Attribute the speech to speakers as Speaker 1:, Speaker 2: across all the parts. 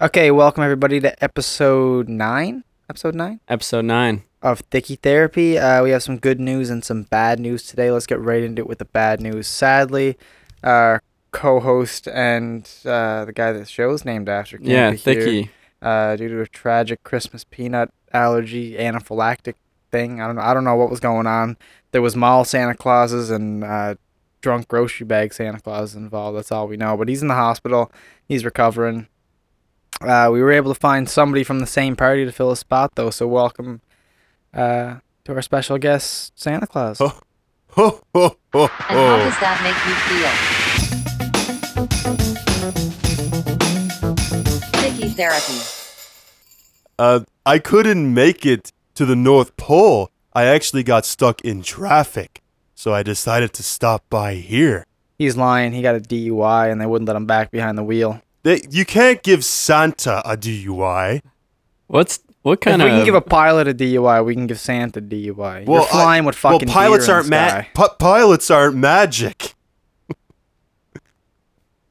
Speaker 1: Okay, welcome everybody to episode nine. Episode nine
Speaker 2: Episode nine.
Speaker 1: of Thicky Therapy. Uh, we have some good news and some bad news today. Let's get right into it with the bad news. Sadly, our co-host and uh, the guy that the show is named after, can't
Speaker 2: yeah,
Speaker 1: be here,
Speaker 2: Thicky.
Speaker 1: uh, due to a tragic Christmas peanut allergy anaphylactic thing. I don't know. I don't know what was going on. There was mall Santa Clauses and uh, drunk grocery bag Santa Claus involved. That's all we know. But he's in the hospital. He's recovering. Uh, we were able to find somebody from the same party to fill a spot though. So welcome uh, to our special guest Santa Claus.
Speaker 2: Oh. Ho, ho, ho,
Speaker 3: And
Speaker 4: Oh.
Speaker 3: how does that make you feel? Sticky therapy.
Speaker 4: Uh, I couldn't make it to the North Pole. I actually got stuck in traffic, so I decided to stop by here.
Speaker 1: He's lying. He got a DUI and they wouldn't let him back behind the wheel.
Speaker 4: They, you can't give Santa a DUI.
Speaker 2: What's what kind
Speaker 1: if
Speaker 2: of?
Speaker 1: we can give a pilot a DUI, we can give Santa DUI. You're
Speaker 4: Well, I-
Speaker 1: flying with fucking
Speaker 4: well, pilots
Speaker 1: deer in
Speaker 4: aren't
Speaker 1: the
Speaker 4: ma-
Speaker 1: sky.
Speaker 4: pi- pilots aren't magic.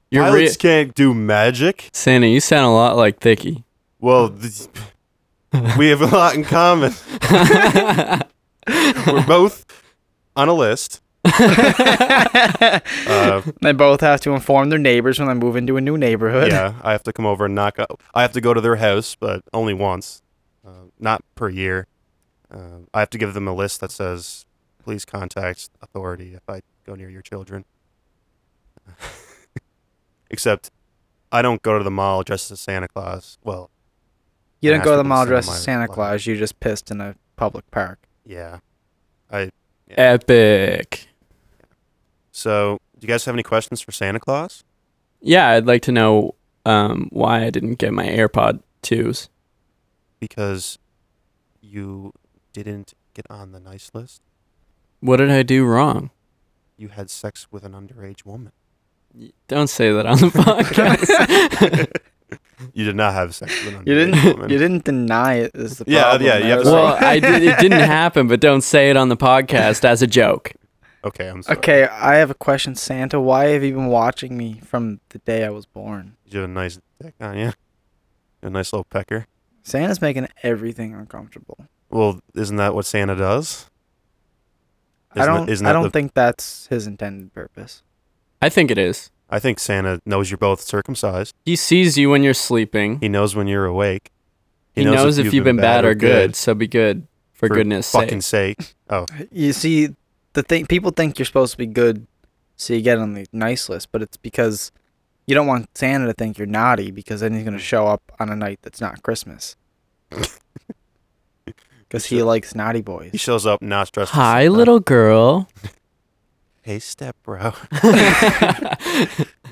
Speaker 2: you're re-
Speaker 4: pilots can't do magic.
Speaker 2: Santa, you sound a lot like Thicky.
Speaker 4: Well, th- we have a lot in common. We're both on a list. Uh,
Speaker 1: They both have to inform their neighbors when they move into a new neighborhood.
Speaker 4: yeah, I have to come over and knock up. I have to go to their house, but only once, uh, not per year. Um I have to give them a list that says, "Please contact authority if I go near your children." Except, I don't go to the mall dressed as Santa Claus. Well,
Speaker 1: You didn't
Speaker 4: Yeah,
Speaker 1: go to
Speaker 4: I
Speaker 1: the
Speaker 4: should've
Speaker 1: mall
Speaker 4: said
Speaker 1: dressed
Speaker 4: my
Speaker 1: as Santa
Speaker 4: reply.
Speaker 1: Claus. You just pissed in a public park.
Speaker 4: yeah.
Speaker 2: Epic.
Speaker 4: So, do you guys have any questions for Santa Claus?
Speaker 2: Yeah, I'd like to know um, why I didn't get my AirPod twos.
Speaker 4: Because you didn't get on the nice list.
Speaker 2: What did I do wrong?
Speaker 4: You had sex with an underage woman.
Speaker 2: Don't say that on the podcast.
Speaker 4: You did not have sex with an underage
Speaker 1: You didn't.
Speaker 4: woman.
Speaker 1: You didn't deny it. Is the
Speaker 4: Yeah,
Speaker 1: problem,
Speaker 4: yeah, you
Speaker 1: man.
Speaker 4: have
Speaker 1: It was
Speaker 4: to-
Speaker 2: well,
Speaker 1: like-
Speaker 2: I did, it didn't happen, but don't say it on the podcast as a joke.
Speaker 4: Okay, I'm sorry.
Speaker 1: Okay, I have a question, Santa. Why have you been watching me from the day I was born?
Speaker 4: You have a nice dick on you. A nice little pecker.
Speaker 1: Santa's making everything uncomfortable.
Speaker 4: Well, isn't that what Santa does?
Speaker 1: I
Speaker 4: Isn't that-
Speaker 1: don't.
Speaker 4: isn't
Speaker 1: I
Speaker 4: that
Speaker 1: don't
Speaker 4: the-
Speaker 1: think that's his intended purpose.
Speaker 2: I think it is.
Speaker 4: I think Santa knows you're both circumcised.
Speaker 2: He sees you when you're sleeping.
Speaker 4: He knows when you're awake.
Speaker 2: He, knows, if you've been, bad, or good, so be good for, goodness sake.
Speaker 4: fucking sake. Oh,
Speaker 1: You see, the thing people think you're supposed to be good, so you get on the nice list, but it's because you don't want Santa to think you're naughty because then he's going
Speaker 4: Mm.
Speaker 1: to show up on a night that's not Christmas. Because he likes naughty
Speaker 4: he
Speaker 1: boys.
Speaker 4: shows up not dressed. as
Speaker 2: Hi,
Speaker 4: Santa.
Speaker 2: little girl.
Speaker 4: Hey, step bro.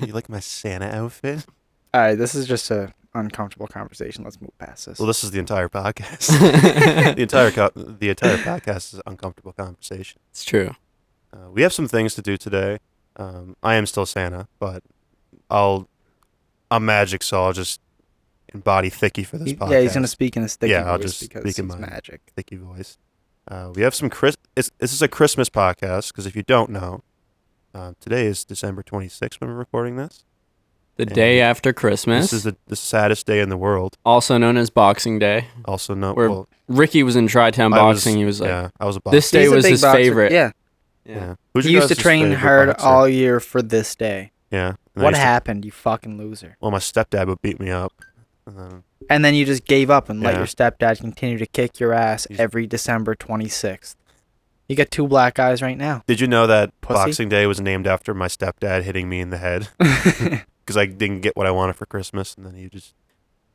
Speaker 4: you like my Santa outfit?
Speaker 1: All right, this is just a uncomfortable conversation. Let's move past this.
Speaker 4: Well, this is the entire podcast. the entire co- the entire podcast is an uncomfortable conversation.
Speaker 2: it's true.
Speaker 4: Uh, we have some things to do today. Um, I am still Santa, but I'll I'm magic, so I'll just embody Thicky for this
Speaker 1: He-
Speaker 4: podcast.
Speaker 1: yeah, he's going to speak in his thick
Speaker 4: Yeah, I'll
Speaker 1: voice
Speaker 4: just
Speaker 1: because
Speaker 4: speak in
Speaker 1: it's
Speaker 4: mine.
Speaker 1: magic.
Speaker 4: Thicky voice. Uh, we have some Chris. It's, this is a Christmas podcast because if you don't know, uh, today is December 26th when we're recording this.
Speaker 2: The
Speaker 4: Yeah.
Speaker 2: day after Christmas,
Speaker 4: This is the, the saddest day in the world.
Speaker 2: also known as Boxing Day.
Speaker 4: Also, no.
Speaker 2: We're
Speaker 4: well,
Speaker 2: Ricky was in Tri-Town
Speaker 4: I
Speaker 2: Boxing. he was like,
Speaker 4: yeah, I was a boxer.
Speaker 2: This day
Speaker 1: He's a
Speaker 2: was
Speaker 1: big
Speaker 2: his
Speaker 1: boxer.
Speaker 2: favorite.
Speaker 1: Yeah,
Speaker 4: yeah.
Speaker 1: he used to train hard
Speaker 4: hard
Speaker 1: all year for this day.
Speaker 4: Yeah. And then I
Speaker 1: What
Speaker 4: used to-
Speaker 1: happened, you fucking loser?
Speaker 4: well, my stepdad would beat me up. And then
Speaker 1: And then you just gave up and let
Speaker 4: Yeah.
Speaker 1: your stepdad continue to kick your ass
Speaker 4: He's-
Speaker 1: every December 26th. You got two black eyes right now.
Speaker 4: Did you know that
Speaker 1: Pussy.
Speaker 4: Boxing Day was named after my stepdad hitting me in the head because I didn't get what I wanted for Christmas, and then he just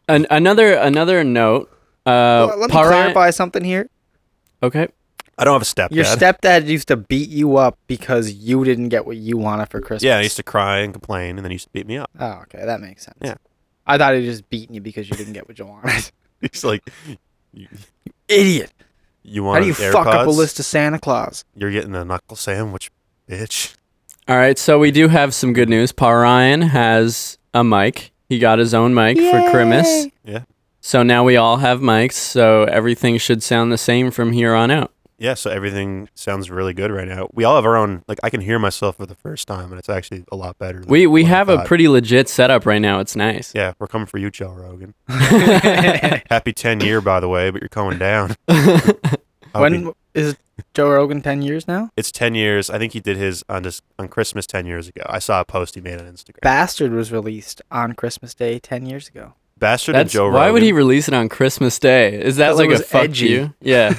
Speaker 2: An- another another note. Uh,
Speaker 1: Well, let me
Speaker 2: Pari-
Speaker 1: clarify something here.
Speaker 2: Okay.
Speaker 4: I don't have a stepdad.
Speaker 1: Your stepdad used to beat you up because you didn't get what you wanted for Christmas.
Speaker 4: yeah, he used to cry and complain, and then he used to beat me up.
Speaker 1: Oh, okay, that makes sense.
Speaker 4: Yeah.
Speaker 1: I thought he was just beating you because you didn't get what you wanted.
Speaker 4: He's like, "You,
Speaker 1: Idiot!
Speaker 4: you
Speaker 1: How
Speaker 4: want
Speaker 1: do you
Speaker 4: AirPods?
Speaker 1: fuck up a list of Santa Claus?
Speaker 4: You're getting a knuckle sandwich, bitch."
Speaker 2: All right. So we do have some good news. Paul Ryan has a mic. He got his own mic for Christmas.
Speaker 1: Yay!
Speaker 4: Yeah.
Speaker 2: So now we all have mics. So everything should sound the same from here on out.
Speaker 4: yeah, so everything sounds really good right now. We all have our own. Like I can hear myself for the first time, and it's actually a lot better. Than
Speaker 2: We we
Speaker 4: what I
Speaker 2: have a
Speaker 4: thought.
Speaker 2: pretty legit setup right now. It's nice.
Speaker 4: Yeah, we're coming for you, Joe Rogan. Happy ten year, by the way, but you're going down. I'll
Speaker 1: When
Speaker 4: be-
Speaker 1: w- is Joe Rogan 10 years now?
Speaker 4: it's ten years. I think he did his on this on Christmas ten years ago. I saw a post he made on Instagram.
Speaker 1: Bastard was released on Christmas Day 10 years ago.
Speaker 4: Bastard and
Speaker 2: That's,
Speaker 4: Joe Rogan.
Speaker 2: why would he release it on Christmas Day? Is that
Speaker 1: 'Cause it
Speaker 2: like a
Speaker 1: was
Speaker 2: fuck
Speaker 1: edgy.
Speaker 2: you? Yeah.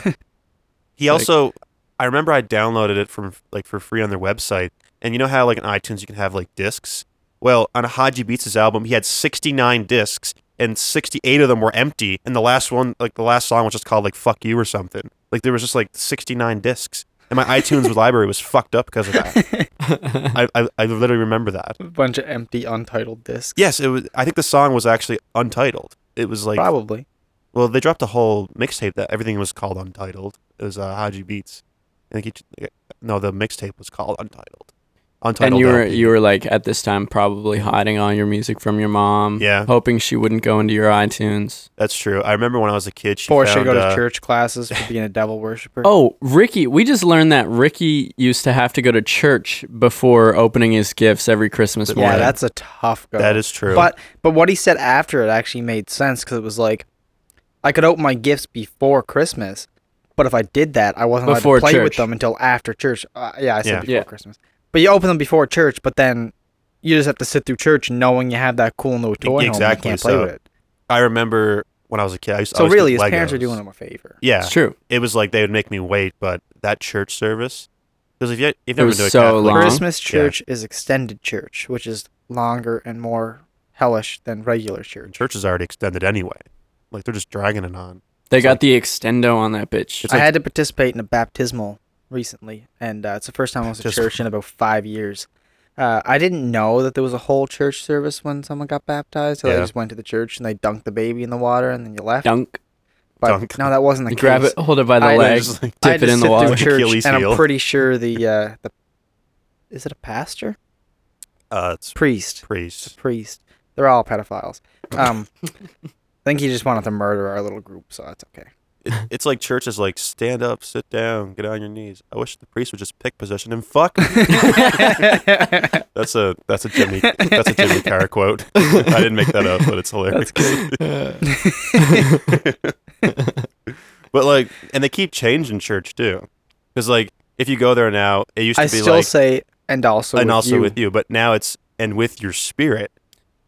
Speaker 4: He
Speaker 2: Like-
Speaker 4: also, I remember I downloaded it from like for free on their website, and you know how like on iTunes you can have like discs. Well, on Haji Beats' album, he had 69 discs, and 68 of them were empty, and the last one, like the last song, was just called like "Fuck You" or something. Like there was just like 69 discs, and my iTunes library was fucked up because of that. I, I I literally remember that.
Speaker 1: A bunch of empty, untitled discs.
Speaker 4: Yes, it was. I think the song was actually untitled. It was like
Speaker 1: Probably.
Speaker 4: well, they dropped a whole mixtape that everything was called Untitled. It was uh, Haji Beats. I think each, no, the mixtape was called Untitled. Untitled.
Speaker 2: and you were
Speaker 4: LP.
Speaker 2: you were like at this time probably hiding all your music from your mom.
Speaker 4: Yeah.
Speaker 2: Hoping she wouldn't go into your iTunes.
Speaker 4: That's true. I remember when I was a kid, she
Speaker 1: Poor should
Speaker 4: found,
Speaker 1: go to
Speaker 4: uh,
Speaker 1: church classes for being a devil worshiper.
Speaker 2: Oh, Ricky, we just learned that Ricky used to have to go to church before opening his gifts every Christmas
Speaker 4: Yeah,
Speaker 1: yeah,
Speaker 2: morning.
Speaker 1: that's a tough go.
Speaker 4: That is true.
Speaker 1: But but what he said after it actually made sense because it was like, I could open my gifts before Christmas, but if I did that, I wasn't
Speaker 2: Before
Speaker 1: allowed to play with
Speaker 2: church.
Speaker 1: them until after church. Uh, yeah, I said
Speaker 4: Yeah.
Speaker 1: before
Speaker 2: Yeah.
Speaker 1: Christmas. But you open them before church, but then you just have to sit through church knowing you have that cool new toy at home and you
Speaker 4: exactly,
Speaker 1: can't play
Speaker 4: so
Speaker 1: with it.
Speaker 4: I remember when I was a kid. I used to
Speaker 1: So
Speaker 4: always
Speaker 1: really, his
Speaker 4: get
Speaker 1: parents are
Speaker 4: Legos.
Speaker 1: doing him a favor.
Speaker 4: Yeah,
Speaker 2: It's true.
Speaker 4: it was like they would make me wait, but that church service because if you if
Speaker 2: It
Speaker 4: never
Speaker 2: was
Speaker 4: been to a
Speaker 2: so
Speaker 4: Catholic-
Speaker 2: long.
Speaker 1: Christmas church is extended church, which is longer and more hellish than regular church.
Speaker 4: church is already extended anyway. Like they're just dragging it on.
Speaker 2: They
Speaker 4: It's
Speaker 2: got
Speaker 4: like-
Speaker 2: the extendo on that bitch.
Speaker 4: It's
Speaker 1: I
Speaker 4: like-
Speaker 1: had to participate in a baptismal recently, and uh, it's the first time I was at
Speaker 4: Just-
Speaker 1: church in about five years. Uh, I didn't know that there was a whole church service when someone got baptized, so I
Speaker 4: Yeah.
Speaker 1: just went to the church and they dunked the baby in the water and then you left.
Speaker 2: Dunk.
Speaker 1: but
Speaker 4: Dunk.
Speaker 1: no, that wasn't the
Speaker 2: You grab
Speaker 1: case.
Speaker 2: it, hold it by the
Speaker 1: I
Speaker 2: leg,
Speaker 4: just, like,
Speaker 1: I had
Speaker 2: dip it
Speaker 1: to
Speaker 2: in the
Speaker 1: sit
Speaker 2: water.
Speaker 1: through church,
Speaker 4: Achilles
Speaker 1: and
Speaker 4: heel.
Speaker 1: I'm pretty sure the uh, the is it a pastor,
Speaker 4: Uh, it's
Speaker 1: priest,
Speaker 4: priest.
Speaker 1: priest? They're all pedophiles. Um, I think he just wanted to murder our little group, so that's okay.
Speaker 4: It- it's like church is like stand up, sit down, get on your knees. I wish the priest would just pick position and fuck. me. That's a that's a Jimmy that's a Jimmy Carr quote. I didn't make that up, but it's hilarious. but like, and they keep changing church too, because like if you go there now, it used to
Speaker 1: I
Speaker 4: be
Speaker 1: still
Speaker 4: like
Speaker 1: say, and also,
Speaker 4: and
Speaker 1: with
Speaker 4: also
Speaker 1: you.
Speaker 4: with you, but now it's and with your spirit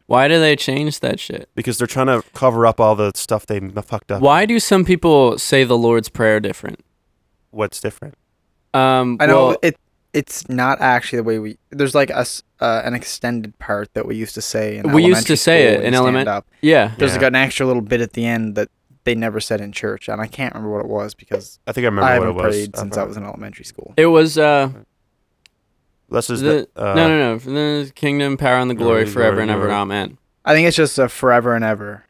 Speaker 2: Why do they change that shit?
Speaker 4: because they're trying to cover up all the stuff they m- fucked up.
Speaker 2: Why do some people say the Lord's Prayer different?
Speaker 4: What's different?
Speaker 2: Um,
Speaker 1: I know
Speaker 2: well,
Speaker 1: it. It's not actually the way we. There's like us uh, an extended part that we used to say. In
Speaker 2: We used to
Speaker 1: elementary
Speaker 2: say
Speaker 1: school
Speaker 2: it
Speaker 1: when
Speaker 2: in
Speaker 1: you stand
Speaker 2: element-
Speaker 1: up.
Speaker 2: yeah.
Speaker 1: There's
Speaker 4: Yeah.
Speaker 1: got an extra little bit at the end that they never said in church, and I can't remember what it was because
Speaker 4: I think I remember
Speaker 1: I
Speaker 4: what
Speaker 1: haven't
Speaker 4: it was. Uh-huh.
Speaker 1: prayed since I was in elementary school.
Speaker 2: It was uh,
Speaker 4: This is
Speaker 2: the,
Speaker 4: the, uh,
Speaker 2: no, no, no. From the kingdom, power, and the glory
Speaker 4: glory,
Speaker 2: forever and ever.
Speaker 4: glory.
Speaker 2: Amen.
Speaker 1: I think it's just a forever and ever.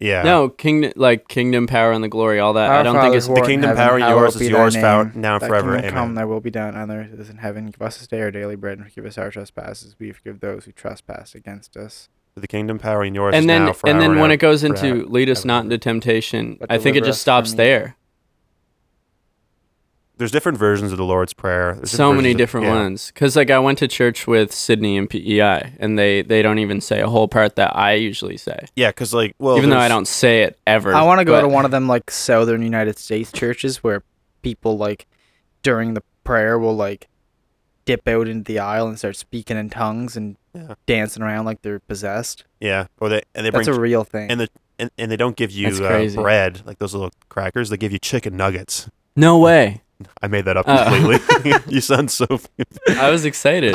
Speaker 4: yeah.
Speaker 2: No, kingdom, like kingdom, power, and the glory. All that. Uh, I
Speaker 1: Our
Speaker 2: don't
Speaker 1: Father
Speaker 2: think it's
Speaker 1: who art in
Speaker 4: kingdom,
Speaker 1: heaven,
Speaker 4: power, and
Speaker 1: hallowed
Speaker 4: yours is
Speaker 1: be thy
Speaker 4: yours, found-
Speaker 1: name.
Speaker 4: now and
Speaker 1: Thy
Speaker 4: forever.
Speaker 1: kingdom
Speaker 4: Amen.
Speaker 1: Come, thy will be done on earth as in heaven. Give us this day our daily bread, and forgive us our trespasses, we forgive those who trespass against us.
Speaker 4: The kingdom, power, and yours. is
Speaker 2: and then
Speaker 4: now,
Speaker 2: and
Speaker 4: forever
Speaker 2: then when
Speaker 4: ever.
Speaker 2: it goes
Speaker 4: forever
Speaker 2: into
Speaker 4: and
Speaker 2: lead us
Speaker 4: ever.
Speaker 2: not into temptation,
Speaker 1: But
Speaker 2: I think it
Speaker 1: deliver
Speaker 2: just
Speaker 1: us
Speaker 2: stops
Speaker 1: from evil.
Speaker 2: there.
Speaker 4: there's different versions of the Lord's Prayer. There's
Speaker 2: So many
Speaker 4: versions of-
Speaker 2: different
Speaker 4: yeah.
Speaker 2: ones. Because like I went to church with Sydney and PEI, and they they don't even say a whole part that I usually say,
Speaker 4: Yeah, because like, well,
Speaker 2: even though I
Speaker 4: there's-
Speaker 2: don't say it ever.
Speaker 1: I want to go
Speaker 2: but-
Speaker 1: to one of them like southern United States churches where people like during the prayer will like dip out into the aisle and start speaking in tongues and
Speaker 4: Yeah.
Speaker 1: dancing around like they're possessed.
Speaker 4: Yeah, or they and they bring
Speaker 1: That's a real thing.
Speaker 4: and the and, and they don't give you
Speaker 2: That's
Speaker 4: uh,
Speaker 2: crazy.
Speaker 4: bread like those little crackers. They give you chicken nuggets.
Speaker 2: No way.
Speaker 4: I made that up
Speaker 2: Oh.
Speaker 4: completely. you sound so.
Speaker 2: I was excited.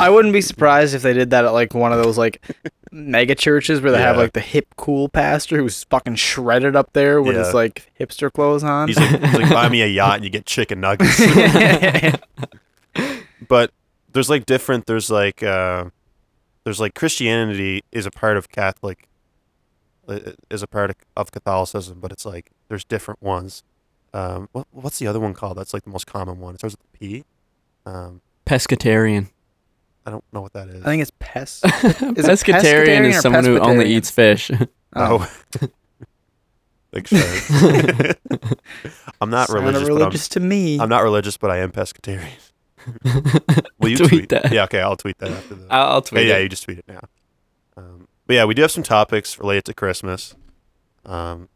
Speaker 1: I wouldn't be surprised if they did that at like one of those like mega churches where they have
Speaker 4: Yeah.
Speaker 1: like the hip cool pastor who's fucking shredded up there with
Speaker 4: Yeah.
Speaker 1: his like hipster clothes on.
Speaker 4: He's like, he's like, buy me a yacht and you get chicken nuggets. but there's like different. There's like uh, there's like Christianity is a part of Catholic, uh, is a part of, of Catholicism, but it's like there's different ones. Um, what, what's the other one called? That's like the most common one. It starts with a P. Um,
Speaker 2: Pescatarian.
Speaker 4: I don't know what that is.
Speaker 1: I think it's pest.
Speaker 2: pescatarian,
Speaker 1: pescatarian
Speaker 2: is
Speaker 1: or
Speaker 2: someone who only
Speaker 1: Oh, pescatarian?
Speaker 4: Oh.
Speaker 2: eats fish.
Speaker 1: Oh.
Speaker 4: Big shark. I'm
Speaker 1: Sounded
Speaker 4: not religious. but I'm-
Speaker 1: religious to me.
Speaker 4: I'm not religious, but I am pescatarian. Will you
Speaker 2: Tweet
Speaker 4: tweet,
Speaker 2: that.
Speaker 4: Yeah, okay, I'll tweet that after the.
Speaker 2: I'll, I'll
Speaker 4: yeah,
Speaker 2: tweet
Speaker 4: yeah,
Speaker 2: it.
Speaker 4: you just tweet it now. Um, but yeah, we do have some topics related to Christmas. Um,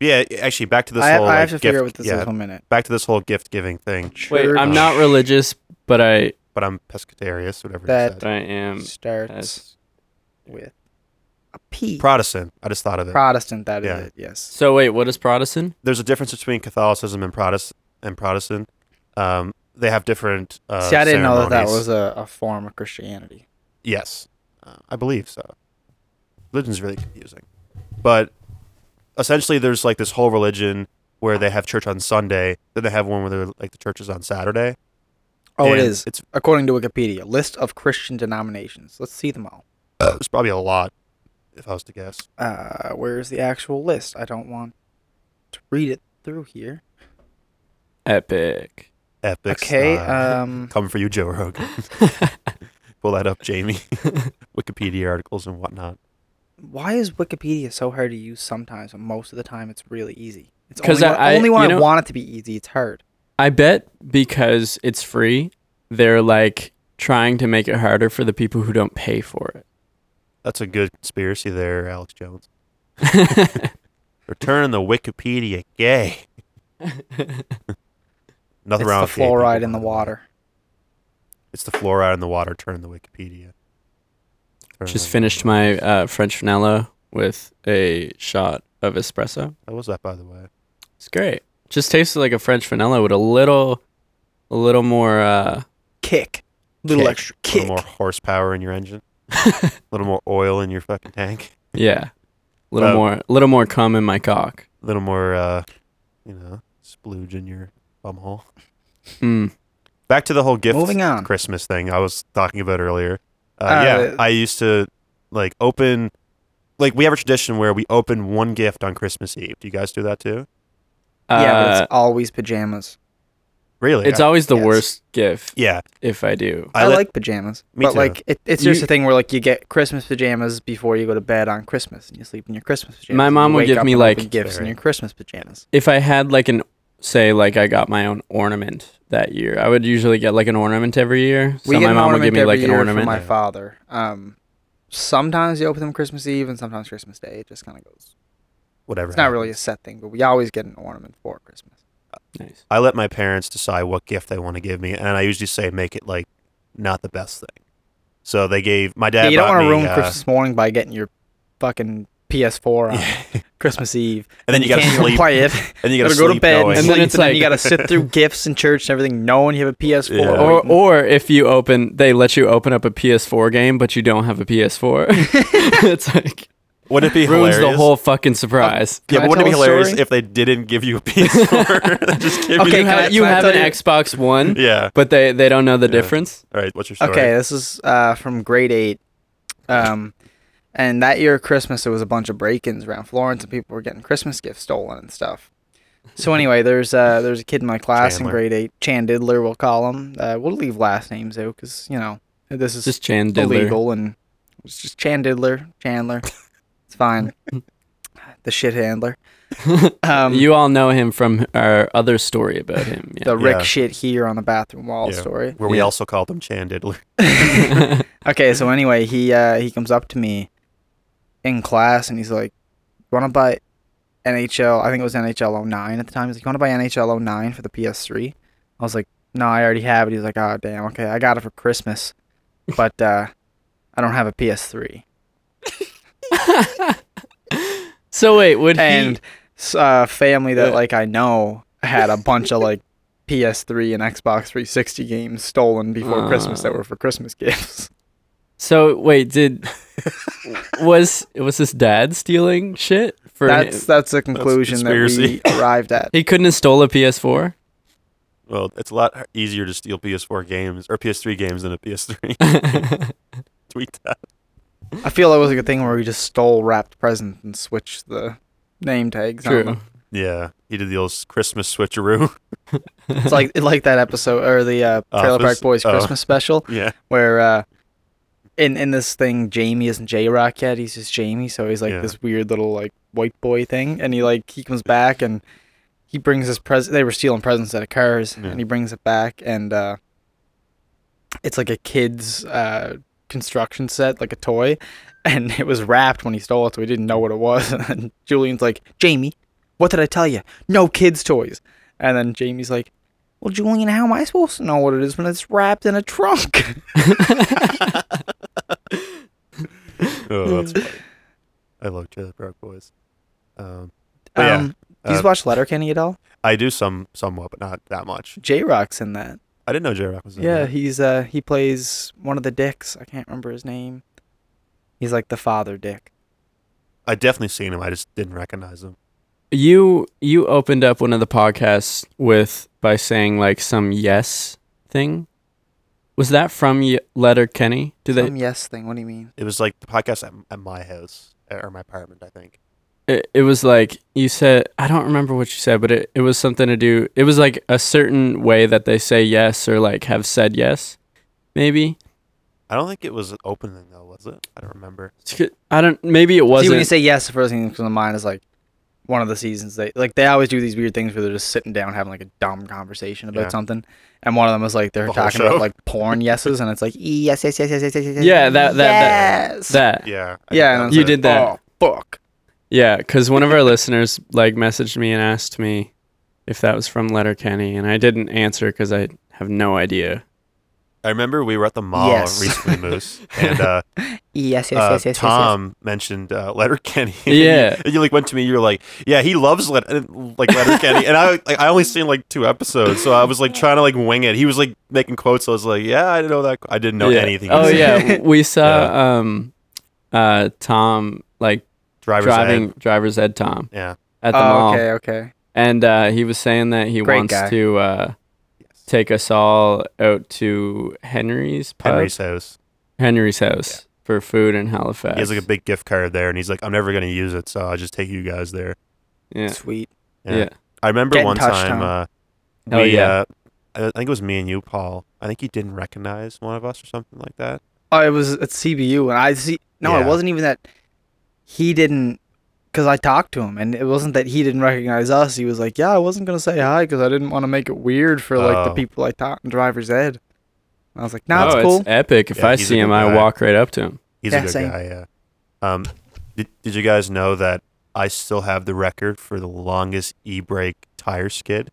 Speaker 4: yeah, actually, back to this
Speaker 1: I,
Speaker 4: whole
Speaker 1: I
Speaker 4: like,
Speaker 1: have to
Speaker 4: gift,
Speaker 1: figure out what this
Speaker 4: yeah,
Speaker 1: is in a minute.
Speaker 4: back to this whole gift giving thing.
Speaker 2: Wait, I'm
Speaker 1: Church
Speaker 2: not
Speaker 4: Oh,
Speaker 2: religious, but I
Speaker 4: But I'm pescatarius, whatever.
Speaker 1: That-
Speaker 4: you said.
Speaker 2: I am.
Speaker 1: starts
Speaker 2: Um, as-
Speaker 1: with a P.
Speaker 4: Protestant. I just thought of it.
Speaker 1: Protestant. That is
Speaker 4: Yeah.
Speaker 1: it. Yes.
Speaker 2: So wait, what is Protestant?
Speaker 4: There's a difference between Catholicism and Protest and Protestant. Um, they have different. Uh,
Speaker 1: See, I didn't know that that
Speaker 4: ceremonies.
Speaker 1: was a, a form of Christianity.
Speaker 4: Yes, uh, I believe so. Religion's really confusing, but essentially, there's like this whole religion where they have church on Sunday, then they have one where they're like the church is on Saturday.
Speaker 1: Oh, it
Speaker 4: And
Speaker 1: is.
Speaker 4: It's,
Speaker 1: According to Wikipedia, list of Christian denominations. Let's see them all.
Speaker 4: it's probably a lot, if I was to guess.
Speaker 1: Uh, where's the actual list? I don't want to read it through here.
Speaker 2: Epic.
Speaker 4: Epic.
Speaker 1: okay.
Speaker 4: style.
Speaker 1: Um,
Speaker 4: come for you, Joe Rogan. Pull that up, Jamie. Wikipedia articles and whatnot.
Speaker 1: why is Wikipedia so hard to use sometimes, but most of the time it's really easy? It's
Speaker 2: 'Cause
Speaker 1: only, when-
Speaker 2: I- I-
Speaker 1: only when
Speaker 2: you
Speaker 1: I
Speaker 2: know-
Speaker 1: want it to be easy, it's hard.
Speaker 2: I bet because it's free, they're like trying to make it harder for the people who don't pay for it.
Speaker 4: That's a good conspiracy there, Alex Jones. They're turning the Wikipedia gay. Nothing
Speaker 1: it's
Speaker 4: wrong
Speaker 1: the
Speaker 4: with gay people,
Speaker 1: fluoride in
Speaker 4: by
Speaker 1: the
Speaker 4: way.
Speaker 1: water.
Speaker 4: It's the fluoride in the water turning the Wikipedia. Turning
Speaker 2: Just
Speaker 4: the-
Speaker 2: finished my uh, French vanilla with a shot of espresso.
Speaker 4: How was that, by the way?
Speaker 2: It's great. Just tasted like a French vanilla with a little, a little more. Uh,
Speaker 1: Kick. Little
Speaker 4: Kick.
Speaker 1: extra
Speaker 4: A
Speaker 1: kick.
Speaker 4: little more horsepower in your engine. a little more oil in your fucking tank.
Speaker 2: yeah, a little
Speaker 4: Well-
Speaker 2: more, a little more cum in my cock.
Speaker 4: A little more, uh, you know, splooge in your bumhole.
Speaker 2: Mm.
Speaker 4: Back to the whole gift
Speaker 1: Moving on.
Speaker 4: Christmas thing I was talking about earlier. Uh,
Speaker 1: Uh,
Speaker 4: yeah, I used to like open, like we have a tradition where we open one gift on Christmas Eve. Do you guys do that too?
Speaker 1: yeah, but
Speaker 2: Uh,
Speaker 1: it's always pajamas.
Speaker 4: Really?
Speaker 2: it's
Speaker 4: I-
Speaker 2: always the
Speaker 1: Yes.
Speaker 2: worst gift
Speaker 4: yeah.
Speaker 2: if I do.
Speaker 1: I,
Speaker 4: let-
Speaker 1: like pajamas,
Speaker 4: Me
Speaker 1: but
Speaker 4: too.
Speaker 1: like it, it's
Speaker 2: You-
Speaker 1: just a thing where like you get Christmas pajamas before you go to bed on Christmas, and you sleep in your Christmas pajamas.
Speaker 2: My
Speaker 1: and you
Speaker 2: mom would
Speaker 1: wake
Speaker 2: give
Speaker 1: up
Speaker 2: me,
Speaker 1: and open
Speaker 2: like-
Speaker 1: gifts in
Speaker 4: Right.
Speaker 1: your Christmas pajamas.
Speaker 2: If I had like an say, like I got my own ornament that year, I would usually get like an ornament every year. So
Speaker 1: we get
Speaker 2: my
Speaker 1: an
Speaker 2: mom would
Speaker 1: ornament
Speaker 2: give me
Speaker 1: every
Speaker 2: like an
Speaker 1: year from
Speaker 2: ornament.
Speaker 1: my father. Um, sometimes you open them Christmas Eve, and sometimes Christmas Day. It just kind of goes.
Speaker 4: whatever.
Speaker 1: It's not really a
Speaker 4: happens.
Speaker 1: set thing, but we always get an ornament for Christmas.
Speaker 2: nice.
Speaker 4: I let my parents decide what gift they want to give me, and I usually say make it like not the best thing. So they gave my dad.
Speaker 1: Yeah, you don't
Speaker 4: bought
Speaker 1: want to
Speaker 4: me,
Speaker 1: ruin
Speaker 4: uh,
Speaker 1: Christmas morning by getting your fucking PS4 on Christmas Eve,
Speaker 4: And then you gotta
Speaker 1: can't even
Speaker 4: sleep.
Speaker 1: play it.
Speaker 4: And you
Speaker 1: You
Speaker 4: gotta
Speaker 1: gotta go to
Speaker 4: sleep
Speaker 1: bed and,
Speaker 4: knowing-
Speaker 2: And then
Speaker 1: sleep,
Speaker 2: it's
Speaker 1: and then you
Speaker 2: like-
Speaker 1: gotta sit through gifts and church and everything, knowing you have a PS4.
Speaker 4: Yeah.
Speaker 2: Or, or if you open, they let you open up a PS4 game, but you don't have a PS4. it's like
Speaker 4: Wouldn't it be
Speaker 2: ruins
Speaker 4: hilarious?
Speaker 2: the whole fucking surprise.
Speaker 1: Can
Speaker 4: yeah,
Speaker 1: I
Speaker 4: but wouldn't it be
Speaker 1: tell a
Speaker 4: hilarious
Speaker 1: story?
Speaker 4: if they didn't give you a PS4? They just give
Speaker 1: Okay,
Speaker 2: you
Speaker 4: you,
Speaker 1: can I-
Speaker 2: have, you
Speaker 1: can I
Speaker 2: have
Speaker 1: tell
Speaker 2: an
Speaker 1: you-
Speaker 2: Xbox One,
Speaker 4: yeah.
Speaker 2: but they, they don't know the
Speaker 4: Yeah.
Speaker 2: difference.
Speaker 4: All right, what's your story?
Speaker 1: Okay, this is uh, from grade eight. Um, and that year at Christmas, there was a bunch of break-ins around Florence, and people were getting Christmas gifts stolen and stuff. So anyway, there's uh, there's a kid in my class in
Speaker 4: Chandler.
Speaker 1: grade eight, Chandidler, we'll call him. Uh, we'll leave last names out because you know this is
Speaker 2: It's just Chan Diddler.
Speaker 1: illegal and it's just Chandidler, Chandler. It's fine. the shit handler. Um,
Speaker 2: you all know him from our other story about him.
Speaker 1: the Rick
Speaker 4: Yeah.
Speaker 1: shit here on the bathroom wall
Speaker 4: Yeah.
Speaker 1: story.
Speaker 4: Where we
Speaker 2: Yeah.
Speaker 4: also called them Chandidler.
Speaker 2: Yeah.
Speaker 1: Okay, so anyway, he uh, he comes up to me in class and he's like, "Want to buy NHL? I think it was NHL 09 at the time. He's like, "Want to buy NHL 09 for the PS3?" I was like, "No, I already have it." He's like, "Oh damn, okay, I got it for Christmas, but uh, I don't have a PS3."
Speaker 2: so wait, would he?
Speaker 1: And s- uh, family that
Speaker 2: Yeah.
Speaker 1: like I know had a bunch of like PS3 and Xbox 360 games stolen before
Speaker 4: Ah.
Speaker 1: Christmas that
Speaker 2: Uh.
Speaker 1: were for Christmas gifts.
Speaker 2: so wait, did was was his dad stealing shit for?
Speaker 1: That's
Speaker 2: him?
Speaker 1: that's a conclusion that we
Speaker 4: conspiracy.
Speaker 1: arrived at.
Speaker 2: He couldn't have stole a PS4.
Speaker 4: Well, it's a lot easier to steal PS4 games or PS3 games than a PS3. Tweet that.
Speaker 1: I feel that was a good thing where we just stole wrapped presents and switched the name tags. on
Speaker 2: True.
Speaker 1: them.
Speaker 4: Yeah, he did the old s- Christmas switcheroo.
Speaker 1: It's like like that episode or the uh, Trailer
Speaker 4: Office?
Speaker 1: Park Boys
Speaker 4: Oh.
Speaker 1: Christmas special
Speaker 4: yeah,
Speaker 1: where uh, in in this thing, Jamie isn't J Rock yet. He's just Jamie, so he's like
Speaker 4: Yeah.
Speaker 1: this weird little like white boy thing. And he like he comes back and he brings his present. They were stealing presents out of cars,
Speaker 4: Yeah.
Speaker 1: and he brings it back, and uh, it's like a kid's uh, construction set, like a toy. And it was wrapped when he stole it, so he didn't know what it was. And Julian's like, Jamie, what did I tell you? No kids' toys. And then Jamie's like, Well, Julian, how am I supposed to know what it is when it's wrapped in a trunk?
Speaker 4: Oh,
Speaker 1: Hmm.
Speaker 4: that's funny. I love Trailer Park Boys. Um, but yeah,
Speaker 1: Um, do you
Speaker 4: uh,
Speaker 1: just watch Letterkenny at all?
Speaker 4: I do some somewhat, but not that much.
Speaker 1: J Rock's in that.
Speaker 4: I didn't know J Rock was
Speaker 2: Mm-hmm.
Speaker 4: in
Speaker 1: Yeah,
Speaker 4: that.
Speaker 1: he's uh he plays one of the dicks. I can't remember his name. He's like the father dick.
Speaker 4: I definitely seen him. I just didn't recognize him.
Speaker 2: You you opened up one of the podcasts with by saying like some yes thing. Was that from y- Letter Kenny? Do
Speaker 1: Some
Speaker 2: they?
Speaker 1: yes thing. What do you mean?
Speaker 4: It was like the podcast at, at my house or my apartment, I think.
Speaker 2: It, it was like you said. I don't remember what you said, but it, it was something to do. It was like a certain way that they say yes or like have said yes, maybe.
Speaker 4: I don't think it was an opening though, was it? I don't remember.
Speaker 2: It's good- I don't. Maybe it
Speaker 1: See,
Speaker 2: wasn't.
Speaker 1: when you say yes, the first thing that comes to mind is like one of the seasons they like they always do these weird things where they're just sitting down having like a dumb conversation about
Speaker 4: Yeah.
Speaker 1: something, and one of them is like they're
Speaker 4: The whole
Speaker 1: talking
Speaker 4: show.
Speaker 1: about like porn yeses, and it's like yes, yes, yes, yes, yes, yes, yes.
Speaker 2: Yeah, that- that-
Speaker 1: yes.
Speaker 2: that.
Speaker 4: Yeah. I think
Speaker 1: yeah,
Speaker 4: that
Speaker 1: and
Speaker 4: was
Speaker 1: it's
Speaker 2: You
Speaker 4: it.
Speaker 1: like,
Speaker 2: did that.
Speaker 1: Oh, fuck.
Speaker 2: Yeah, because one of our listeners like messaged me and asked me if that was from Letterkenny, and I didn't answer because I have no idea.
Speaker 4: I remember we were at the mall
Speaker 1: Yes.
Speaker 4: recently, Moose, and uh,
Speaker 1: Yes, yes,
Speaker 4: uh,
Speaker 1: yes, yes, yes, yes.
Speaker 4: Tom mentioned uh, Letterkenny.
Speaker 2: Yeah.
Speaker 4: and you like went to me. You were like, "Yeah, he loves Let- uh, like Letterkenny," and I like, I only seen like two episodes, so I was like trying to like wing it. He was like making quotes. So I was like, "Yeah, I didn't know that. qu- I didn't know
Speaker 2: yeah.
Speaker 4: anything."
Speaker 2: Oh
Speaker 4: He was
Speaker 2: yeah, we saw um, uh, Tom like
Speaker 4: driver's
Speaker 2: driving
Speaker 4: ed.
Speaker 2: driver's ed Tom
Speaker 4: Yeah,
Speaker 2: at the
Speaker 1: Oh,
Speaker 2: mall,
Speaker 1: okay, okay.
Speaker 2: and uh, he was saying that he
Speaker 1: Great
Speaker 2: wants
Speaker 1: guy.
Speaker 2: to uh, take us all out to Henry's pub,
Speaker 4: Henry's
Speaker 2: Henry's,
Speaker 4: house.
Speaker 2: house for food in Halifax.
Speaker 4: He has like a big gift card there, and he's like, "I'm never gonna use it, so I'll just take you guys there."
Speaker 2: yeah.
Speaker 1: Sweet.
Speaker 2: yeah.
Speaker 4: I remember
Speaker 1: Get in
Speaker 4: one
Speaker 1: touch,
Speaker 4: time.
Speaker 1: Tom.
Speaker 4: Uh, we,
Speaker 2: Oh, yeah.
Speaker 4: uh, I think it was me and you, Paul. I think he didn't recognize one of us or something like that.
Speaker 1: Oh, it was at CBU, and I see. No,
Speaker 4: Yeah.
Speaker 1: it wasn't even that. He didn't, because I talked to him, and it wasn't that he didn't recognize us. He was like, "Yeah, I wasn't gonna say hi because I didn't want to make it weird for like
Speaker 4: Oh.
Speaker 1: the people I taught in driver's ed." And I was like, "No, it's
Speaker 2: oh,
Speaker 1: cool."
Speaker 2: it's epic. If
Speaker 4: Yeah,
Speaker 2: I
Speaker 4: he's a
Speaker 2: see him,
Speaker 4: good
Speaker 2: I
Speaker 4: guy.
Speaker 2: walk right up to him.
Speaker 4: He's a
Speaker 1: Yeah,
Speaker 4: good
Speaker 1: same.
Speaker 4: guy. Yeah. Um, did, did you guys know that I still have the record for the longest e-brake tire skid?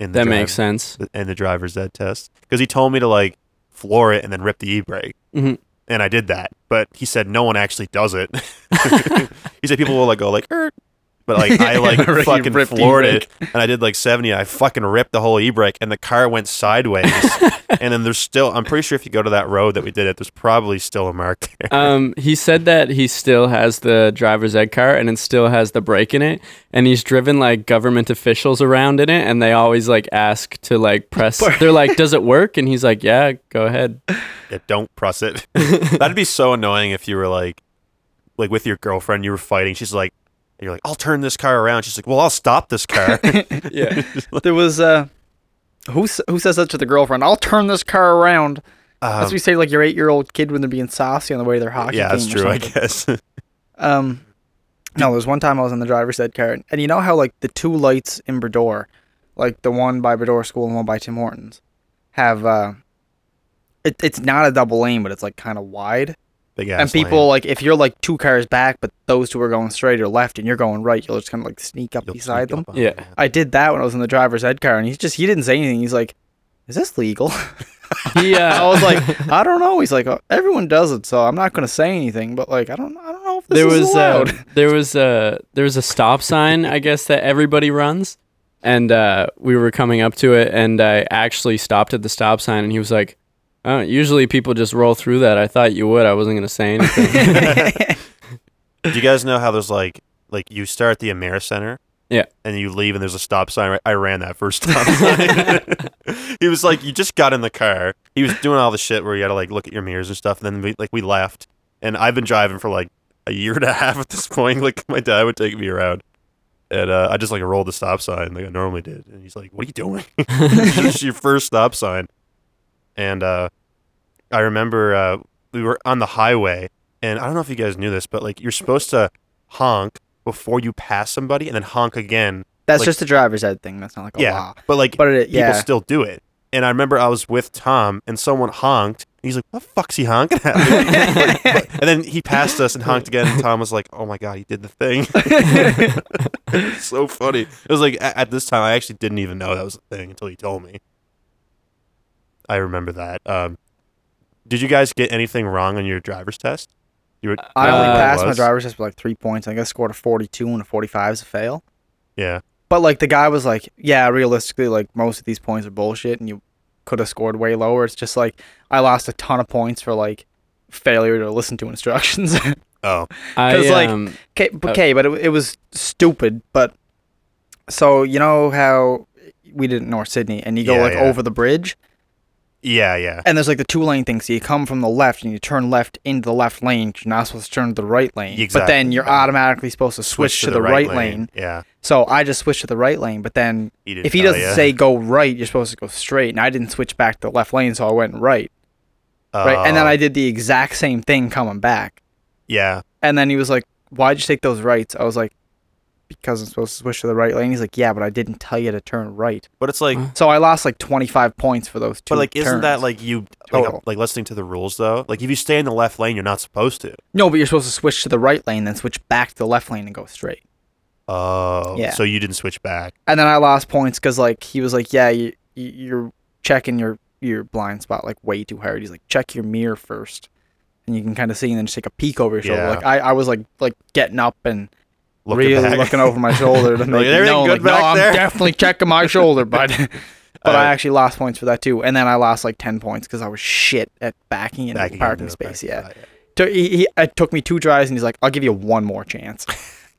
Speaker 4: In
Speaker 2: That makes sense.
Speaker 4: sense. In the driver's ed test, because he told me to like floor it and then rip the e-brake,
Speaker 2: Mhm.
Speaker 4: and I did that. But he said no one actually does it. he said people will like go like, er. but like I like
Speaker 1: Right, you
Speaker 4: fucking
Speaker 1: ripped
Speaker 4: floored
Speaker 1: e-brake.
Speaker 4: it, and I did like seventy. I fucking ripped the whole e-brake, and the car went sideways. and then there's still, I'm pretty sure if you go to that road that we did it, there's probably still a mark there.
Speaker 2: Um, he said that he still has the driver's ed car and it still has the brake in it, and he's driven like government officials around in it, and they always like ask to like press. They're like, "Does it work?" And he's like, "Yeah, go ahead."
Speaker 4: Yeah, don't press it. That'd be so annoying if you were like, like with your girlfriend, you were fighting. She's like, you're like, I'll turn this car around. She's like, well, I'll stop this car.
Speaker 2: Yeah,
Speaker 1: there was uh, who s- who says that to the girlfriend? I'll turn this car around. That's
Speaker 4: Um,
Speaker 1: what you say, like your eight year old kid when they're being saucy on the way to their hockey
Speaker 4: yeah,
Speaker 1: game.
Speaker 4: that's
Speaker 1: or
Speaker 4: true. I
Speaker 1: something.
Speaker 4: guess.
Speaker 1: Um, no, there was one time I was in the driver's ed car, and you know how like the two lights in Bredor, like the one by Bredor School and one by Tim Hortons, have uh, it, it's not a double lane, but it's like kind of wide,
Speaker 4: Big
Speaker 1: and
Speaker 4: ass
Speaker 1: people
Speaker 4: lane.
Speaker 1: like if you're like two cars back, but those two are going straight or left, and you're going right, you'll just kind of like sneak up
Speaker 4: You'll
Speaker 1: beside
Speaker 4: sneak
Speaker 1: them.
Speaker 4: up on
Speaker 2: Yeah.
Speaker 1: I did that when I was in the driver's ed car, and he just he didn't say anything. He's like, "Is this legal?"
Speaker 2: he. Uh,
Speaker 1: I was like, "I don't know." He's like, "Oh, "Everyone does it, so I'm not going to say anything." But like, I don't I don't know if this
Speaker 2: there
Speaker 1: is
Speaker 2: was um,
Speaker 1: allowed.
Speaker 2: a there was a there was a stop sign, I guess that everybody runs, and uh, we were coming up to it, and I actually stopped at the stop sign, and he was like. Oh, usually people just roll through that. I thought you would. I wasn't gonna say anything.
Speaker 4: Do you guys know how there's like, like you start at the Amera Center?
Speaker 2: Yeah.
Speaker 4: And you leave and there's a stop sign. right- I ran that first stop sign. he was like, you just got in the car. He was doing all the shit where you got to like look at your mirrors and stuff. And then we, like we left. And I've been driving for like a year and a half at this point. Like my dad would take me around. And uh, I just like rolled the stop sign like I normally did. And he's like, what are you doing? it's your first stop sign. And uh, I remember uh, we were on the highway, and I don't know if you guys knew this, but like you're supposed to honk before you pass somebody, and then honk again.
Speaker 1: That's
Speaker 4: Like-
Speaker 1: just a driver's ed thing. That's not like a
Speaker 4: yeah,
Speaker 1: law.
Speaker 4: but like
Speaker 1: Oh, But it,
Speaker 4: people
Speaker 1: yeah,
Speaker 4: still do it. And I remember I was with Tom, and someone honked. And he's like, "What the fuck's he honking at?" me?" But- and then he passed us and honked again. And Tom was like, "Oh my god, he did the thing!" it's so funny. It was like a- at this time, I actually didn't even know that was a thing until he told me. I remember that. Um, did you guys get anything wrong on your driver's test? You were,
Speaker 1: I only
Speaker 2: Uh,
Speaker 1: passed my
Speaker 4: was?
Speaker 1: driver's test with like three points. I think I scored a 42 and a 45 is a fail.
Speaker 4: Yeah,
Speaker 1: But like the guy was like, yeah, realistically, like most of these points are bullshit, and you could have scored way lower. It's just like I lost a ton of points for like failure to listen to instructions.
Speaker 4: Oh,
Speaker 2: I
Speaker 1: 'Cause, like,
Speaker 2: um,
Speaker 1: Okay,
Speaker 2: Uh,
Speaker 1: okay, but it, it was stupid. But so you know how we did it in North Sydney, and you go
Speaker 4: Yeah,
Speaker 1: like
Speaker 4: yeah.
Speaker 1: over the bridge,
Speaker 4: yeah, yeah.
Speaker 1: and there's like the two lane thing. So you come from the left, and you turn left into the left lane. 'cause You're not supposed to turn to the right lane, but then
Speaker 4: Exactly,
Speaker 1: you're
Speaker 4: yeah.
Speaker 1: automatically supposed to switch, to, the, right, lane.
Speaker 4: Yeah,
Speaker 1: So I just switched to the right lane, but then
Speaker 4: he didn't
Speaker 1: if he
Speaker 4: tell
Speaker 1: doesn't
Speaker 4: ya.
Speaker 1: say go right, you're supposed to go straight. And I didn't switch back to the left lane, so I went right, right, and then
Speaker 4: Oh,
Speaker 1: I did the exact same thing coming back.
Speaker 4: yeah,
Speaker 1: And then he was like, "Why'd you take those rights?" I was like, "Because I'm supposed to switch to the right lane." He's like, "Yeah, but I didn't tell you to turn right."
Speaker 4: but it's like
Speaker 2: Huh?
Speaker 1: So I lost like 25 points for those two.
Speaker 4: But like, isn't that
Speaker 1: Mm, turns.
Speaker 4: like you like,
Speaker 1: Total.
Speaker 4: like listening to the rules though? Like, if you stay in the left lane, you're not supposed to.
Speaker 1: no? But you're supposed to switch to the right lane, then switch back to the left lane and go straight.
Speaker 4: Oh,
Speaker 1: Yeah.
Speaker 4: So you didn't switch back.
Speaker 1: And then I lost points because like he was like, "Yeah, you, you- you're checking your your blind spot like way too hard." He's like, "Check your mirror first. and you can kind of see, and then just take a peek over your shoulder.
Speaker 4: Yeah.
Speaker 1: Like I, I was like like getting up and
Speaker 4: Look
Speaker 1: really
Speaker 4: back.
Speaker 1: looking over my shoulder to make it
Speaker 4: "Everything
Speaker 1: known,
Speaker 4: good
Speaker 1: like, no,
Speaker 4: back
Speaker 1: I'm
Speaker 4: there?"
Speaker 1: definitely checking my shoulder, bud. but I
Speaker 4: Uh,
Speaker 1: actually lost points for that too, and then I lost like ten points because I was shit at backing into
Speaker 4: back
Speaker 1: the
Speaker 4: again
Speaker 1: parking
Speaker 4: to the back
Speaker 1: space. Yeah,
Speaker 4: spot,
Speaker 1: Took- he, he, it took me two tries, and he's like, "I'll give you one more chance,"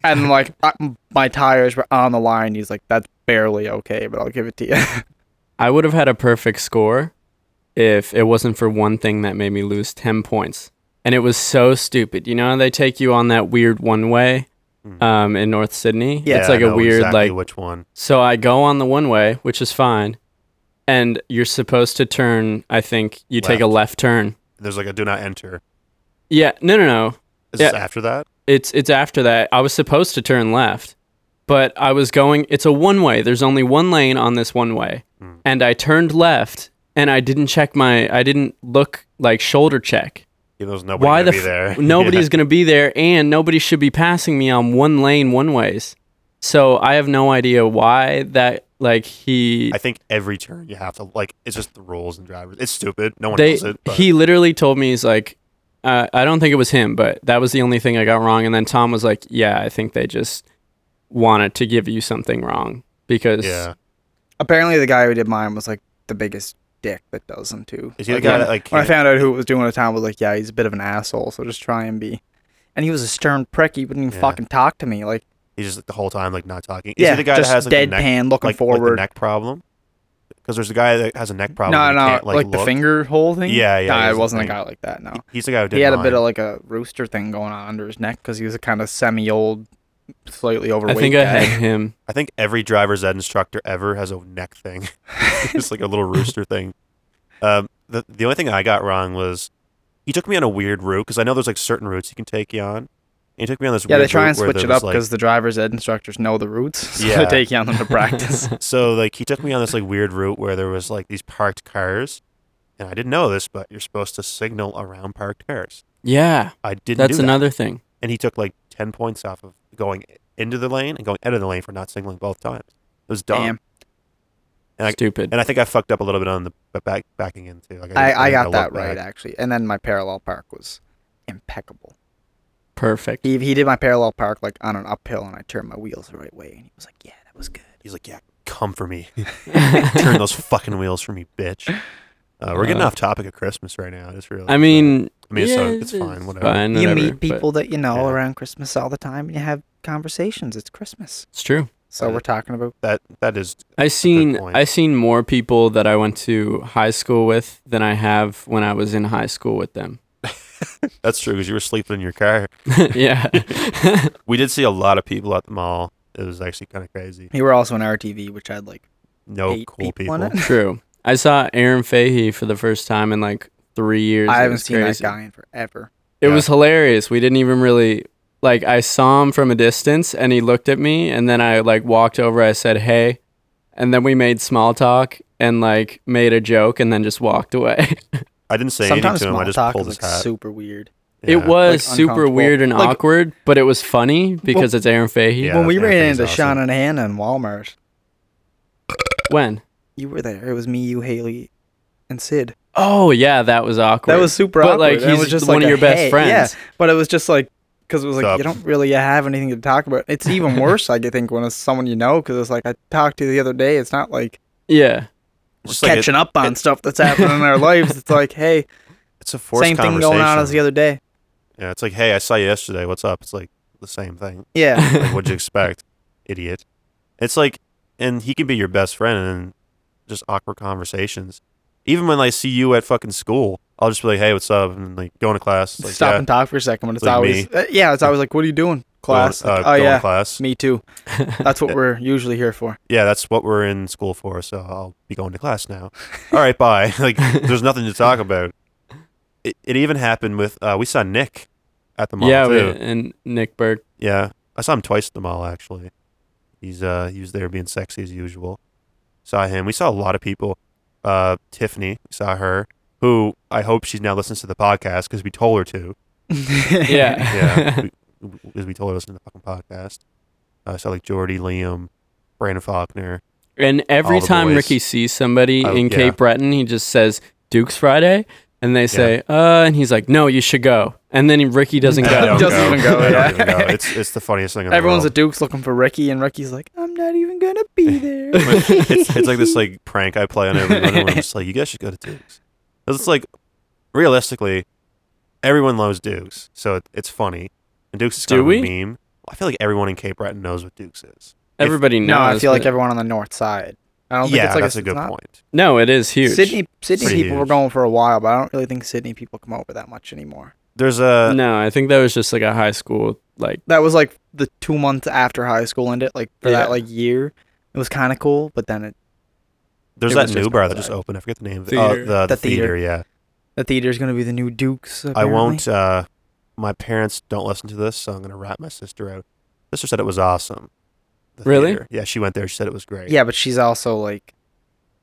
Speaker 1: and like I, my tires were on the line. He's like, "That's barely okay, but I'll give it to you."
Speaker 2: I would have had a perfect score if it wasn't for one thing that made me lose 10 points. And it was so stupid. You know, how they take you on that weird one way
Speaker 4: Mhm.
Speaker 2: um, in North Sydney.
Speaker 1: Yeah,
Speaker 2: it's like
Speaker 4: I
Speaker 2: a
Speaker 4: know
Speaker 2: weird,
Speaker 4: exactly
Speaker 2: like,
Speaker 4: which one?
Speaker 2: so I go on the one way, which is fine. And you're supposed to turn, I think you take a left turn.
Speaker 4: There's like a do not enter.
Speaker 2: Yeah, no, no, no.
Speaker 4: Is this
Speaker 2: Yeah.
Speaker 4: after that?
Speaker 2: It's it's after that. I was supposed to turn left, but I was going. It's a one way. There's only one lane on this one way,
Speaker 4: Mm.
Speaker 2: and I turned left, and I didn't check my. I didn't look like shoulder check.
Speaker 4: Even though there's nobody
Speaker 2: Why
Speaker 4: gonna
Speaker 2: the
Speaker 4: be
Speaker 2: f-
Speaker 4: there.
Speaker 2: nobody's
Speaker 4: yeah.
Speaker 2: gonna be there, and nobody should be passing me on one lane one ways. So I have no idea why that. Like he,
Speaker 4: I think every turn you have to like. It's just the rules and drivers. It's stupid. No one
Speaker 2: they
Speaker 4: does it. but-
Speaker 2: he literally told me he's like. Uh, I don't think it was him, but that was the only thing I got wrong. And then Tom was like, "Yeah, I think they just wanted to give you something wrong because
Speaker 4: yeah.
Speaker 1: Apparently, the guy who did mine was like the biggest dick that does them too.
Speaker 4: Is he the
Speaker 1: Like,
Speaker 4: guy
Speaker 1: when-
Speaker 4: that like?
Speaker 1: When I
Speaker 4: can't-
Speaker 1: found out who it was doing at the time, I was like, yeah, he's a bit of an asshole, so just try and be. And he was a stern prick. He wouldn't even
Speaker 4: Yeah.
Speaker 1: fucking talk to me. Like,
Speaker 4: he's just like, the whole time like not talking. Is
Speaker 1: yeah,
Speaker 4: he the guy
Speaker 1: just
Speaker 4: that has like, the
Speaker 1: deadpan,
Speaker 4: neck,
Speaker 1: looking
Speaker 4: like, like the
Speaker 1: forward.
Speaker 4: neck problem? Because there's a guy that has a neck problem.
Speaker 1: no,
Speaker 4: and
Speaker 1: no,
Speaker 4: can't,
Speaker 1: like,
Speaker 4: like
Speaker 1: the
Speaker 4: look.
Speaker 1: finger hole thing.
Speaker 4: Yeah, yeah,
Speaker 1: Nah,
Speaker 4: he
Speaker 1: it
Speaker 4: was a
Speaker 1: wasn't a
Speaker 4: thing.
Speaker 1: guy like that. No,
Speaker 4: He's the guy who did.
Speaker 1: he had a bit
Speaker 4: mine.
Speaker 1: of like a rooster thing going on under his neck because he was a kind of semi-old, slightly
Speaker 2: I
Speaker 1: overweight
Speaker 2: think I
Speaker 1: guy.
Speaker 2: had him.
Speaker 4: I think every driver's ed instructor ever has a neck thing. it's like a little rooster thing. Um, the the only thing I got wrong was he took me on a weird route because I know there's like certain routes he can take you on. And he took me on this
Speaker 1: yeah,
Speaker 4: weird
Speaker 1: they try
Speaker 4: route
Speaker 1: and
Speaker 4: where
Speaker 1: switch
Speaker 4: there
Speaker 1: it
Speaker 4: was,
Speaker 1: up
Speaker 4: like-
Speaker 1: because the driver's ed instructors know the routes, so
Speaker 4: Yeah.
Speaker 1: they take you on them to practice.
Speaker 4: so like he took me on this like weird route where there was like these parked cars, and I didn't know this, but you're supposed to signal around parked cars.
Speaker 2: Yeah,
Speaker 4: I didn't.
Speaker 2: that's
Speaker 4: do that.
Speaker 2: another thing.
Speaker 4: And he took like ten points off of going into the lane and going out of the lane for not signaling both times. It was dumb.
Speaker 1: Damn,
Speaker 4: And I-
Speaker 2: Stupid.
Speaker 4: And I think I fucked up a little bit on the b- back backing in too. Like
Speaker 1: I,
Speaker 4: didn't-
Speaker 1: I
Speaker 4: didn't
Speaker 1: got
Speaker 4: look
Speaker 1: that right
Speaker 4: back.
Speaker 1: actually. And then my parallel park was impeccable.
Speaker 2: Perfect.
Speaker 1: He, he did my parallel park like on an uphill, and I turned my wheels the right way, and he was like, "Yeah, that was good."
Speaker 4: He's like, "Yeah, come for me. Turn those fucking wheels for me, bitch." Uh, we're getting
Speaker 2: Uh,
Speaker 4: off topic of Christmas right now. It's really.
Speaker 2: I mean,
Speaker 4: I mean, so
Speaker 2: yeah,
Speaker 4: it's fine. Whatever.
Speaker 2: fine,
Speaker 1: you
Speaker 2: whatever,
Speaker 1: meet
Speaker 2: but
Speaker 1: people that you know
Speaker 4: yeah.
Speaker 1: around Christmas all the time, and you have conversations. It's Christmas,
Speaker 2: It's true.
Speaker 1: so
Speaker 4: Uh,
Speaker 1: we're talking about
Speaker 4: That that is.
Speaker 2: I seen
Speaker 4: point.
Speaker 2: I seen more people that I went to high school with than I have when I was in high school with them.
Speaker 4: That's true because you were sleeping in your car.
Speaker 2: yeah.
Speaker 4: We did see a lot of people at the mall. It was actually kind of crazy.
Speaker 1: you were also on RTV, which had like
Speaker 4: No
Speaker 1: eight
Speaker 4: cool
Speaker 1: people, in it.
Speaker 2: true. I saw Aaron Fahey for the first time in like three years.
Speaker 1: I
Speaker 2: It
Speaker 1: haven't
Speaker 2: was
Speaker 1: seen
Speaker 2: crazy.
Speaker 1: that guy in forever.
Speaker 2: It
Speaker 4: Yeah.
Speaker 2: was hilarious. We didn't even really like I saw him from a distance and he looked at me and then I like walked over, I said, Hey, and then we made small talk and like made a joke and then just walked away.
Speaker 4: I didn't say
Speaker 1: Sometimes
Speaker 4: anything to him.
Speaker 1: small
Speaker 4: I just
Speaker 1: talk
Speaker 4: pulled
Speaker 1: is
Speaker 4: his
Speaker 1: like
Speaker 4: hat.
Speaker 1: super weird.
Speaker 2: It
Speaker 4: Yeah.
Speaker 2: was
Speaker 1: Like,
Speaker 2: super weird and
Speaker 1: uncomfortable. Like-
Speaker 2: awkward, but it was funny because it's Aaron Fahey.
Speaker 4: Yeah,
Speaker 1: when we ran
Speaker 4: Anthony's
Speaker 1: into
Speaker 4: awesome.
Speaker 1: Sean and Hannah in Walmart,
Speaker 2: When?
Speaker 1: you were there. It was me, you, Haley, and Sid.
Speaker 2: Oh yeah, that was awkward.
Speaker 1: That was super
Speaker 2: But,
Speaker 1: awkward.
Speaker 2: like,
Speaker 1: and it
Speaker 2: he's
Speaker 1: was just
Speaker 2: one
Speaker 1: like
Speaker 2: of
Speaker 1: a,
Speaker 2: your best
Speaker 1: hey-
Speaker 2: friends.
Speaker 1: Yeah, but it was just like because it was like
Speaker 4: Sup?
Speaker 1: you don't really have anything to talk about. It's even worse, I think, when it's someone you know because it's like I talked to you the other day. It's not like
Speaker 2: yeah.
Speaker 4: Just
Speaker 1: we're
Speaker 4: like it-
Speaker 1: catching up on stuff that's happening in our lives. It's like hey,
Speaker 4: It's a forced
Speaker 1: same thing
Speaker 4: conversation.
Speaker 1: going on as the other day.
Speaker 4: Yeah, it's like, hey, I saw you yesterday. What's up? It's like the same thing.
Speaker 1: Yeah,
Speaker 4: Like, what'd you expect, idiot? It's like, and he can be your best friend and just awkward conversations. Even when I see you at fucking school, I'll just be like, hey, what's up? And like going to class. It's Like,
Speaker 1: stop
Speaker 4: yeah,
Speaker 1: and talk for a second, but it's
Speaker 4: Like
Speaker 1: always
Speaker 4: me.
Speaker 1: uh, yeah, it's always like what are you doing, class?
Speaker 4: Going, uh,
Speaker 1: Like, oh
Speaker 4: going to
Speaker 1: yeah,
Speaker 4: class.
Speaker 1: me too. That's what
Speaker 4: Yeah.
Speaker 1: we're usually here for.
Speaker 4: Yeah, that's what we're in school for. So I'll be going to class now. All right, bye. like, there's nothing to talk about. It, it even happened with uh, we saw Nick at the mall
Speaker 2: yeah,
Speaker 4: too.
Speaker 2: we- and Nick Berg.
Speaker 4: Yeah, I saw him twice at the mall actually. He's uh he was there being sexy as usual. Saw him. We saw a lot of people. Uh, Tiffany, we saw her, who I hope she's now listens to the podcast because we told her to.
Speaker 2: Yeah.
Speaker 4: Yeah, because we told her to listen to the fucking podcast. Uh, I saw like Jordy, Liam, Brandon Faulkner.
Speaker 2: And every
Speaker 4: All the
Speaker 2: time
Speaker 4: boys.
Speaker 2: Ricky sees somebody
Speaker 4: Oh,
Speaker 2: in
Speaker 4: yeah.
Speaker 2: Cape Breton, he just says Duke's Friday, and they say, "Uh," and he's like, "No, you should go." And then he- Ricky doesn't
Speaker 4: I
Speaker 2: go.
Speaker 4: don't
Speaker 1: Doesn't even go,
Speaker 4: I don't
Speaker 1: yeah.
Speaker 4: even go. It's it's the funniest thing. In
Speaker 1: Everyone's
Speaker 4: the
Speaker 1: at
Speaker 4: world.
Speaker 1: Duke's looking for Ricky, and Ricky's like, I'm not even gonna be there.
Speaker 4: it's, it's like this like prank I play on everyone. Where I'm just like, you guys should go to Dukes. 'Cause It's like realistically, everyone loves Dukes, so it, it's funny. And Dukes is kind
Speaker 2: Do
Speaker 4: of
Speaker 2: we?
Speaker 4: a meme. I feel like everyone in Cape Breton knows what Dukes is.
Speaker 2: Everybody knows.
Speaker 1: no, I feel like
Speaker 2: but-
Speaker 1: everyone on the north side. I don't think
Speaker 4: yeah,
Speaker 1: it's like
Speaker 4: that's a
Speaker 1: it's
Speaker 4: good
Speaker 1: not-
Speaker 4: point.
Speaker 2: no, it is huge.
Speaker 1: Sydney Sydney
Speaker 4: Pretty
Speaker 1: people were
Speaker 4: huge.
Speaker 1: going for a while, but I don't really think Sydney people come over that much anymore.
Speaker 4: There's a
Speaker 1: uh,
Speaker 2: no, I think that was just like a high school like.
Speaker 1: That was like the two months after high school ended, like for
Speaker 2: Yeah.
Speaker 1: that like year. It was kind of cool, but then it,
Speaker 4: there's
Speaker 1: it
Speaker 4: that
Speaker 1: was
Speaker 4: new
Speaker 1: just
Speaker 4: bar that
Speaker 1: outside.
Speaker 4: just opened. I forget the name of it.
Speaker 2: Theater.
Speaker 4: Uh, the,
Speaker 1: The
Speaker 4: theater.
Speaker 1: theater.
Speaker 4: Yeah,
Speaker 1: the theater's gonna be the new Duke's.
Speaker 4: I
Speaker 1: Apparently.
Speaker 4: won't. Uh, my parents don't listen to this, so I'm gonna rat my sister out. Sister said it was awesome. The
Speaker 2: Really?
Speaker 4: theater. Yeah, she went there. She said it was great.
Speaker 1: Yeah, but she's also like.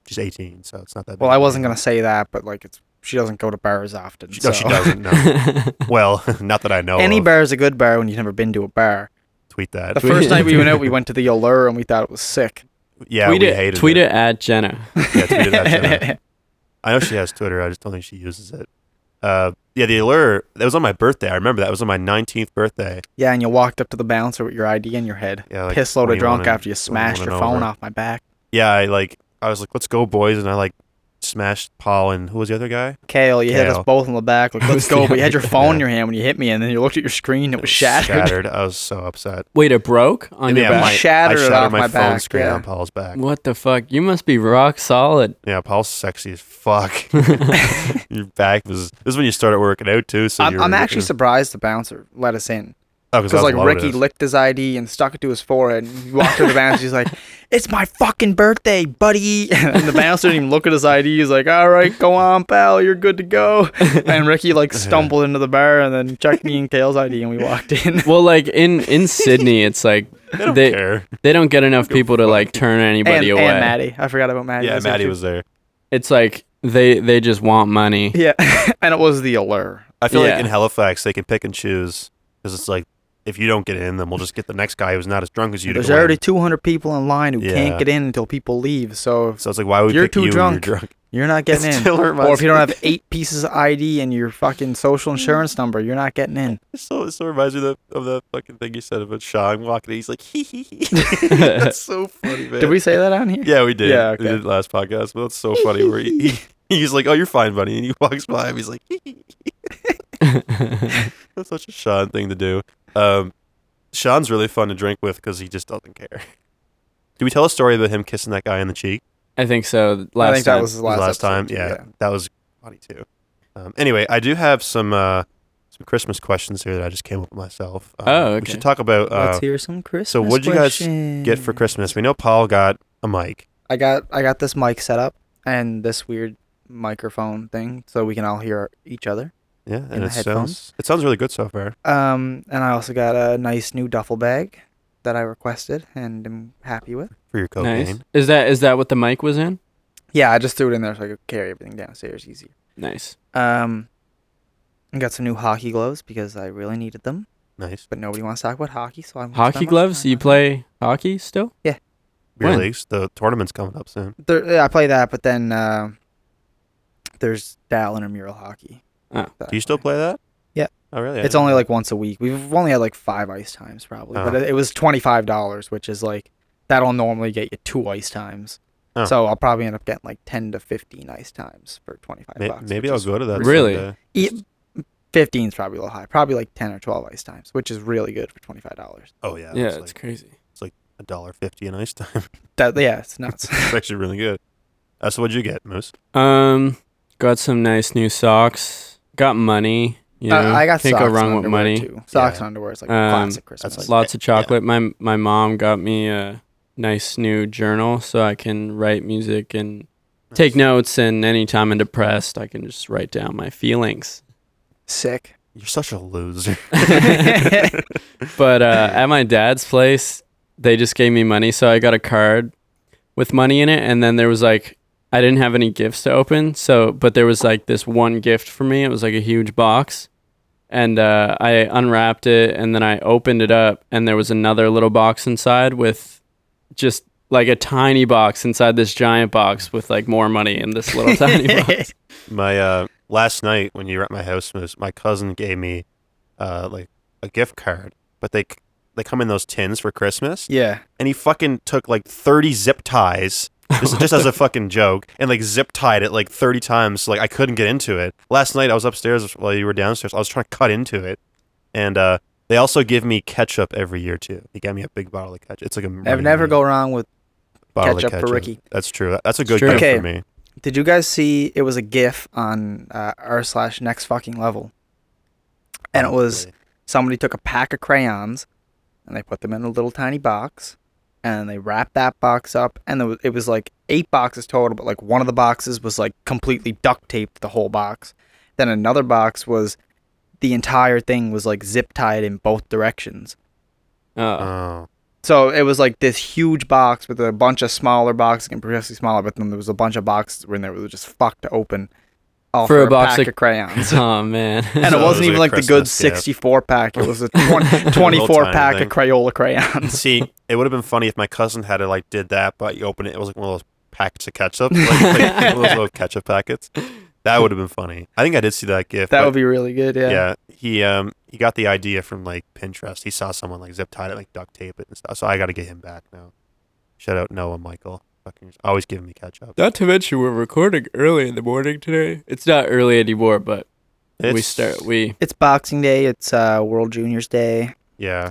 Speaker 4: she's 18, so it's not that.
Speaker 1: Well,
Speaker 4: big
Speaker 1: I
Speaker 4: of a
Speaker 1: wasn't
Speaker 4: deal.
Speaker 1: gonna say that, but like it's she doesn't go to bars often.
Speaker 4: She- No, she
Speaker 1: so-
Speaker 4: doesn't. No. Well, not that I know.
Speaker 1: Any
Speaker 4: of.
Speaker 1: bar is a good bar when you've never been to a bar.
Speaker 4: tweet that.
Speaker 1: The first night we went out, we went to the Allure and we thought it was sick.
Speaker 4: yeah,
Speaker 2: tweet
Speaker 4: we
Speaker 2: it.
Speaker 4: hated
Speaker 2: tweet
Speaker 4: it.
Speaker 2: it. at Jenna.
Speaker 4: Yeah, tweet it at Jenna. I know she has Twitter. I just don't think she uses it. Uh, yeah, the allure that was on my birthday. I remember that It was on my 19th birthday.
Speaker 1: Yeah, and you walked up to the bouncer with your ID in your head.
Speaker 4: Yeah, like
Speaker 1: Piss load of
Speaker 4: 21
Speaker 1: drunk
Speaker 4: and-
Speaker 1: after you
Speaker 4: 21
Speaker 1: smashed your
Speaker 4: and
Speaker 1: phone
Speaker 4: over.
Speaker 1: off my back.
Speaker 4: Yeah, I like. I was like, let's go, boys, and I like smashed Paul and who was the other guy?
Speaker 1: Kale, you hit
Speaker 4: Kale.
Speaker 1: us both in the back. Like, let's go. But you had your
Speaker 2: Yeah.
Speaker 1: phone in your hand when you hit me, and then you looked at your screen. It was shattered.
Speaker 4: Shattered. I was so upset.
Speaker 2: Wait, it broke on
Speaker 4: And
Speaker 2: your
Speaker 4: yeah,
Speaker 2: back.
Speaker 4: my-
Speaker 1: Shattered
Speaker 4: I
Speaker 1: it
Speaker 4: shattered
Speaker 1: off
Speaker 4: my,
Speaker 1: my
Speaker 4: phone
Speaker 1: back,
Speaker 4: screen
Speaker 1: yeah.
Speaker 4: on Paul's back.
Speaker 2: What the fuck? You must be rock solid.
Speaker 4: Yeah, Paul's sexy as fuck. your back was. This is when you started working out too. So
Speaker 1: I'm,
Speaker 4: you're
Speaker 1: I'm actually
Speaker 4: looking-
Speaker 1: surprised the bouncer let us in
Speaker 4: oh, 'cause I
Speaker 1: because
Speaker 4: was
Speaker 1: like Ricky
Speaker 4: loaded.
Speaker 1: licked his ID and stuck it to his forehead. And he walked to the bouncer. He's like, "It's my fucking birthday, buddy!" And the bouncer didn't even look at his ID. He's like, "All right, go on, pal. You're good to go." And Ricky like stumbled into the bar and then checked me and Kale's ID, and we walked in.
Speaker 2: Well, like in in Sydney, it's like
Speaker 4: They don't
Speaker 2: they
Speaker 4: care.
Speaker 2: they don't get enough people to like turn
Speaker 1: and,
Speaker 2: anybody away.
Speaker 1: and Maddie. I forgot about Maddie.
Speaker 4: Yeah,
Speaker 1: That's her
Speaker 4: Maddie
Speaker 1: too.
Speaker 4: was there.
Speaker 2: It's like they they just want money.
Speaker 1: Yeah, and it was the allure.
Speaker 4: I feel
Speaker 2: Yeah.
Speaker 4: like in Halifax they can pick and choose because it's like if you don't get in, then we'll just get the next guy who's not as drunk as you. to
Speaker 1: There's
Speaker 4: go in.
Speaker 1: already 200 people in line who
Speaker 4: Yeah.
Speaker 1: can't get in until people leave, so
Speaker 4: So it's like why would we
Speaker 1: You're
Speaker 4: pick
Speaker 1: too
Speaker 4: you when
Speaker 1: drunk.
Speaker 4: You're drunk.
Speaker 1: you're not getting
Speaker 4: It
Speaker 1: in.
Speaker 4: still reminds
Speaker 1: Or if you
Speaker 4: me-
Speaker 1: don't have eight pieces of ID and your fucking social
Speaker 4: Mm.
Speaker 1: insurance number, you're not getting in.
Speaker 4: It still, it still reminds me of that, of that fucking thing you said about Sean walking. in. He's like hee hee hee. That's so funny, man.
Speaker 1: Did we say that on here?
Speaker 4: Yeah, we did.
Speaker 1: Yeah,
Speaker 4: We
Speaker 1: okay.
Speaker 4: did last podcast, but that's so funny. Where he, he, he's like, "Oh, you're fine, buddy," and he walks by him. He's like, hee hee. That's such a Sean thing to do. Um, Sean's really fun to drink with because he just doesn't care. Did we tell a story about him kissing that guy in the cheek?
Speaker 2: I think so. Last
Speaker 1: I think
Speaker 2: time.
Speaker 1: that was the last,
Speaker 4: time.
Speaker 1: episode,
Speaker 4: Yeah, that was funny too. Um, anyway, I do have some uh, some Christmas questions here that I just came up with myself. Um,
Speaker 2: Oh,
Speaker 4: We
Speaker 2: okay.
Speaker 4: should talk about uh,
Speaker 1: Let's hear some Christmas.
Speaker 4: what'd you guys get for
Speaker 1: questions.
Speaker 4: Christmas. We know Paul got a mic.
Speaker 1: I got I got this mic set up and this weird microphone thing so we can all hear each other.
Speaker 4: Yeah,
Speaker 1: In
Speaker 4: and
Speaker 1: the
Speaker 4: it
Speaker 1: headphones.
Speaker 4: sounds it sounds really good so far.
Speaker 1: Um, and I also got a nice new duffel bag that I requested and am happy with.
Speaker 4: for your cocaine.
Speaker 2: Nice. Is that is that what the mic was in?
Speaker 1: Yeah, I just threw it in there so I could carry everything downstairs easier.
Speaker 2: Nice.
Speaker 1: Um, I got some new hockey gloves because I really needed them,
Speaker 4: Nice.
Speaker 1: but nobody wants to talk about hockey, so I'm
Speaker 2: Hockey gloves? You play hockey still?
Speaker 4: Beer
Speaker 2: When?
Speaker 4: leagues. The tournament's coming up soon.
Speaker 1: There, yeah, I play that, but then uh, there's Dal intramural hockey.
Speaker 2: Oh.
Speaker 1: that
Speaker 4: Do
Speaker 1: I
Speaker 4: you still play that?
Speaker 1: Yeah.
Speaker 4: Oh really? I
Speaker 1: It's
Speaker 4: didn't-
Speaker 1: only like once a week. We've only had like five ice times probably, but
Speaker 4: Oh.
Speaker 1: it, it was twenty five dollars, which is like that'll normally get you two ice times.
Speaker 4: Oh.
Speaker 1: So I'll probably end up getting like ten to fifteen ice times for twenty five
Speaker 4: May-
Speaker 1: bucks.
Speaker 4: maybe
Speaker 1: which
Speaker 4: I'll
Speaker 1: is
Speaker 4: go to that.
Speaker 2: Really?
Speaker 4: someday.
Speaker 1: E- 15 is probably a little high. Probably like 10 or 12 ice times, which is really good for $25.
Speaker 4: Oh yeah.
Speaker 2: yeah,
Speaker 4: It's
Speaker 2: it's
Speaker 4: like
Speaker 2: crazy.
Speaker 4: a dollar fifty an ice time.
Speaker 1: That Yeah, it's nuts.
Speaker 4: it's actually really good. Uh, so what'd you get, Moose?
Speaker 2: Um, got some nice new socks. Got money. You know,
Speaker 1: Uh, I, I got
Speaker 2: can't
Speaker 1: socks
Speaker 2: go wrong
Speaker 1: and
Speaker 2: with
Speaker 1: underwear,
Speaker 2: money.
Speaker 1: Too. Socks
Speaker 4: Yeah.
Speaker 1: and underwear is like
Speaker 2: Um,
Speaker 1: classic Christmas.
Speaker 4: that's
Speaker 1: like,
Speaker 2: Lots of chocolate. My my mom got me a nice new journal so I can write music and take notes. And anytime I'm depressed, I can just write down my feelings.
Speaker 1: sick.
Speaker 4: You're such a loser.
Speaker 2: But uh, at my dad's place, they just gave me money, so I got a card with money in it, and then there was like I didn't have any gifts to open, so but there was like this one gift for me. It was like a huge box, and uh, I unwrapped it, and then I opened it up, and there was another little box inside with just like a tiny box inside this giant box with like more money in this little tiny box.
Speaker 4: my uh last night when you were at my house Moose, my cousin gave me uh like a gift card but they c- they come in those tins for christmas
Speaker 1: yeah.
Speaker 4: and he fucking took like 30 zip ties just, just as a fucking joke and like zip tied it like 30 times like i couldn't get into it last night i was upstairs while you were downstairs i was trying to cut into it and uh they also give me ketchup every year too. He gave me a big bottle of ketchup. It's like a
Speaker 1: I've
Speaker 4: runny
Speaker 1: never
Speaker 4: mini
Speaker 1: go wrong with.
Speaker 4: bottle of
Speaker 1: ketchup for Ricky.
Speaker 4: That's true. That's a
Speaker 2: It's
Speaker 4: good
Speaker 2: true.
Speaker 4: gift
Speaker 1: Okay.
Speaker 4: for me.
Speaker 1: Did you guys see it was a GIF on uh, r slash next fucking level? And it was
Speaker 4: Probably.
Speaker 1: somebody took a pack of crayons and they put them in a little tiny box and they wrapped that box up and there was, it was like eight boxes total but like one of the boxes was like completely duct taped the whole box then another box was the entire thing was like zip tied in both directions
Speaker 2: Uh,
Speaker 4: Oh,
Speaker 1: so it was like this huge box with a bunch of smaller boxes and progressively smaller but then there was a bunch of boxes where there that were just fucked to open all for, a, box pack of crayons
Speaker 2: oh man,
Speaker 1: and
Speaker 4: So
Speaker 1: it
Speaker 4: it was
Speaker 1: wasn't even like
Speaker 4: like
Speaker 1: the good
Speaker 4: Christmas gift.
Speaker 1: 64 pack. It was a 20, 24
Speaker 4: tiny
Speaker 1: pack
Speaker 4: thing.
Speaker 1: of Crayola crayons.
Speaker 4: See, it would have been funny if my cousin had it like did that, but you open it, it was like one of those packets of ketchup, like, like one of those little ketchup packets. That would have been funny. I think I did see that gift.
Speaker 1: That
Speaker 4: but
Speaker 1: would be really good. Yeah.
Speaker 4: yeah. He um he got the idea from like Pinterest. He saw someone like zip tied it, like duct tape it and stuff. So I got to get him back now. Shout out Noah Michael. Fucking always giving me ketchup.
Speaker 2: Not to mention we're recording early in the morning today. It's not early anymore, but we
Speaker 4: It's-
Speaker 2: start we
Speaker 1: It's Boxing Day. It's uh, World Juniors Day.
Speaker 4: yeah.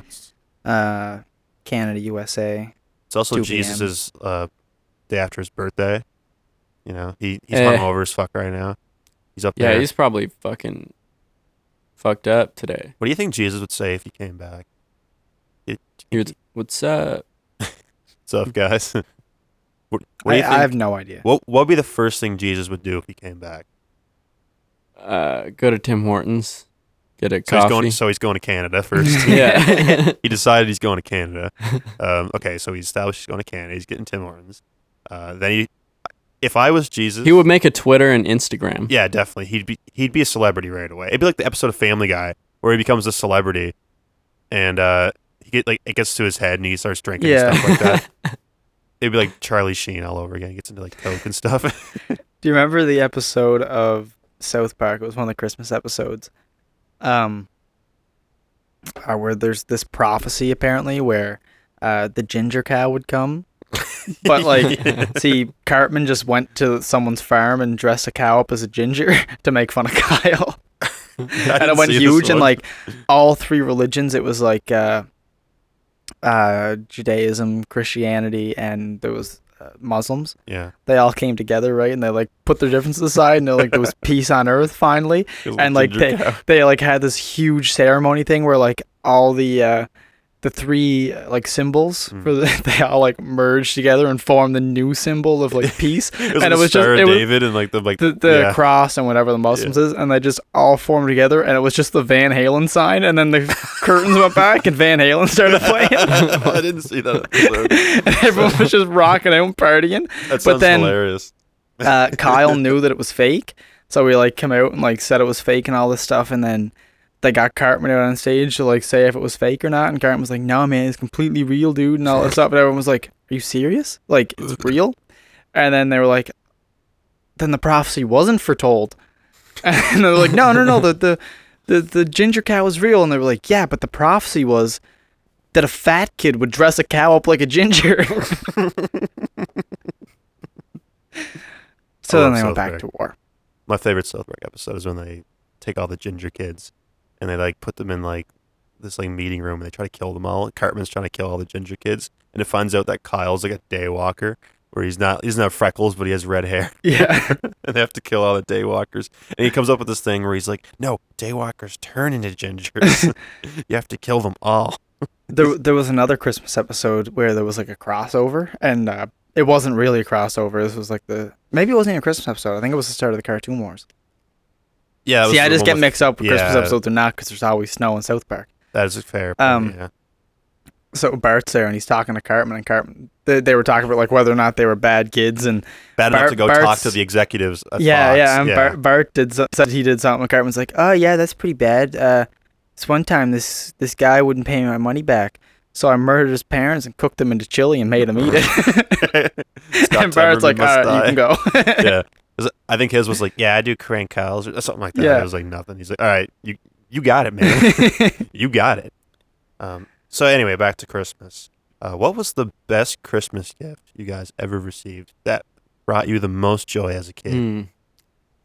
Speaker 1: Uh, Canada, USA.
Speaker 4: It's also
Speaker 1: 2 p.m.
Speaker 4: Jesus's uh, day after his birthday. You know he he's
Speaker 2: Eh.
Speaker 4: hungover as fuck right now. He's up
Speaker 2: Yeah,
Speaker 4: there.
Speaker 2: he's probably fucking fucked up today.
Speaker 4: what do you think Jesus would say if he came back?
Speaker 2: He was what's up?
Speaker 4: What's
Speaker 2: Mm.
Speaker 4: up, guys? what, what do
Speaker 1: I,
Speaker 4: you think?
Speaker 1: I have no idea.
Speaker 4: what what would be the first thing Jesus would do if he came back?
Speaker 2: Uh go to Tim Hortons, get a
Speaker 4: So he's
Speaker 2: coffee.
Speaker 4: going. So he's going to Canada first.
Speaker 2: yeah.
Speaker 4: he decided he's going to Canada. Um, okay, so he established he's going to Canada. He's getting Tim Hortons. Uh, then he, if I was Jesus,
Speaker 2: he would make a Twitter and Instagram.
Speaker 4: Yeah, definitely. He'd be he'd be a celebrity right away. It'd be like the episode of Family Guy where he becomes a celebrity, and uh, he get like it gets to his head and he starts drinking
Speaker 1: Yeah.
Speaker 4: and stuff like that. It'd be like Charlie Sheen all over again. He gets into like coke and stuff.
Speaker 1: Do you remember the episode of South Park? It was one of the Christmas episodes. Um, uh, where there's this prophecy apparently where uh, the ginger cow would come. But like, see, Cartman just went to someone's farm and dressed a cow up as a ginger to make fun of Kyle. and it
Speaker 4: didn't
Speaker 1: went
Speaker 4: see this
Speaker 1: huge and
Speaker 4: one.
Speaker 1: like all three religions it was like uh uh judaism christianity and there was uh, muslims
Speaker 4: yeah,
Speaker 1: they all came together right and they like put their differences aside and they're like there was peace on earth finally and like they they like had this huge ceremony thing where like all the uh the three uh, like symbols
Speaker 4: Mm.
Speaker 1: for the, they all like merged together and formed the new symbol of like peace.
Speaker 4: It was
Speaker 1: And
Speaker 4: the
Speaker 1: it was just-
Speaker 4: Star of
Speaker 1: it was-
Speaker 4: David and like the like
Speaker 1: the, the
Speaker 4: yeah.
Speaker 1: cross and whatever the Muslims is, and they just all formed together, and it was just the Van Halen sign, and then the curtains went back, and Van Halen started playing,
Speaker 4: I didn't see that episode.
Speaker 1: and everyone was just rocking out and partying.
Speaker 4: That sounds
Speaker 1: then-
Speaker 4: hilarious.
Speaker 1: Uh, Kyle knew that it was fake, so we like come out and like said it was fake and all this stuff, and then they got Cartman out on stage to like say if it was fake or not, and Cartman was like, "No, man, it's completely real, dude," and all this stuff, and everyone was like, "Are you serious? Like it's real?" And then they were like, "Then the prophecy wasn't foretold," and they're like, "No, no, no, the the the, the ginger cow was real," and they were like, "Yeah, but the prophecy was." That a fat kid would dress a cow up like a ginger. so then they
Speaker 4: I love
Speaker 1: went
Speaker 4: South
Speaker 1: back
Speaker 4: Park.
Speaker 1: to war.
Speaker 4: My favorite South Park episode is when they take all the ginger kids and they like put them in like this like meeting room and they try to kill them all. Cartman's trying to kill all the ginger kids and it finds out that Kyle's like a daywalker where he's not he doesn't have freckles but he has red hair.
Speaker 1: Yeah.
Speaker 4: and they have to kill all the daywalkers. And he comes up with this thing where he's like, "No, daywalkers turn into gingers. you have to kill them all."
Speaker 1: There, there was another Christmas episode where there was like a crossover, and uh, it wasn't really a crossover. This was like the maybe it wasn't even a Christmas episode. I think it was the start of the Cartoon Wars.
Speaker 4: Yeah, it was
Speaker 1: See, I
Speaker 4: the
Speaker 1: just
Speaker 4: one
Speaker 1: get
Speaker 4: with-
Speaker 1: mixed up with Christmas
Speaker 4: yeah.
Speaker 1: episodes or not because there's always snow in South Park.
Speaker 4: That is a fair. Point,
Speaker 1: Um,
Speaker 4: yeah.
Speaker 1: So Bart's there and he's talking to Cartman, and Cartman they, they were talking about like whether or not they were bad kids, and
Speaker 4: Bad enough
Speaker 1: Bart-
Speaker 4: to go talk
Speaker 1: Bart's-
Speaker 4: to the executives. At
Speaker 1: yeah,
Speaker 4: Fox,
Speaker 1: yeah. And Bart, Bart did so- said he did something. and Cartman's like, oh yeah, that's pretty bad. Uh, this one time, this this guy wouldn't pay me my money back, so I murdered his parents and cooked them into chili and made them eat it.
Speaker 4: Scott
Speaker 1: and Bart's like,
Speaker 4: Tenorman
Speaker 1: all
Speaker 4: must
Speaker 1: right, you can
Speaker 4: die."
Speaker 1: go.
Speaker 4: yeah. 'Cause I think his was like, "Yeah, I do crank cows or something like that."
Speaker 1: Yeah.
Speaker 4: It was like nothing. He's like, "All right, you you got it, man. you got it." Um, so anyway, back to Christmas. Uh, what was the best Christmas gift you guys ever received that brought you the most joy as a kid?
Speaker 2: Hmm.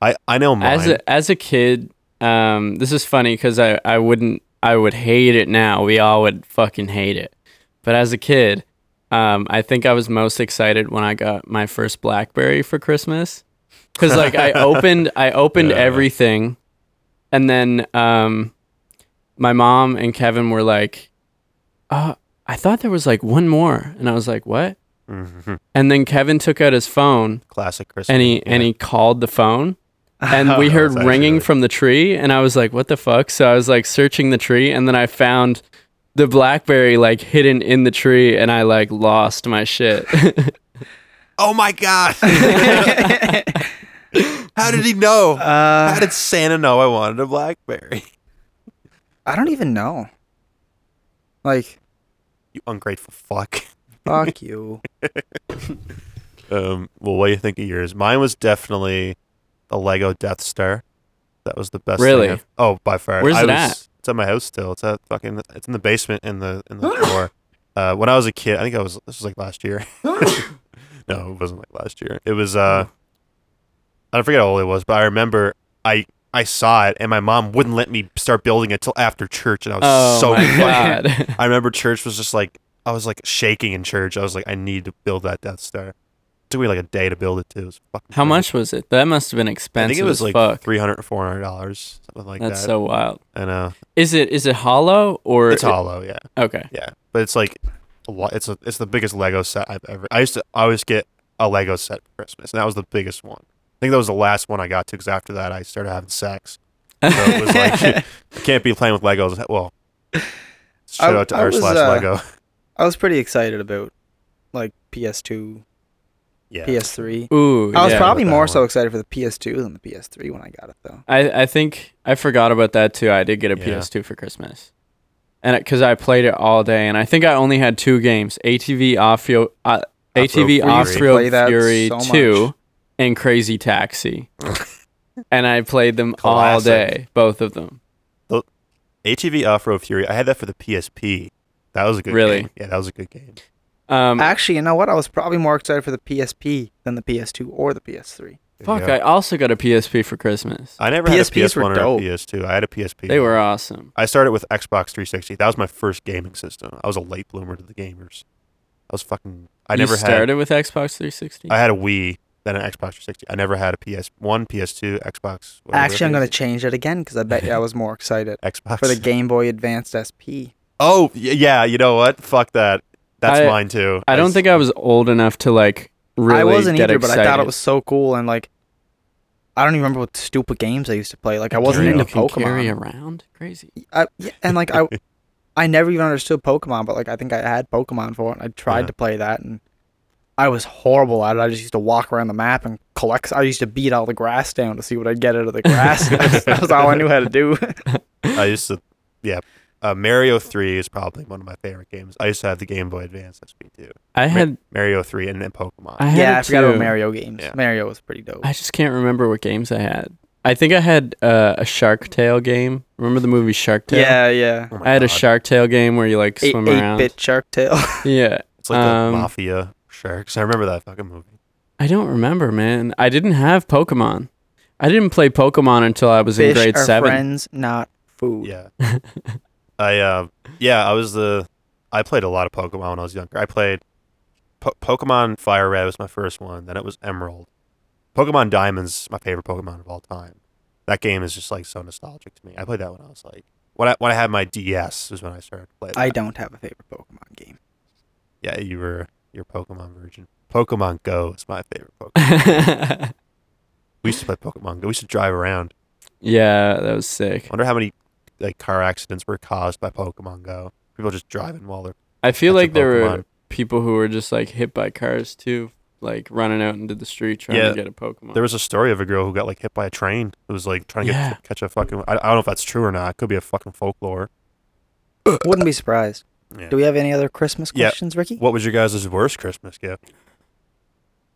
Speaker 4: I I know mine.
Speaker 2: As a, as a kid, um, this is funny because I, I wouldn't I would hate it now. We all would fucking hate it. But as a kid, um, I think I was most excited when I got my first BlackBerry for Christmas because like I opened I opened
Speaker 4: Yeah.
Speaker 2: everything, and then um, my mom and Kevin were like, uh, I thought there was like one more, and I was like, what?
Speaker 4: Mhm.
Speaker 2: And then Kevin took out his phone
Speaker 4: classic Christmas.
Speaker 2: and he
Speaker 4: yeah.
Speaker 2: and he called the phone and we
Speaker 4: Oh,
Speaker 2: heard
Speaker 4: that's actually
Speaker 2: ringing
Speaker 4: really-
Speaker 2: from the tree and i was like what the fuck so i was like searching the tree and then i found the blackberry like hidden in the tree and i like lost my shit
Speaker 4: Oh my god! How did he know? How
Speaker 1: uh,
Speaker 4: did Santa know I wanted a BlackBerry?
Speaker 1: I don't even know. Like,
Speaker 4: You ungrateful fuck.
Speaker 1: fuck you.
Speaker 4: Um, well, what do you think of yours? Mine was definitely the Lego Death Star. That was the best. thing
Speaker 2: Really?
Speaker 4: I've- oh, by far.
Speaker 2: Where's
Speaker 4: I
Speaker 2: it
Speaker 4: was-
Speaker 2: at?
Speaker 4: It's at my house still. It's at fucking. It's in the basement in the in the drawer. Uh, when I was a kid, I think I was. This was like last year. no, it wasn't like last year. It was. Uh, I forget how old it was, but I remember I I saw it, and my mom wouldn't let me start building it till after church, and I was
Speaker 2: oh
Speaker 4: so
Speaker 2: my
Speaker 4: fucking
Speaker 2: god
Speaker 4: I remember church was just like I was like shaking in church. I was like, I need to build that Death Star. It took me like a day to build it too. It was fucking
Speaker 2: how
Speaker 4: crazy.
Speaker 2: much was it that must have been
Speaker 4: I
Speaker 2: expensive
Speaker 4: think it was
Speaker 2: as
Speaker 4: like
Speaker 2: fuck
Speaker 4: three hundred, four hundred dollars, something like
Speaker 2: that's
Speaker 4: that.
Speaker 2: so wild
Speaker 4: and uh,
Speaker 2: is it is it hollow or
Speaker 4: it's hollow, yeah,
Speaker 2: okay
Speaker 4: yeah. But it's like a lot. It's a, it's the biggest Lego set I've ever. I used to always get a Lego set for Christmas, and that was the biggest one. I think that was the last one I got to because after that I started having sex. So it was like I can't be playing with Legos. Well, shout out to
Speaker 1: I
Speaker 4: r
Speaker 1: was,
Speaker 4: slash
Speaker 1: uh,
Speaker 4: Lego.
Speaker 1: I was pretty excited about like PS2,
Speaker 4: Yeah,
Speaker 1: PS3.
Speaker 2: ooh
Speaker 1: I was
Speaker 2: yeah.
Speaker 1: probably
Speaker 4: that
Speaker 1: more
Speaker 4: one.
Speaker 1: so excited for the PS2 than the PS3 when I got it though.
Speaker 2: I, I think I forgot about that too. I did get a
Speaker 4: Yeah.
Speaker 2: PS2 for Christmas, and because I played it all day, and I think I only had two games: ATV Offio, uh, ATV
Speaker 4: Fury.
Speaker 2: Off
Speaker 1: We used to play that
Speaker 2: Road Fury
Speaker 1: so much.
Speaker 2: Two, and Crazy Taxi, and I played them all
Speaker 4: Classic.
Speaker 2: day, both of them.
Speaker 4: ATV Off Road Fury. I had that for the PSP. That was a good
Speaker 2: Really?
Speaker 4: game. Yeah, that was a good game.
Speaker 2: Um,
Speaker 1: Actually, you know what? I was probably more excited for the PSP than the PS2 or the PS3.
Speaker 4: There you
Speaker 2: fuck,
Speaker 4: go.
Speaker 2: I also got a PSP for Christmas.
Speaker 4: I never had a
Speaker 1: PSPs
Speaker 4: PS1 or
Speaker 1: were dope.
Speaker 4: a PS2. I had a PSP.
Speaker 2: They were awesome.
Speaker 4: I started with Xbox 360. That was my first gaming system. I was a late bloomer to the gamers. I was fucking. I
Speaker 2: You
Speaker 4: never
Speaker 2: started with Xbox 360.
Speaker 4: had. I had a Wii, then an Xbox 360. I never had a PS1, PS2, Xbox. whatever
Speaker 1: Actually, I'm
Speaker 4: it
Speaker 1: gonna
Speaker 4: is.
Speaker 1: change it again because I bet you I was more excited
Speaker 4: Xbox.
Speaker 1: for the Game Boy Advanced SP.
Speaker 4: Oh y- yeah, you know what? Fuck that. That's
Speaker 2: I-
Speaker 4: mine too.
Speaker 2: I don't
Speaker 4: s-
Speaker 2: think I was old enough to like really
Speaker 1: I wasn't
Speaker 2: get
Speaker 1: either,
Speaker 2: excited.
Speaker 1: but I thought it was so cool and like I don't even remember what stupid games I used to play. Like I wasn't
Speaker 4: Carry
Speaker 1: into
Speaker 2: Can carry
Speaker 1: Pokemon.
Speaker 2: around. Crazy.
Speaker 1: I, yeah, and like I I never even understood Pokemon, but like I think I had Pokemon for it. And I tried
Speaker 4: Yeah.
Speaker 1: to play that and I was horrible at it. I just used to walk around the map and collect. I used to beat all the grass down to see what I'd get out of the grass. That's- that was all I knew how to do.
Speaker 4: I used to. Yeah, uh, Mario Three is probably one of my favorite games. I used to have the Game Boy Advance SP too.
Speaker 2: I had.
Speaker 4: Mario Three and then Pokemon.
Speaker 2: I had
Speaker 1: yeah,
Speaker 2: it
Speaker 1: I forgot about
Speaker 2: too.
Speaker 1: Mario games.
Speaker 4: Yeah.
Speaker 1: Mario was pretty dope.
Speaker 2: I just can't remember what games I had. I think I had uh, a Shark Tale game. Remember the movie Shark Tale?
Speaker 1: yeah, yeah.
Speaker 4: Oh my
Speaker 2: I had a
Speaker 4: God.
Speaker 2: Shark Tale game where you like
Speaker 1: Eight,
Speaker 2: swim
Speaker 1: eight
Speaker 2: around.
Speaker 1: bit Shark Tale.
Speaker 2: Yeah.
Speaker 4: It's like
Speaker 2: um,
Speaker 4: the Mafia Sharks. I remember that fucking movie.
Speaker 2: I don't remember, man. I didn't have Pokemon. I didn't play Pokemon until I was in
Speaker 1: Fish
Speaker 2: grade
Speaker 1: are
Speaker 2: seven.
Speaker 1: friends, not food.
Speaker 4: Yeah. I uh yeah, I was the I played a lot of Pokemon when I was younger. I played po- Pokemon Fire Red was my first one, then it was Emerald. Pokemon Diamond's my favorite Pokemon of all time. That game is just like so nostalgic to me. I played that when I was like when I when I had my DS was when I started playing.
Speaker 1: I don't have a favorite Pokemon game.
Speaker 4: yeah, you were your Pokemon virgin. Pokemon Go is my favorite Pokemon.
Speaker 2: yeah,
Speaker 4: we used to play Pokemon Go. We used to drive around.
Speaker 2: that was sick.
Speaker 4: wonder how many like car accidents were caused by Pokemon Go. People just driving while they're
Speaker 2: I feel
Speaker 4: That's a
Speaker 2: like there
Speaker 4: Pokemon.
Speaker 2: were people who were just like hit by cars too, like running out into the street trying
Speaker 4: Yeah.
Speaker 2: to get a Pokemon.
Speaker 4: There was a story of a girl who got like hit by a train. It was like trying to get,
Speaker 2: Yeah.
Speaker 4: catch a fucking. I, I don't know if that's true or not. It could be a fucking folklore.
Speaker 1: Wouldn't be surprised.
Speaker 4: Yeah.
Speaker 1: Do we have any other Christmas
Speaker 4: Yeah.
Speaker 1: questions, Ricky?
Speaker 4: What was your guys' worst Christmas gift?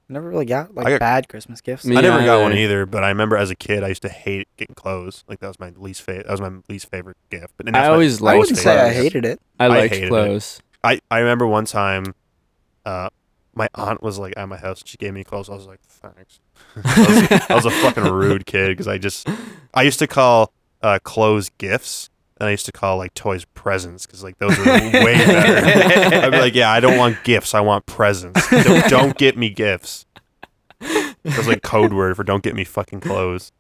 Speaker 1: Never really got like
Speaker 4: I got-
Speaker 1: bad Christmas gifts.
Speaker 2: Me-
Speaker 4: I never got one
Speaker 2: either.
Speaker 4: either, but I remember as a kid, I used to hate getting clothes. Like that was my least favorite. That was my least favorite gift. But then
Speaker 2: I
Speaker 4: that's my
Speaker 2: always
Speaker 4: most
Speaker 1: I
Speaker 2: liked
Speaker 1: wouldn't say I
Speaker 4: favorite
Speaker 2: clothes.
Speaker 4: gift.
Speaker 1: hated it.
Speaker 2: I
Speaker 4: I
Speaker 2: liked
Speaker 4: hated it.
Speaker 2: clothes.
Speaker 4: I, I remember one time, uh, my aunt was like at my house. and She gave me clothes. I was like, thanks. I, was, I was a fucking rude kid because I just I used to call uh, clothes gifts. And I used to call like toys presents because like those were way better. I'd be like, yeah, I don't want gifts. I want presents. Don't, don't get me gifts. That was like code word for don't get me fucking clothes.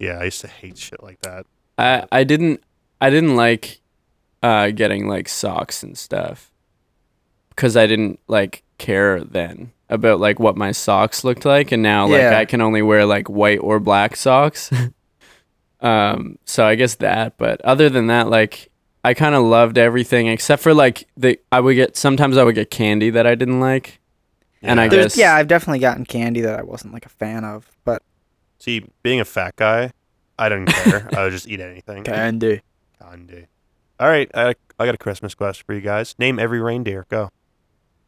Speaker 4: Yeah, I used to hate shit like that.
Speaker 2: I I didn't I didn't like uh, getting like socks and stuff because I didn't like care then about like what my socks looked like, and now like
Speaker 1: Yeah.
Speaker 2: I can only wear like white or black socks. um, so I guess that. But other than that, like I kind of loved everything except for like the I would get sometimes I would get candy that I didn't like. And I
Speaker 4: Yeah.
Speaker 2: guess-
Speaker 1: There's, yeah, I've definitely gotten candy that I wasn't like a fan of, but
Speaker 4: see, being a fat guy, I didn't care. I would just eat anything.
Speaker 1: candy.
Speaker 4: Gandhi. All right, I, I got a Christmas question for you guys. Name every reindeer. Go.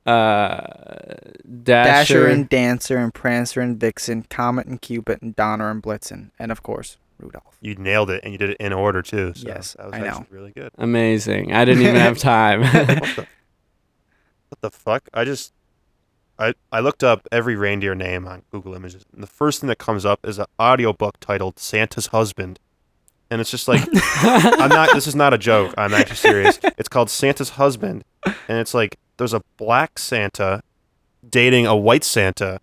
Speaker 2: Uh, Dasher,
Speaker 1: Dasher and Dancer and Prancer and Vixen, Comet and Cupid and Donner and Blitzen, and of course Rudolph.
Speaker 4: You nailed it, and you did it in order too. So
Speaker 1: Yes,
Speaker 4: that was
Speaker 1: I
Speaker 4: actually
Speaker 1: know.
Speaker 4: really good.
Speaker 2: amazing. I didn't even have time.
Speaker 4: What the, what the fuck? I just I I looked up every reindeer name on Google Images, and the first thing that comes up is an audiobook titled "Santa's Husband," and it's just like I'm not. This is not a joke. I'm actually serious. It's called Santa's Husband, and it's like there's a black Santa dating a white Santa,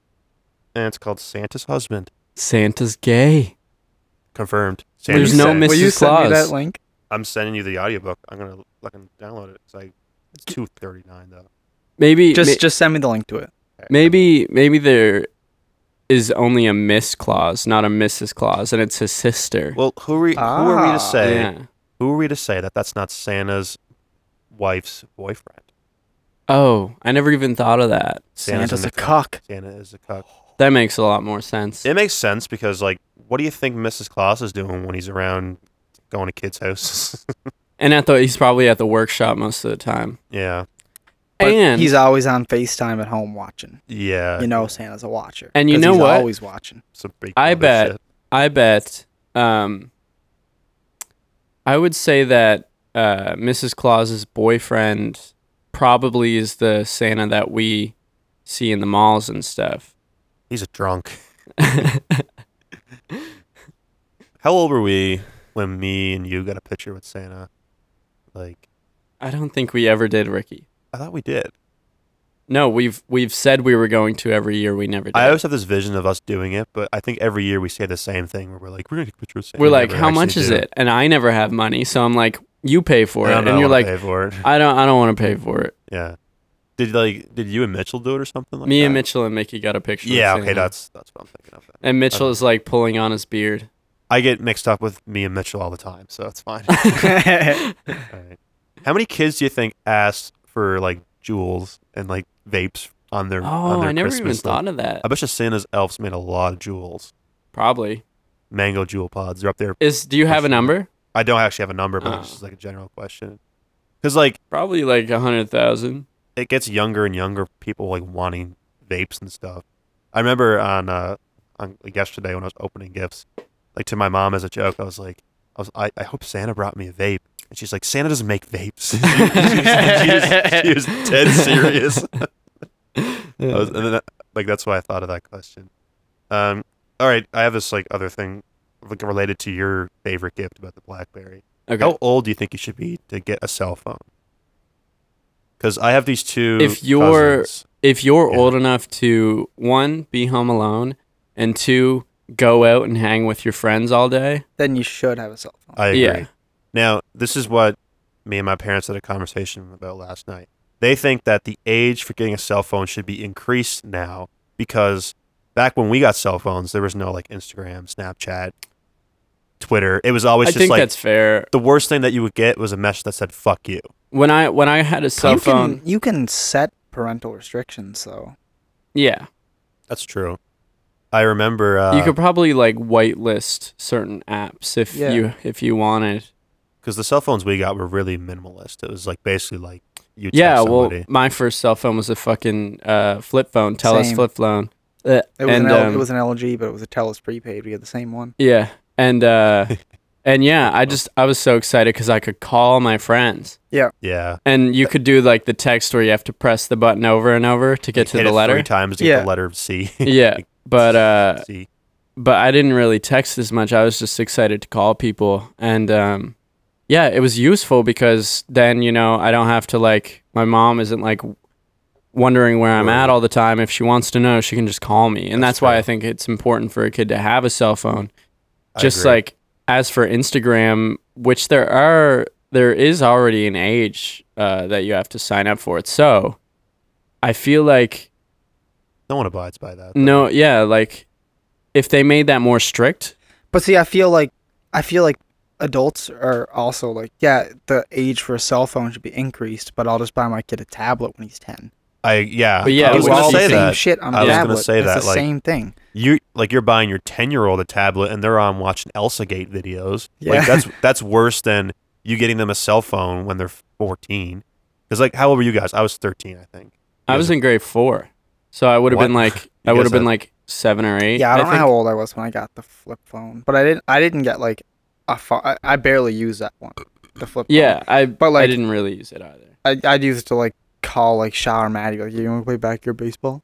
Speaker 4: and it's called Santa's Husband.
Speaker 2: Santa's gay.
Speaker 4: Confirmed.
Speaker 2: There's
Speaker 4: Santa's
Speaker 2: no
Speaker 4: sent.
Speaker 2: Mrs.
Speaker 1: Will you send me
Speaker 2: Claus.
Speaker 1: that link?
Speaker 4: I'm sending you the audiobook. I'm gonna fucking download it. It's like it's two thirty nine though.
Speaker 2: Maybe
Speaker 1: Just
Speaker 2: ma-
Speaker 1: just send me the link to it.
Speaker 2: maybe maybe there is only a Miss Claus, not a Mrs. Claus, and it's his sister.
Speaker 4: Well, who are we, who are we
Speaker 1: Ah.
Speaker 4: to say?
Speaker 2: yeah.
Speaker 4: Who are we to say that that's not Santa's wife's boyfriend?
Speaker 2: Oh, I never even thought of that.
Speaker 4: Santa's
Speaker 1: Santa's,
Speaker 4: in
Speaker 1: a
Speaker 4: the
Speaker 1: cock.
Speaker 4: Santa is a cuck.
Speaker 2: That makes a lot more sense.
Speaker 4: It makes sense because, like, what do you think Mrs. Claus is doing when he's around going to kids' houses?
Speaker 2: and I thought he's probably at the workshop most of the time.
Speaker 4: yeah.
Speaker 1: But
Speaker 2: and
Speaker 1: he's always on FaceTime at home watching.
Speaker 4: Yeah.
Speaker 1: You know Santa's a watcher.
Speaker 2: And you
Speaker 1: 'cause
Speaker 2: know
Speaker 1: he's
Speaker 2: what?
Speaker 1: always watching.
Speaker 4: Some big
Speaker 2: I
Speaker 4: brother
Speaker 2: bet.
Speaker 4: shit.
Speaker 2: I bet um I would say that uh Mrs. Claus's boyfriend probably is the Santa that we see in the malls and stuff.
Speaker 4: He's a drunk. How old were we when me and you got a picture with Santa? Like,
Speaker 2: I don't think we ever did, Ricky.
Speaker 4: I thought we did.
Speaker 2: No, we've we've said we were going to every year. We never did.
Speaker 4: I always have this vision of us doing it, but I think every year we say the same thing where we're like, we're going to get a picture with Santa.
Speaker 2: we're
Speaker 4: We
Speaker 2: like,
Speaker 4: never
Speaker 2: how much
Speaker 4: actually
Speaker 2: is
Speaker 4: do.
Speaker 2: it? And I never have money, so I'm like, you pay for it,
Speaker 4: I'm
Speaker 2: and
Speaker 4: not
Speaker 2: you're
Speaker 4: wanna
Speaker 2: like,
Speaker 4: pay for it.
Speaker 2: I don't, I don't want to pay for it.
Speaker 4: Yeah. Did like did you and Mitchell do it or something like
Speaker 2: Me
Speaker 4: that?
Speaker 2: and Mitchell and Mickey got a picture.
Speaker 4: Yeah,
Speaker 2: of Santa.
Speaker 4: okay, that's that's what I'm thinking of. Then.
Speaker 2: And Mitchell is like pulling on his beard.
Speaker 4: I get mixed up with me and Mitchell all the time, so it's fine. All right. How many kids do you think asked for like jewels and like vapes on their on
Speaker 2: Oh,
Speaker 4: their
Speaker 2: I never
Speaker 4: Christmas
Speaker 2: even
Speaker 4: list?
Speaker 2: thought of that.
Speaker 4: I bet you Santa's elves made a lot of jewels.
Speaker 2: Probably
Speaker 4: Mango jewel pods are up there.
Speaker 2: is. Do you have a number?
Speaker 4: I don't actually have a number, but
Speaker 2: Oh.
Speaker 4: it's just like a general question. Because like
Speaker 2: Probably like a hundred thousand.
Speaker 4: it gets younger and younger, people like wanting vapes and stuff. I remember on uh on like yesterday when I was opening gifts, like to my mom as a joke, I was like, I was I, I hope Santa brought me a vape, and she's like, Santa doesn't make vapes. she, was, she was dead serious. I was- and then, uh, like that's why I thought of that question. Um, all right, I have this like other thing, like related to your favorite gift about the BlackBerry.
Speaker 2: okay.
Speaker 4: How old do you think you should be to get a cell phone? Because I have these two.
Speaker 2: If you're-
Speaker 4: cousins.
Speaker 2: if you're
Speaker 4: Yeah.
Speaker 2: old enough to one be home alone and two go out and hang with your friends all day
Speaker 1: then you should have a cell phone.
Speaker 4: I agree.
Speaker 2: yeah
Speaker 4: Now, this is what me and my parents had a conversation about last night. They think that the age for getting a cell phone should be increased now because back when we got cell phones, there was no like Instagram, Snapchat, Twitter. It was
Speaker 2: i
Speaker 4: always just
Speaker 2: think
Speaker 4: like
Speaker 2: that's fair
Speaker 4: the worst thing that you would get was a message that said "fuck you."
Speaker 2: when i when i had a cell
Speaker 1: you
Speaker 2: phone
Speaker 1: Can, you can set parental restrictions, though.
Speaker 2: yeah
Speaker 4: That's true. I remember uh,
Speaker 2: you could probably like whitelist certain apps if
Speaker 1: Yeah.
Speaker 2: you if you wanted
Speaker 4: because the cell phones we got were really minimalist. It was like basically like you text
Speaker 2: yeah well
Speaker 4: somebody.
Speaker 2: my first cell phone was a fucking uh, flip phone tell us
Speaker 1: Same.
Speaker 2: flip phone Uh,
Speaker 1: It was,
Speaker 2: and,
Speaker 1: an L-
Speaker 2: um,
Speaker 1: it was an LG, but it was a Telus prepaid. We had the same one.
Speaker 2: yeah and uh and yeah i just i was so excited because i could call my friends
Speaker 4: yeah,
Speaker 2: And you could do like the text where you have to press the button over and over to get to
Speaker 4: Hit
Speaker 2: the
Speaker 4: it three
Speaker 2: letter.
Speaker 4: times to get
Speaker 1: Yeah.
Speaker 4: the letter C.
Speaker 2: Yeah. But uh
Speaker 4: C.
Speaker 2: but I didn't really text as much. I was just excited to call people and um yeah, it was useful because then, you know, I don't have to like my mom isn't like wondering where I'm at all the time. If she wants to know, she can just call me. And
Speaker 4: That's
Speaker 2: that's, why
Speaker 4: fair.
Speaker 2: I think it's important for a kid to have a cell phone.
Speaker 4: I
Speaker 2: Just
Speaker 4: agree.
Speaker 2: like as for Instagram, which there are there is already an age uh, that you have to sign up for it. So I feel like
Speaker 4: no one abides by that. though.
Speaker 2: no, yeah, like if they made that more strict,
Speaker 1: But see, I feel like I feel like adults are also like, yeah, the age for a cell phone should be increased, but I'll just buy my kid a tablet when he's ten.
Speaker 4: I yeah.
Speaker 2: But yeah,
Speaker 4: I
Speaker 2: it
Speaker 4: was
Speaker 1: it's
Speaker 2: was
Speaker 4: gonna
Speaker 1: all the
Speaker 4: say
Speaker 1: same
Speaker 4: that
Speaker 1: shit on
Speaker 4: I was
Speaker 1: the
Speaker 4: gonna
Speaker 1: tablet.
Speaker 4: say that,
Speaker 1: it's the
Speaker 4: like-
Speaker 1: same thing.
Speaker 4: you like you're buying your ten year old a tablet and they're on watching ElsaGate videos.
Speaker 1: Yeah.
Speaker 4: Like that's that's worse than you getting them a cell phone when they're fourteen. Because like how old were you guys? I was thirteen, I think.
Speaker 2: I was in grade four, so I would have been
Speaker 4: What?
Speaker 2: like I
Speaker 4: guys
Speaker 2: would have been
Speaker 4: had-
Speaker 2: like seven or eight.
Speaker 1: Yeah, I don't know
Speaker 2: think.
Speaker 1: how old I was when I got the flip phone, but I didn't. I didn't get like a phone. I, I barely use that one, the flip.
Speaker 2: Yeah, I but like I
Speaker 1: like-
Speaker 2: didn't really use it either.
Speaker 1: phone. I I'd use it to like call like shower Maddie like, you want to play backyard baseball?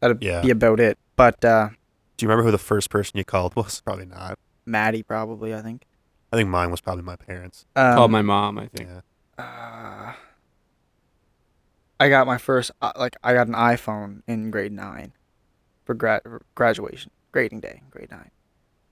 Speaker 1: That'd
Speaker 4: Yeah.
Speaker 1: be about it. But uh
Speaker 4: Do you remember who the first person you called was? Probably not.
Speaker 1: Maddie probably I think.
Speaker 4: I think mine was probably my parents.
Speaker 1: Um,
Speaker 2: Called my mom, I think.
Speaker 4: Yeah.
Speaker 1: uh, I got my first uh, like I got an iPhone in grade nine for gra- graduation grading day grade nine.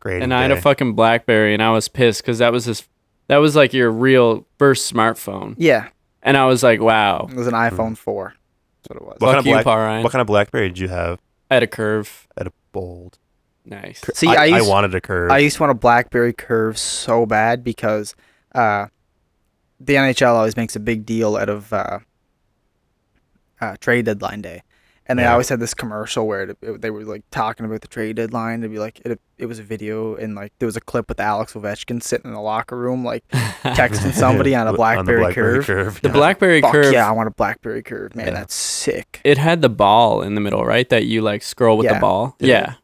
Speaker 4: Great.
Speaker 2: And I had a fucking BlackBerry, and I was pissed because that was this that was like your real first smartphone,
Speaker 1: Yeah,
Speaker 2: and I was like, wow,
Speaker 1: it was an iPhone four. That's what it was.
Speaker 4: Hmm. What kind
Speaker 2: fuck
Speaker 4: of
Speaker 2: you,
Speaker 4: Black-
Speaker 2: Pa Ryan.
Speaker 4: What kind of BlackBerry did you have?
Speaker 2: I had a curve.
Speaker 4: At a bold.
Speaker 2: Nice.
Speaker 1: See,
Speaker 4: I,
Speaker 1: I used-
Speaker 4: wanted a curve.
Speaker 1: I used to want a BlackBerry Curve so bad because uh, the NHL always makes a big deal out of uh, uh, trade deadline day, and they
Speaker 4: Yeah.
Speaker 1: always had this commercial where it, it- they were like talking about the trade deadline. It'd be like it, it was a video, and like there was a clip with Alex Ovechkin sitting in the locker room, like texting somebody on a
Speaker 4: the
Speaker 1: BlackBerry, Curve.
Speaker 2: The
Speaker 4: yeah.
Speaker 2: BlackBerry
Speaker 1: Fuck
Speaker 2: curve.
Speaker 1: yeah, I want a BlackBerry Curve, man.
Speaker 4: Yeah.
Speaker 1: That's sick.
Speaker 2: It had the ball in the middle, right? That you like scroll with the
Speaker 1: Yeah.
Speaker 2: ball.
Speaker 4: Did it?
Speaker 2: yeah,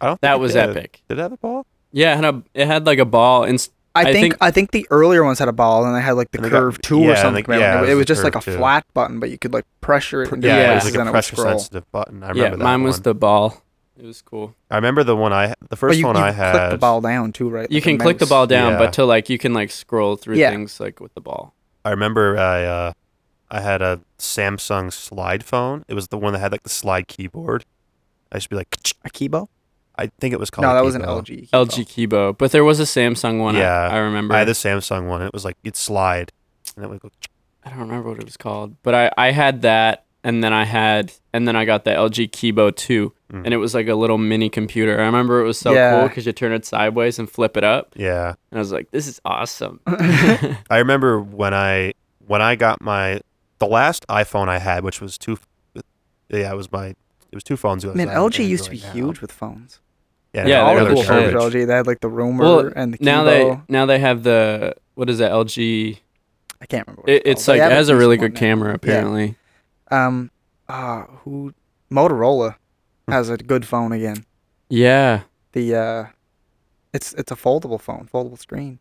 Speaker 4: I don't
Speaker 2: that
Speaker 4: think it
Speaker 2: was
Speaker 4: did.
Speaker 2: epic.
Speaker 4: Did it have a ball?
Speaker 2: Yeah, it had a it had like a ball. And
Speaker 1: I
Speaker 2: I
Speaker 1: think, I think
Speaker 2: think-
Speaker 1: the earlier ones had a ball, and they had like the
Speaker 4: And they got-
Speaker 1: curve two
Speaker 4: yeah,
Speaker 1: or
Speaker 4: and
Speaker 1: something.
Speaker 4: they-
Speaker 1: man.
Speaker 4: yeah,
Speaker 1: it,
Speaker 4: it
Speaker 1: was,
Speaker 4: was the
Speaker 1: just like a
Speaker 4: Curve two.
Speaker 1: flat button, but you could like pressure it. into
Speaker 2: Yeah,
Speaker 1: yeah,
Speaker 4: it was
Speaker 1: places and
Speaker 4: like a
Speaker 1: it would
Speaker 4: pressure
Speaker 1: scroll.
Speaker 4: sensitive button. I remember
Speaker 2: yeah,
Speaker 4: that
Speaker 2: mine was
Speaker 4: one.
Speaker 2: the ball. It was cool.
Speaker 4: I remember the one I the
Speaker 1: But
Speaker 4: first
Speaker 1: you,
Speaker 4: one
Speaker 1: you
Speaker 4: I
Speaker 1: can
Speaker 4: had.
Speaker 1: click the ball down too, right?
Speaker 2: You
Speaker 1: Like a
Speaker 2: can click the
Speaker 1: mouse.
Speaker 2: ball down,
Speaker 4: Yeah.
Speaker 2: but to like you can like scroll through
Speaker 1: Yeah.
Speaker 2: things like with the ball.
Speaker 4: I remember I uh, I had a Samsung slide phone. It was the one that had like the slide keyboard. I used to be like,
Speaker 1: A Kibo?
Speaker 4: I think it was called.
Speaker 1: No, that
Speaker 4: a
Speaker 1: was an
Speaker 4: Kibo.
Speaker 1: LG. Kibo.
Speaker 2: LG Kibo, but there was a Samsung one.
Speaker 4: Yeah.
Speaker 2: I, I remember.
Speaker 4: I had the Samsung one. It was like you'd slide, and it would go.
Speaker 2: I don't remember what it was called, but I, I had that, and then I had, and then I got the LG Kibo 2,
Speaker 4: Mm.
Speaker 2: and it was like a little mini computer. I remember it was so cool 'cause
Speaker 1: Yeah.
Speaker 2: cool because you turn it sideways and flip it up,
Speaker 4: Yeah,
Speaker 2: and I was like, this is awesome.
Speaker 4: I remember when I when I got my the last iPhone I had, which was two. Yeah, it was my it was two phones. ago.
Speaker 1: Man,
Speaker 4: It's not an
Speaker 1: LG used to be
Speaker 4: Android now.
Speaker 1: huge with phones.
Speaker 4: Yeah,
Speaker 2: Yeah,
Speaker 1: all
Speaker 2: they
Speaker 1: the
Speaker 2: were
Speaker 1: cool
Speaker 2: the
Speaker 1: phones
Speaker 2: shit.
Speaker 1: were LG. They had like the Rumor
Speaker 2: Well,
Speaker 1: and the Kibo.
Speaker 2: now they now they have the what is that LG?
Speaker 1: I can't remember. What
Speaker 2: It,
Speaker 1: it's
Speaker 2: it's
Speaker 1: called.
Speaker 2: like
Speaker 1: They
Speaker 2: it
Speaker 1: have
Speaker 2: has a
Speaker 1: decent
Speaker 2: really
Speaker 1: one
Speaker 2: good
Speaker 1: now.
Speaker 2: camera apparently.
Speaker 1: Um, ah, who? Motorola has a good phone again.
Speaker 2: Yeah.
Speaker 1: The uh, it's it's a foldable phone, foldable screen.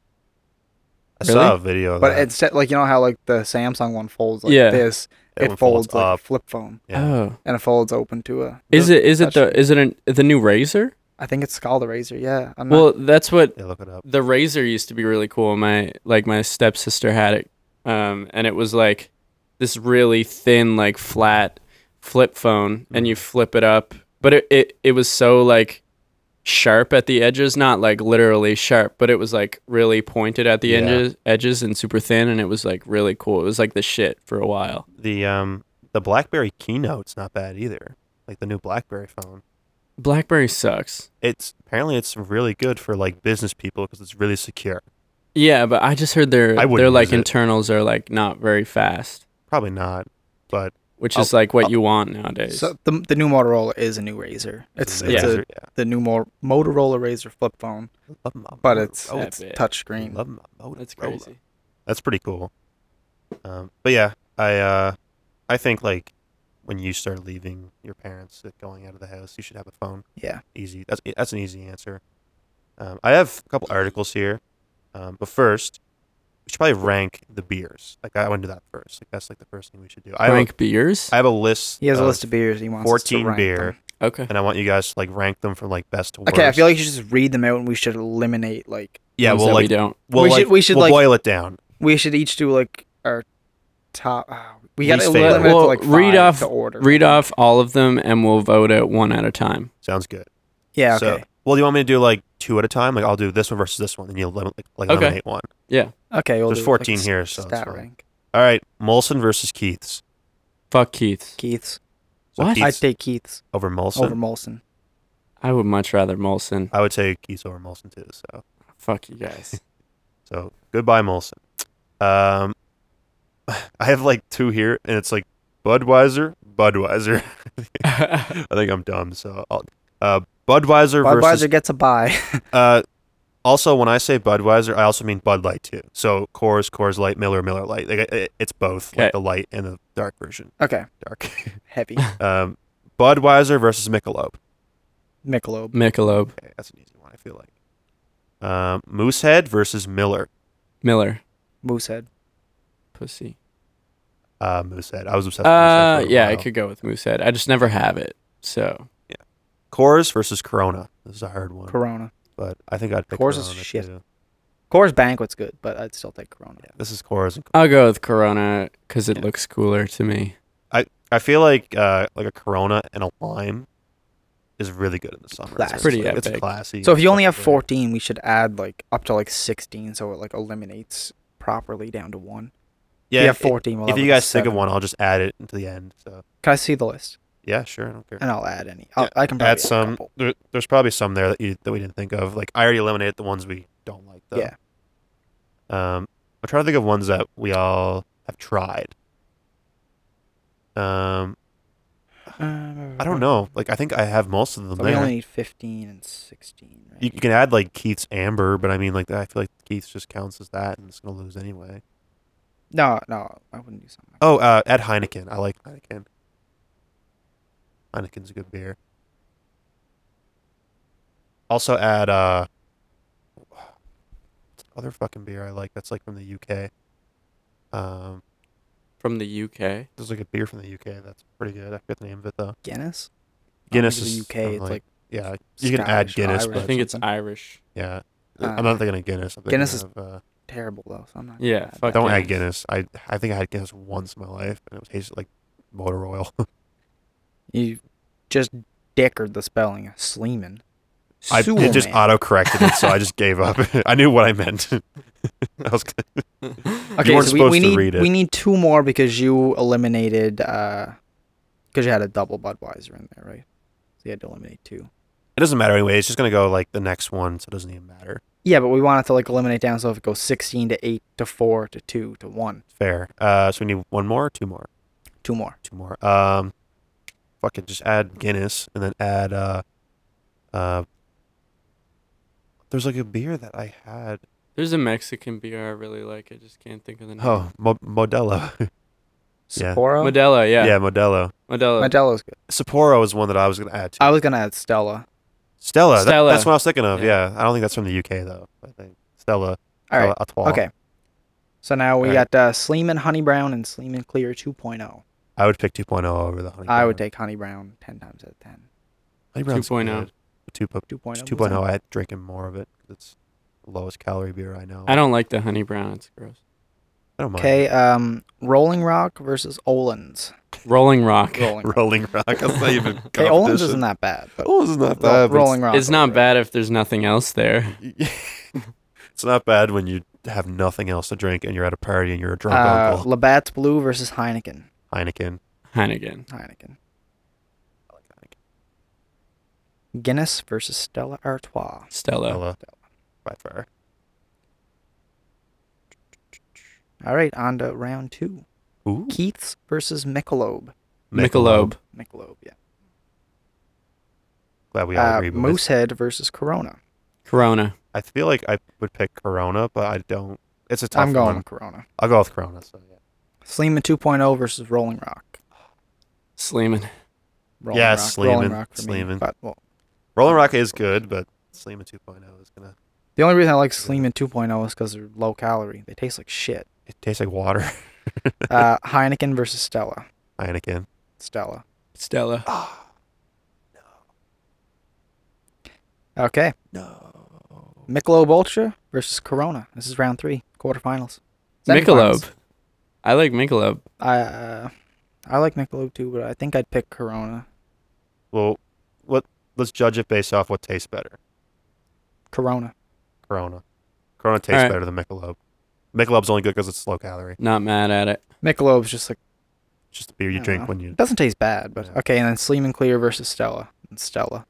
Speaker 4: I saw
Speaker 2: Really?
Speaker 4: a video. Of
Speaker 1: But
Speaker 4: Oh, that.
Speaker 1: it's set- like you know how like the Samsung one folds like
Speaker 2: Yeah.
Speaker 1: this.
Speaker 4: That
Speaker 1: It,
Speaker 4: one
Speaker 1: folds, like
Speaker 4: up.
Speaker 1: a flip phone,
Speaker 4: Yeah.
Speaker 2: Oh,
Speaker 1: and it folds open to a.
Speaker 2: is it is it
Speaker 1: That's-
Speaker 2: the is it an, the new Razor?
Speaker 1: I think it's called a Razor. Yeah. I'm
Speaker 2: Well, that's what
Speaker 4: Yeah, look it up.
Speaker 2: the razor used to be really cool my like my stepsister had it um and it was like this really thin like flat flip phone and
Speaker 4: Mm-hmm.
Speaker 2: you flip it up but it, it it was so like sharp at the edges not like literally sharp but it was like really pointed at the
Speaker 4: Yeah.
Speaker 2: edges edges and super thin and it was like really cool it was like the shit for a while
Speaker 4: The um the BlackBerry Keynote's not bad either. Like the new BlackBerry phone.
Speaker 2: blackberry sucks
Speaker 4: It's apparently it's really good for like business people because it's really secure.
Speaker 2: yeah but i just heard their
Speaker 4: I wouldn't
Speaker 2: their like
Speaker 4: use it.
Speaker 2: internals are like not very fast
Speaker 4: Probably not, but
Speaker 2: which
Speaker 4: I'll-
Speaker 2: is like what
Speaker 4: I'll-
Speaker 2: you want nowadays
Speaker 1: So the the new Motorola is a new Razor. It's
Speaker 4: a
Speaker 1: it's
Speaker 2: Yeah.
Speaker 1: a the new more Motorola Razor flip phone,
Speaker 4: yeah. Love my
Speaker 1: but it's
Speaker 4: Motorola.
Speaker 1: it's
Speaker 2: bit.
Speaker 1: touch screen.
Speaker 4: Love my Motorola.
Speaker 2: that's crazy
Speaker 4: That's pretty cool. Um, but yeah, I uh, I think like when you start leaving your parents, like, going out of the house, you should have a phone.
Speaker 1: Yeah.
Speaker 4: easy. That's that's an easy answer. Um, I have a couple articles here, um, but first, we should probably rank the beers. Like I want to do that first. Like that's like the first thing we should do. I have,
Speaker 2: Frank beers.
Speaker 4: a, I have a list.
Speaker 1: He has a
Speaker 4: of-
Speaker 1: list of beers he wants. us to
Speaker 4: 14
Speaker 1: rank
Speaker 4: beer.
Speaker 1: them.
Speaker 2: okay.
Speaker 4: and I want you guys to like rank them from like best to worst.
Speaker 1: Okay, I feel like you should just read them out, and we should eliminate like
Speaker 4: yeah,
Speaker 2: Ones
Speaker 4: we'll
Speaker 2: that
Speaker 4: like
Speaker 2: we don't.
Speaker 4: we'll
Speaker 1: We
Speaker 4: like,
Speaker 1: should- we should,
Speaker 4: we'll
Speaker 1: like-
Speaker 4: boil it down.
Speaker 1: we should each do like our top. ah, we
Speaker 4: Least
Speaker 1: gotta
Speaker 4: favorite.
Speaker 1: eliminate it to
Speaker 2: Well,
Speaker 1: like
Speaker 2: read
Speaker 1: five
Speaker 2: off-
Speaker 1: to order.
Speaker 2: Read off all of them, and we'll vote it one at a time.
Speaker 4: Sounds good.
Speaker 1: Yeah.
Speaker 4: So,
Speaker 1: Okay.
Speaker 4: well, do you want me to do like two at a time? Like I'll do this one versus this one, and you'll elim- like, like
Speaker 2: Okay.
Speaker 4: eliminate one.
Speaker 1: okay. We'll
Speaker 4: There's
Speaker 1: do,
Speaker 4: 14
Speaker 1: like,
Speaker 4: here, so it's
Speaker 1: stat
Speaker 4: fine.
Speaker 1: rank.
Speaker 4: All right, Molson versus Keith's.
Speaker 2: Fuck Keith.
Speaker 1: Keith's.
Speaker 4: So
Speaker 2: What?
Speaker 4: Keith's
Speaker 1: I'd take Keith's
Speaker 4: over Molson.
Speaker 1: over Molson.
Speaker 2: I would much rather Molson.
Speaker 4: I would say Keith's over Molson too. So
Speaker 2: Fuck you guys.
Speaker 4: So goodbye, Molson. Um, I have like two here, and it's like Budweiser, Budweiser.
Speaker 2: I
Speaker 4: I think I'm dumb, so I'll, uh, Budweiser,
Speaker 1: Budweiser
Speaker 4: versus.
Speaker 1: gets a buy.
Speaker 4: Uh, also, when I say Budweiser, I also mean Bud Light too. So Coors, Coors Light, Miller, Miller Light. Like, it, it's both,
Speaker 2: Okay.
Speaker 4: like the light and the dark version.
Speaker 1: okay.
Speaker 4: Dark.
Speaker 1: Heavy
Speaker 4: um, Budweiser versus Michelob.
Speaker 1: Michelob.
Speaker 2: Michelob
Speaker 4: Okay, that's an easy one. I feel like. Um, Moosehead versus Miller.
Speaker 2: Miller
Speaker 1: Moosehead.
Speaker 2: pussy.
Speaker 4: Uh, Moosehead. I was obsessed. with Moosehead
Speaker 2: Uh,
Speaker 4: for a
Speaker 2: yeah, I
Speaker 4: while.
Speaker 2: could go with Moosehead. I just never have it. So
Speaker 4: Coors versus Corona. This is a hard one.
Speaker 1: Corona.
Speaker 4: but I think I'd pick
Speaker 1: Coors is
Speaker 4: Corona,
Speaker 1: shit.
Speaker 4: too.
Speaker 1: Coors Banquet's good, but I'd still take Corona.
Speaker 4: Yeah, this is Coors. And
Speaker 2: I'll go with Corona because it
Speaker 4: Yeah.
Speaker 2: looks cooler to me.
Speaker 4: I feel like uh, like a Corona and a lime is really good in the summer.
Speaker 1: Classic.
Speaker 4: It's, like-
Speaker 2: Pretty
Speaker 4: it's
Speaker 2: epic.
Speaker 4: classy.
Speaker 1: So if you only have
Speaker 4: It's fucking
Speaker 1: 14, we should add like up to like 16, so it like eliminates properly down to one. if you
Speaker 4: great. yeah.
Speaker 1: have 14. We'll
Speaker 4: if
Speaker 1: have,
Speaker 4: you
Speaker 1: like,
Speaker 4: guys think of
Speaker 1: seven.
Speaker 4: one, I'll just add it to the end. So
Speaker 1: can I see the list?
Speaker 4: yeah, sure, I don't care.
Speaker 1: And I'll add any. I'll,
Speaker 4: Yeah,
Speaker 1: I can probably
Speaker 4: Add
Speaker 1: a
Speaker 4: some.
Speaker 1: couple.
Speaker 4: There, there's probably some there that you, that we didn't think of. Like I already eliminated the ones we don't like. Though.
Speaker 1: Yeah.
Speaker 4: Um, I'm trying to think of ones that we all have tried. Um,
Speaker 1: Um,
Speaker 4: I don't know. Like I think I have most of them
Speaker 1: So we
Speaker 4: there.
Speaker 1: only need 15 and 16. Right?
Speaker 4: You, you can add like Keith's Amber, but I mean, like I feel like Keith's just counts as that, and it's gonna lose anyway.
Speaker 1: no, no, I wouldn't do something. Like
Speaker 4: Oh, uh, add Heineken. I like Heineken. Heineken's a good beer. Also add uh, what's the other fucking beer I like that's like from the UK. Um,
Speaker 2: From the UK.
Speaker 4: there's like a beer from the UK that's pretty good. I forget the name of it though.
Speaker 1: that. Guinness. I don't
Speaker 4: Guinness
Speaker 1: think
Speaker 4: is
Speaker 1: it's Oh, the UK.
Speaker 4: I'm
Speaker 1: It's like,
Speaker 4: yeah, like, you can add
Speaker 1: Scottish or Irish.
Speaker 4: Guinness,
Speaker 2: I
Speaker 4: but
Speaker 2: think it's
Speaker 1: something.
Speaker 2: Irish.
Speaker 4: yeah,
Speaker 1: Uh,
Speaker 4: I'm not thinking of Guinness. I'm thinking
Speaker 1: Guinness is-
Speaker 4: of, uh,
Speaker 1: terrible though. So I'm not.
Speaker 2: Yeah,
Speaker 1: gonna
Speaker 2: fuck
Speaker 1: that.
Speaker 4: Don't add
Speaker 2: Guinness.
Speaker 4: Guinness. I I think I had Guinness once in my life, and it tasted like motor oil.
Speaker 1: You just dickered the spelling, Sleeman.
Speaker 4: I,
Speaker 1: Sewer
Speaker 4: it just
Speaker 1: man.
Speaker 4: auto corrected it, so I just gave up. I knew what I meant. I was good.
Speaker 1: Okay,
Speaker 4: weren't
Speaker 1: so we,
Speaker 4: supposed
Speaker 1: we
Speaker 4: to
Speaker 1: need
Speaker 4: read it.
Speaker 1: we need two more because you eliminated uh because you had a double Budweiser in there, right? So you had to eliminate two.
Speaker 4: It doesn't matter anyway. It's just gonna go like the next one, so it doesn't even matter.
Speaker 1: Yeah, but we wanted to like eliminate down so if it goes sixteen to eight to four to two to one,
Speaker 4: Fair. Uh, so we need one more, two more,
Speaker 1: two more.
Speaker 4: two more. Um, fucking just add Guinness and then add uh, uh. There's like a beer that I had.
Speaker 2: There's a Mexican beer I really like. I just can't think of the name.
Speaker 4: Oh, Mo- Modelo. Yeah.
Speaker 1: Sapporo,
Speaker 2: Modelo.
Speaker 4: yeah.
Speaker 2: Yeah,
Speaker 4: Modelo.
Speaker 2: Modelo.
Speaker 1: Modelo's good.
Speaker 4: Sapporo is one that I was gonna add to.
Speaker 1: I was gonna add Stella.
Speaker 4: Stella. that-
Speaker 2: Stella.
Speaker 4: that's what I was thinking of.
Speaker 2: Yeah.
Speaker 4: Yeah. I don't think that's from the UK though. I think Stella.
Speaker 1: All right,
Speaker 4: Stella Artois.
Speaker 1: okay. So now we
Speaker 4: Alright.
Speaker 1: got uh, Sleeman Honey Brown and Sleeman Clear 2.0.
Speaker 4: I would pick 2.0 over the honey.
Speaker 1: I would
Speaker 4: Brown.
Speaker 1: take Honey Brown 10 times out of 10.
Speaker 4: Honey Brown's
Speaker 2: 2.0.
Speaker 4: good. Two po-
Speaker 1: 2.0. was
Speaker 4: 2.0.
Speaker 1: on.
Speaker 4: I had drinking more of it. It's the lowest calorie beer I know.
Speaker 2: I don't like the honey brown. It's gross.
Speaker 4: I don't mind.
Speaker 1: Okay, um, Rolling Rock versus Olin's.
Speaker 2: Rolling Rock.
Speaker 1: Rolling Rock.
Speaker 4: Rolling Rock. That's not even.
Speaker 1: Okay, Olin's isn't
Speaker 4: competition.
Speaker 1: that bad. But
Speaker 4: Olin's is not
Speaker 1: Ro-
Speaker 4: bad. but
Speaker 1: Rolling Rock.
Speaker 2: It's not bad if there's nothing else there.
Speaker 4: It's, it's not bad when you have nothing else to drink and you're at a party and you're a drunk
Speaker 1: Uh,
Speaker 4: uncle.
Speaker 1: Labatt's Blue versus Heineken.
Speaker 4: Heineken.
Speaker 2: Heineken.
Speaker 1: Heineken. Guinness versus Stella Artois.
Speaker 2: Stella.
Speaker 4: Stella. By far.
Speaker 1: All right, on to round two.
Speaker 4: Ooh.
Speaker 1: Keith's versus Michelob.
Speaker 2: Michelob.
Speaker 1: Michelob, yeah.
Speaker 4: Glad we all
Speaker 1: Uh,
Speaker 4: agree. boys.
Speaker 1: Moosehead versus Corona.
Speaker 2: Corona.
Speaker 4: I feel like I would pick Corona, but I don't. It's a tough
Speaker 1: I'm going
Speaker 4: one.
Speaker 1: with Corona.
Speaker 4: I'll go with Corona. So yeah.
Speaker 1: Sleeman 2.0 versus Rolling Rock.
Speaker 2: Sleeman.
Speaker 1: Rolling
Speaker 4: Yeah,
Speaker 1: Rock. Rolling
Speaker 4: Sleeman,
Speaker 1: Rock for me.
Speaker 4: Sleeman.
Speaker 1: But, well,
Speaker 4: Rolling Rock is good, but Sleeman 2.0 is gonna.
Speaker 1: the only reason I like Sleeman 2.0 is because they're low calorie. They taste like shit.
Speaker 4: It tastes like water.
Speaker 1: Uh, Heineken versus Stella.
Speaker 4: Heineken.
Speaker 1: Stella.
Speaker 2: Stella.
Speaker 1: Ah, Okay.
Speaker 4: No.
Speaker 1: Michelob Ultra versus Corona. This is round three, quarterfinals.
Speaker 2: Michelob.
Speaker 1: Semifinals.
Speaker 2: I like Michelob.
Speaker 1: I uh, I like Michelob too, but I think I'd pick Corona.
Speaker 4: Well, what? Let's judge it based off what tastes better.
Speaker 1: Corona.
Speaker 4: Corona. Corona tastes
Speaker 2: right.
Speaker 4: better than Michelob. Michelob's only good because it's low calorie.
Speaker 2: Not mad at it.
Speaker 1: Michelob's just like
Speaker 4: It's just the beer
Speaker 1: I
Speaker 4: you
Speaker 1: don't
Speaker 4: drink
Speaker 1: know.
Speaker 4: when you.
Speaker 1: it doesn't taste bad, but
Speaker 4: Yeah.
Speaker 1: okay. And then Sleeman Clear versus Stella. And Stella,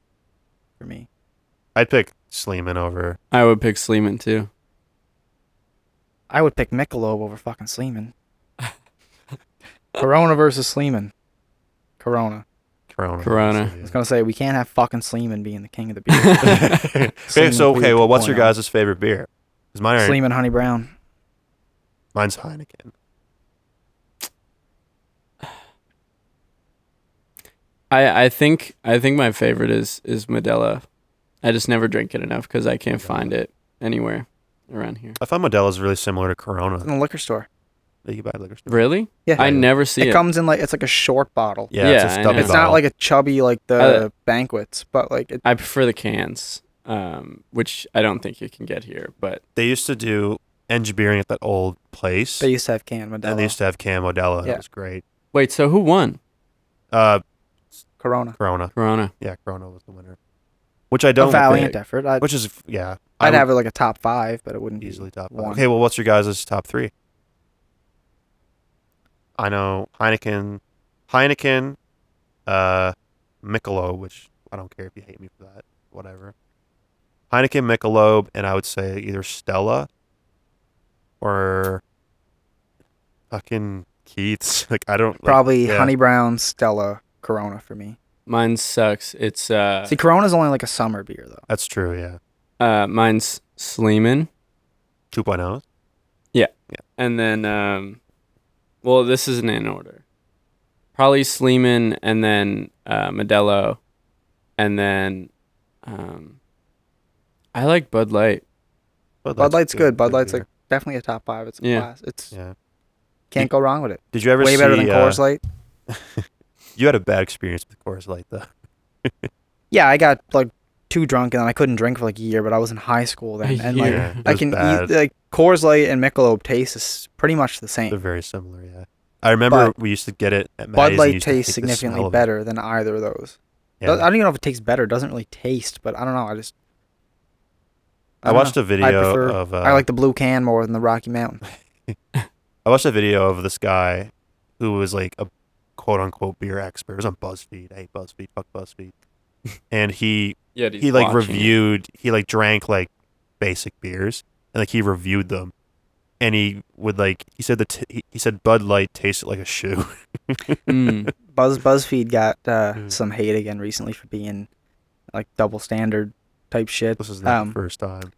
Speaker 1: for me.
Speaker 4: I'd pick Sleeman over.
Speaker 2: I would pick Sleeman too.
Speaker 1: I would pick Michelob over fucking Sleeman. Corona versus Sleeman. Corona.
Speaker 4: Corona.
Speaker 2: Corona.
Speaker 4: obviously,
Speaker 1: I
Speaker 4: yeah.
Speaker 1: was gonna say we can't have fucking Sleeman being the king of the beer.
Speaker 4: okay,
Speaker 1: Sleeman
Speaker 4: so okay,
Speaker 1: Clear
Speaker 4: well, what's your
Speaker 1: 2.0.
Speaker 4: guys' favorite beer? 'Cause mine are,
Speaker 1: Sleeman Honey Brown.
Speaker 4: mine's Heineken.
Speaker 2: I, I think I think my favorite is is Modelo. I just never drink it enough because I can't find it anywhere around here.
Speaker 4: I find Modelo's really similar to Corona.
Speaker 1: It's in the liquor store.
Speaker 4: that you buy at liquor store.
Speaker 2: Really?
Speaker 1: Yeah.
Speaker 2: I never see
Speaker 1: it
Speaker 2: it.
Speaker 1: comes in like it's like a short bottle.
Speaker 4: Yeah,
Speaker 2: Yeah,
Speaker 4: it's
Speaker 2: I
Speaker 4: a
Speaker 2: know.
Speaker 4: stubby
Speaker 1: It's not
Speaker 4: bottle.
Speaker 1: like a chubby like the
Speaker 2: Uh,
Speaker 1: banquets, but like it,
Speaker 2: I prefer the cans, um, which I don't think you can get here. But
Speaker 4: they used to do engineering at that old place,
Speaker 1: they used to have canned
Speaker 4: and they
Speaker 1: Modelo,
Speaker 4: used to have Cam Modelo. and
Speaker 1: Yeah.
Speaker 4: It was great.
Speaker 2: wait, so who won?
Speaker 4: Uh,
Speaker 1: Corona.
Speaker 4: Corona.
Speaker 2: Corona.
Speaker 4: Yeah, Corona was the winner. Which I
Speaker 1: A
Speaker 4: don't.
Speaker 1: valiant
Speaker 4: pick,
Speaker 1: effort. I'd,
Speaker 4: Which is yeah. I
Speaker 1: I'd
Speaker 4: would
Speaker 1: have it like a top five, but it wouldn't be
Speaker 4: easily top.
Speaker 1: one.
Speaker 4: One. Okay, well, what's your guys' top three? I know Heineken, Heineken, uh, Michelob, which I don't care if you hate me for that, whatever. Heineken, Michelob, and I would say either Stella or fucking Keith's. Like I don't like,
Speaker 1: Probably
Speaker 4: yeah.
Speaker 1: Honey Brown, Stella, Corona for me.
Speaker 2: Mine sucks. It's uh,
Speaker 1: See, Corona's only like a summer beer though.
Speaker 4: That's true. Yeah,
Speaker 2: uh mine's Sleeman,
Speaker 4: 2.0.
Speaker 2: and then um, well, this isn't in order. Probably Sleeman, and then uh, Modelo, and then um, I like Bud Light.
Speaker 1: Bud Light's good. Bud Light's like definitely a top five. It's a
Speaker 2: Yeah.
Speaker 1: class. It's
Speaker 4: beer. yeah.
Speaker 1: can't go wrong with it.
Speaker 4: Did you ever
Speaker 1: Way
Speaker 4: see,
Speaker 1: better than
Speaker 4: uh,
Speaker 1: Coors Light.
Speaker 4: You had a bad experience with Coors Light though.
Speaker 1: Yeah, I got like too drunk and then I couldn't drink for like a year, but I was in high school then,
Speaker 2: A
Speaker 1: and
Speaker 2: year.
Speaker 1: like
Speaker 4: Yeah, it
Speaker 1: I
Speaker 4: was
Speaker 1: can
Speaker 4: bad.
Speaker 1: eat like Coors Light and Michelob taste is pretty much the same.
Speaker 4: They're very similar, yeah. I remember
Speaker 1: But
Speaker 4: we used to get it at Maddie's
Speaker 1: Bud
Speaker 4: and
Speaker 1: Light
Speaker 4: used to hate
Speaker 1: tastes
Speaker 4: the smell
Speaker 1: significantly
Speaker 4: of it.
Speaker 1: better than either of those. I
Speaker 4: Yeah.
Speaker 1: don't even know if it tastes better. It doesn't really taste, but I don't know. I just
Speaker 4: I,
Speaker 1: don't
Speaker 4: watched
Speaker 1: know.
Speaker 4: a video
Speaker 1: prefer-
Speaker 4: of. Uh,
Speaker 1: I like the blue can more than the Rocky Mountain.
Speaker 4: I watched a video of this guy who was like a quote unquote beer expert. It was on BuzzFeed. I hate BuzzFeed. Fuck BuzzFeed. and he
Speaker 2: Yeah,
Speaker 4: he like reviewed. He like drank like basic beers and like he reviewed them. And he would like he said the t- he, he said Bud Light tasted like a shoe.
Speaker 2: Mm.
Speaker 1: Buzz BuzzFeed got uh,
Speaker 4: Mm.
Speaker 1: some hate again recently for being like double standard type shit
Speaker 4: this is not
Speaker 1: Um,
Speaker 4: the first time.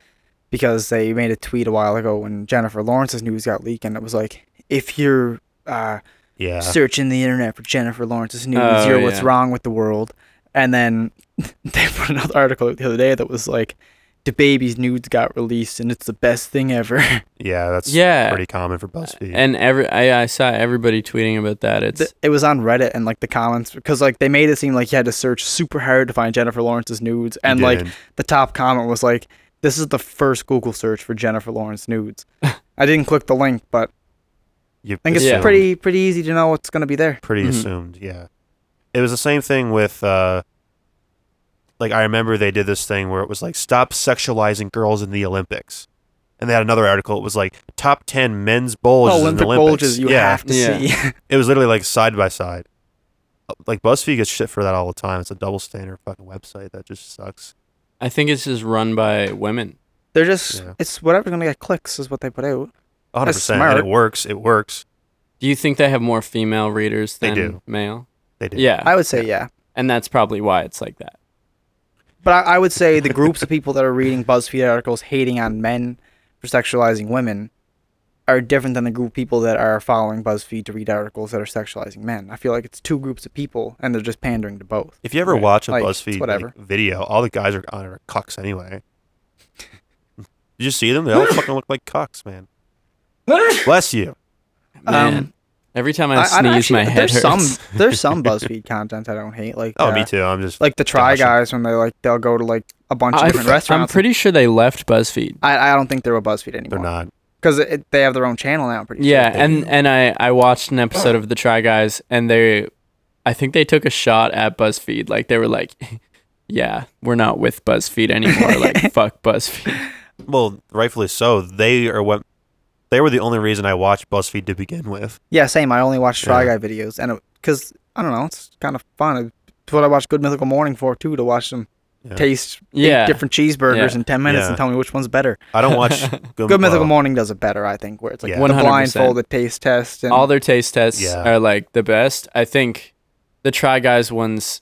Speaker 1: because they made a tweet a while ago when Jennifer Lawrence's news got leaked and it was like if you're uh,
Speaker 4: Yeah.
Speaker 1: searching the internet for Jennifer Lawrence's news,
Speaker 2: Oh,
Speaker 1: you're what's
Speaker 2: yeah.
Speaker 1: wrong with the world. And then they put another article out the other day that was like the baby's nudes got released and it's the best thing ever.
Speaker 4: yeah, that's
Speaker 2: yeah,
Speaker 4: pretty common for BuzzFeed.
Speaker 2: and every I, I saw everybody tweeting about that. It's
Speaker 1: Th- it was on Reddit and like the comments because like they made it seem like you had to search super hard to find Jennifer Lawrence's nudes
Speaker 4: He
Speaker 1: and like
Speaker 4: didn't.
Speaker 1: the top comment was like, "This is the first Google search for Jennifer Lawrence nudes." I didn't click the link, but
Speaker 4: You
Speaker 1: I think it's
Speaker 2: Yeah.
Speaker 4: assumed-
Speaker 1: pretty Mm-hmm. pretty easy to know what's gonna be there.
Speaker 4: pretty
Speaker 2: Mhm.
Speaker 4: assumed. Yeah, it was the same thing with uh, like I remember they did this thing where it was like stop sexualizing girls in the Olympics, and they had another article. It was like top ten men's bulges
Speaker 1: Oh, Olympic
Speaker 4: in the Olympics.
Speaker 1: bulges you
Speaker 4: yeah,
Speaker 1: have to
Speaker 2: Yeah.
Speaker 1: see.
Speaker 4: it was literally like side by side. Uh, Like BuzzFeed gets shit for that all the time. It's a double standard fucking website that just sucks.
Speaker 2: I think it's just run by women.
Speaker 1: They're just
Speaker 4: Yeah.
Speaker 1: it's whatever's gonna get clicks is what they put out.
Speaker 4: A hundred
Speaker 1: That's
Speaker 4: percent, and
Speaker 1: smart.
Speaker 4: it works. It works.
Speaker 2: Do you think they have more female readers
Speaker 4: They
Speaker 2: than
Speaker 4: do.
Speaker 2: male?
Speaker 4: They do.
Speaker 2: Yeah,
Speaker 1: I would say yeah.
Speaker 2: and that's probably why it's like that.
Speaker 1: But I, I would say the groups of people that are reading BuzzFeed articles hating on men for sexualizing women are different than the group of people that are following BuzzFeed to read articles that are sexualizing men. I feel like it's two groups of people and they're just pandering to both.
Speaker 4: If you ever
Speaker 2: Right.
Speaker 4: watch a
Speaker 1: Like, it's
Speaker 4: BuzzFeed
Speaker 1: whatever.
Speaker 4: like, video, all the guys are on it are cucks anyway. Did you see them? They all fucking look like cucks, man. Bless you.
Speaker 2: Man,
Speaker 1: Um,
Speaker 2: every time I,
Speaker 1: I- I don't
Speaker 2: sneeze,
Speaker 1: actually-
Speaker 2: my head
Speaker 1: there's
Speaker 2: hurts.
Speaker 1: some there's some BuzzFeed content I don't hate. Like
Speaker 4: Oh,
Speaker 1: uh,
Speaker 4: me too. I'm just
Speaker 1: Like the Try
Speaker 4: Gotcha.
Speaker 1: Guys when they like they'll go to like a bunch of
Speaker 2: I,
Speaker 1: different
Speaker 2: am
Speaker 1: restaurants.
Speaker 2: pretty sure they left BuzzFeed.
Speaker 1: I, I don't think they're a BuzzFeed
Speaker 4: they're
Speaker 1: anymore
Speaker 4: not.
Speaker 1: because they have their own channel now. I'm pretty
Speaker 2: Yeah,
Speaker 4: they
Speaker 2: and
Speaker 4: do.
Speaker 2: and I I watched an episode of the Try Guys, and they, I think they took a shot at BuzzFeed. Like they were like, yeah, we're not with BuzzFeed anymore. like fuck BuzzFeed.
Speaker 4: Well, rightfully so. They are what. They were the only reason I watched BuzzFeed to begin with.
Speaker 1: Yeah, same. I only watch Try
Speaker 4: Yeah.
Speaker 1: Guy videos, and because I don't know, it's kind of fun. It's what I watch Good Mythical Morning for too, to watch them
Speaker 4: Yeah.
Speaker 1: taste eight
Speaker 2: Yeah.
Speaker 1: different cheeseburgers
Speaker 2: Yeah.
Speaker 1: in ten minutes and
Speaker 4: Yeah.
Speaker 1: tell me which one's better.
Speaker 4: I don't watch Good,
Speaker 1: Good Mythical
Speaker 4: well,
Speaker 1: Morning does it better, I think, where it's like
Speaker 4: Yeah.
Speaker 1: the
Speaker 2: 100%.
Speaker 1: blindfolded taste test and
Speaker 2: All their taste tests
Speaker 4: Yeah.
Speaker 2: are like the best. I think the Try Guys ones.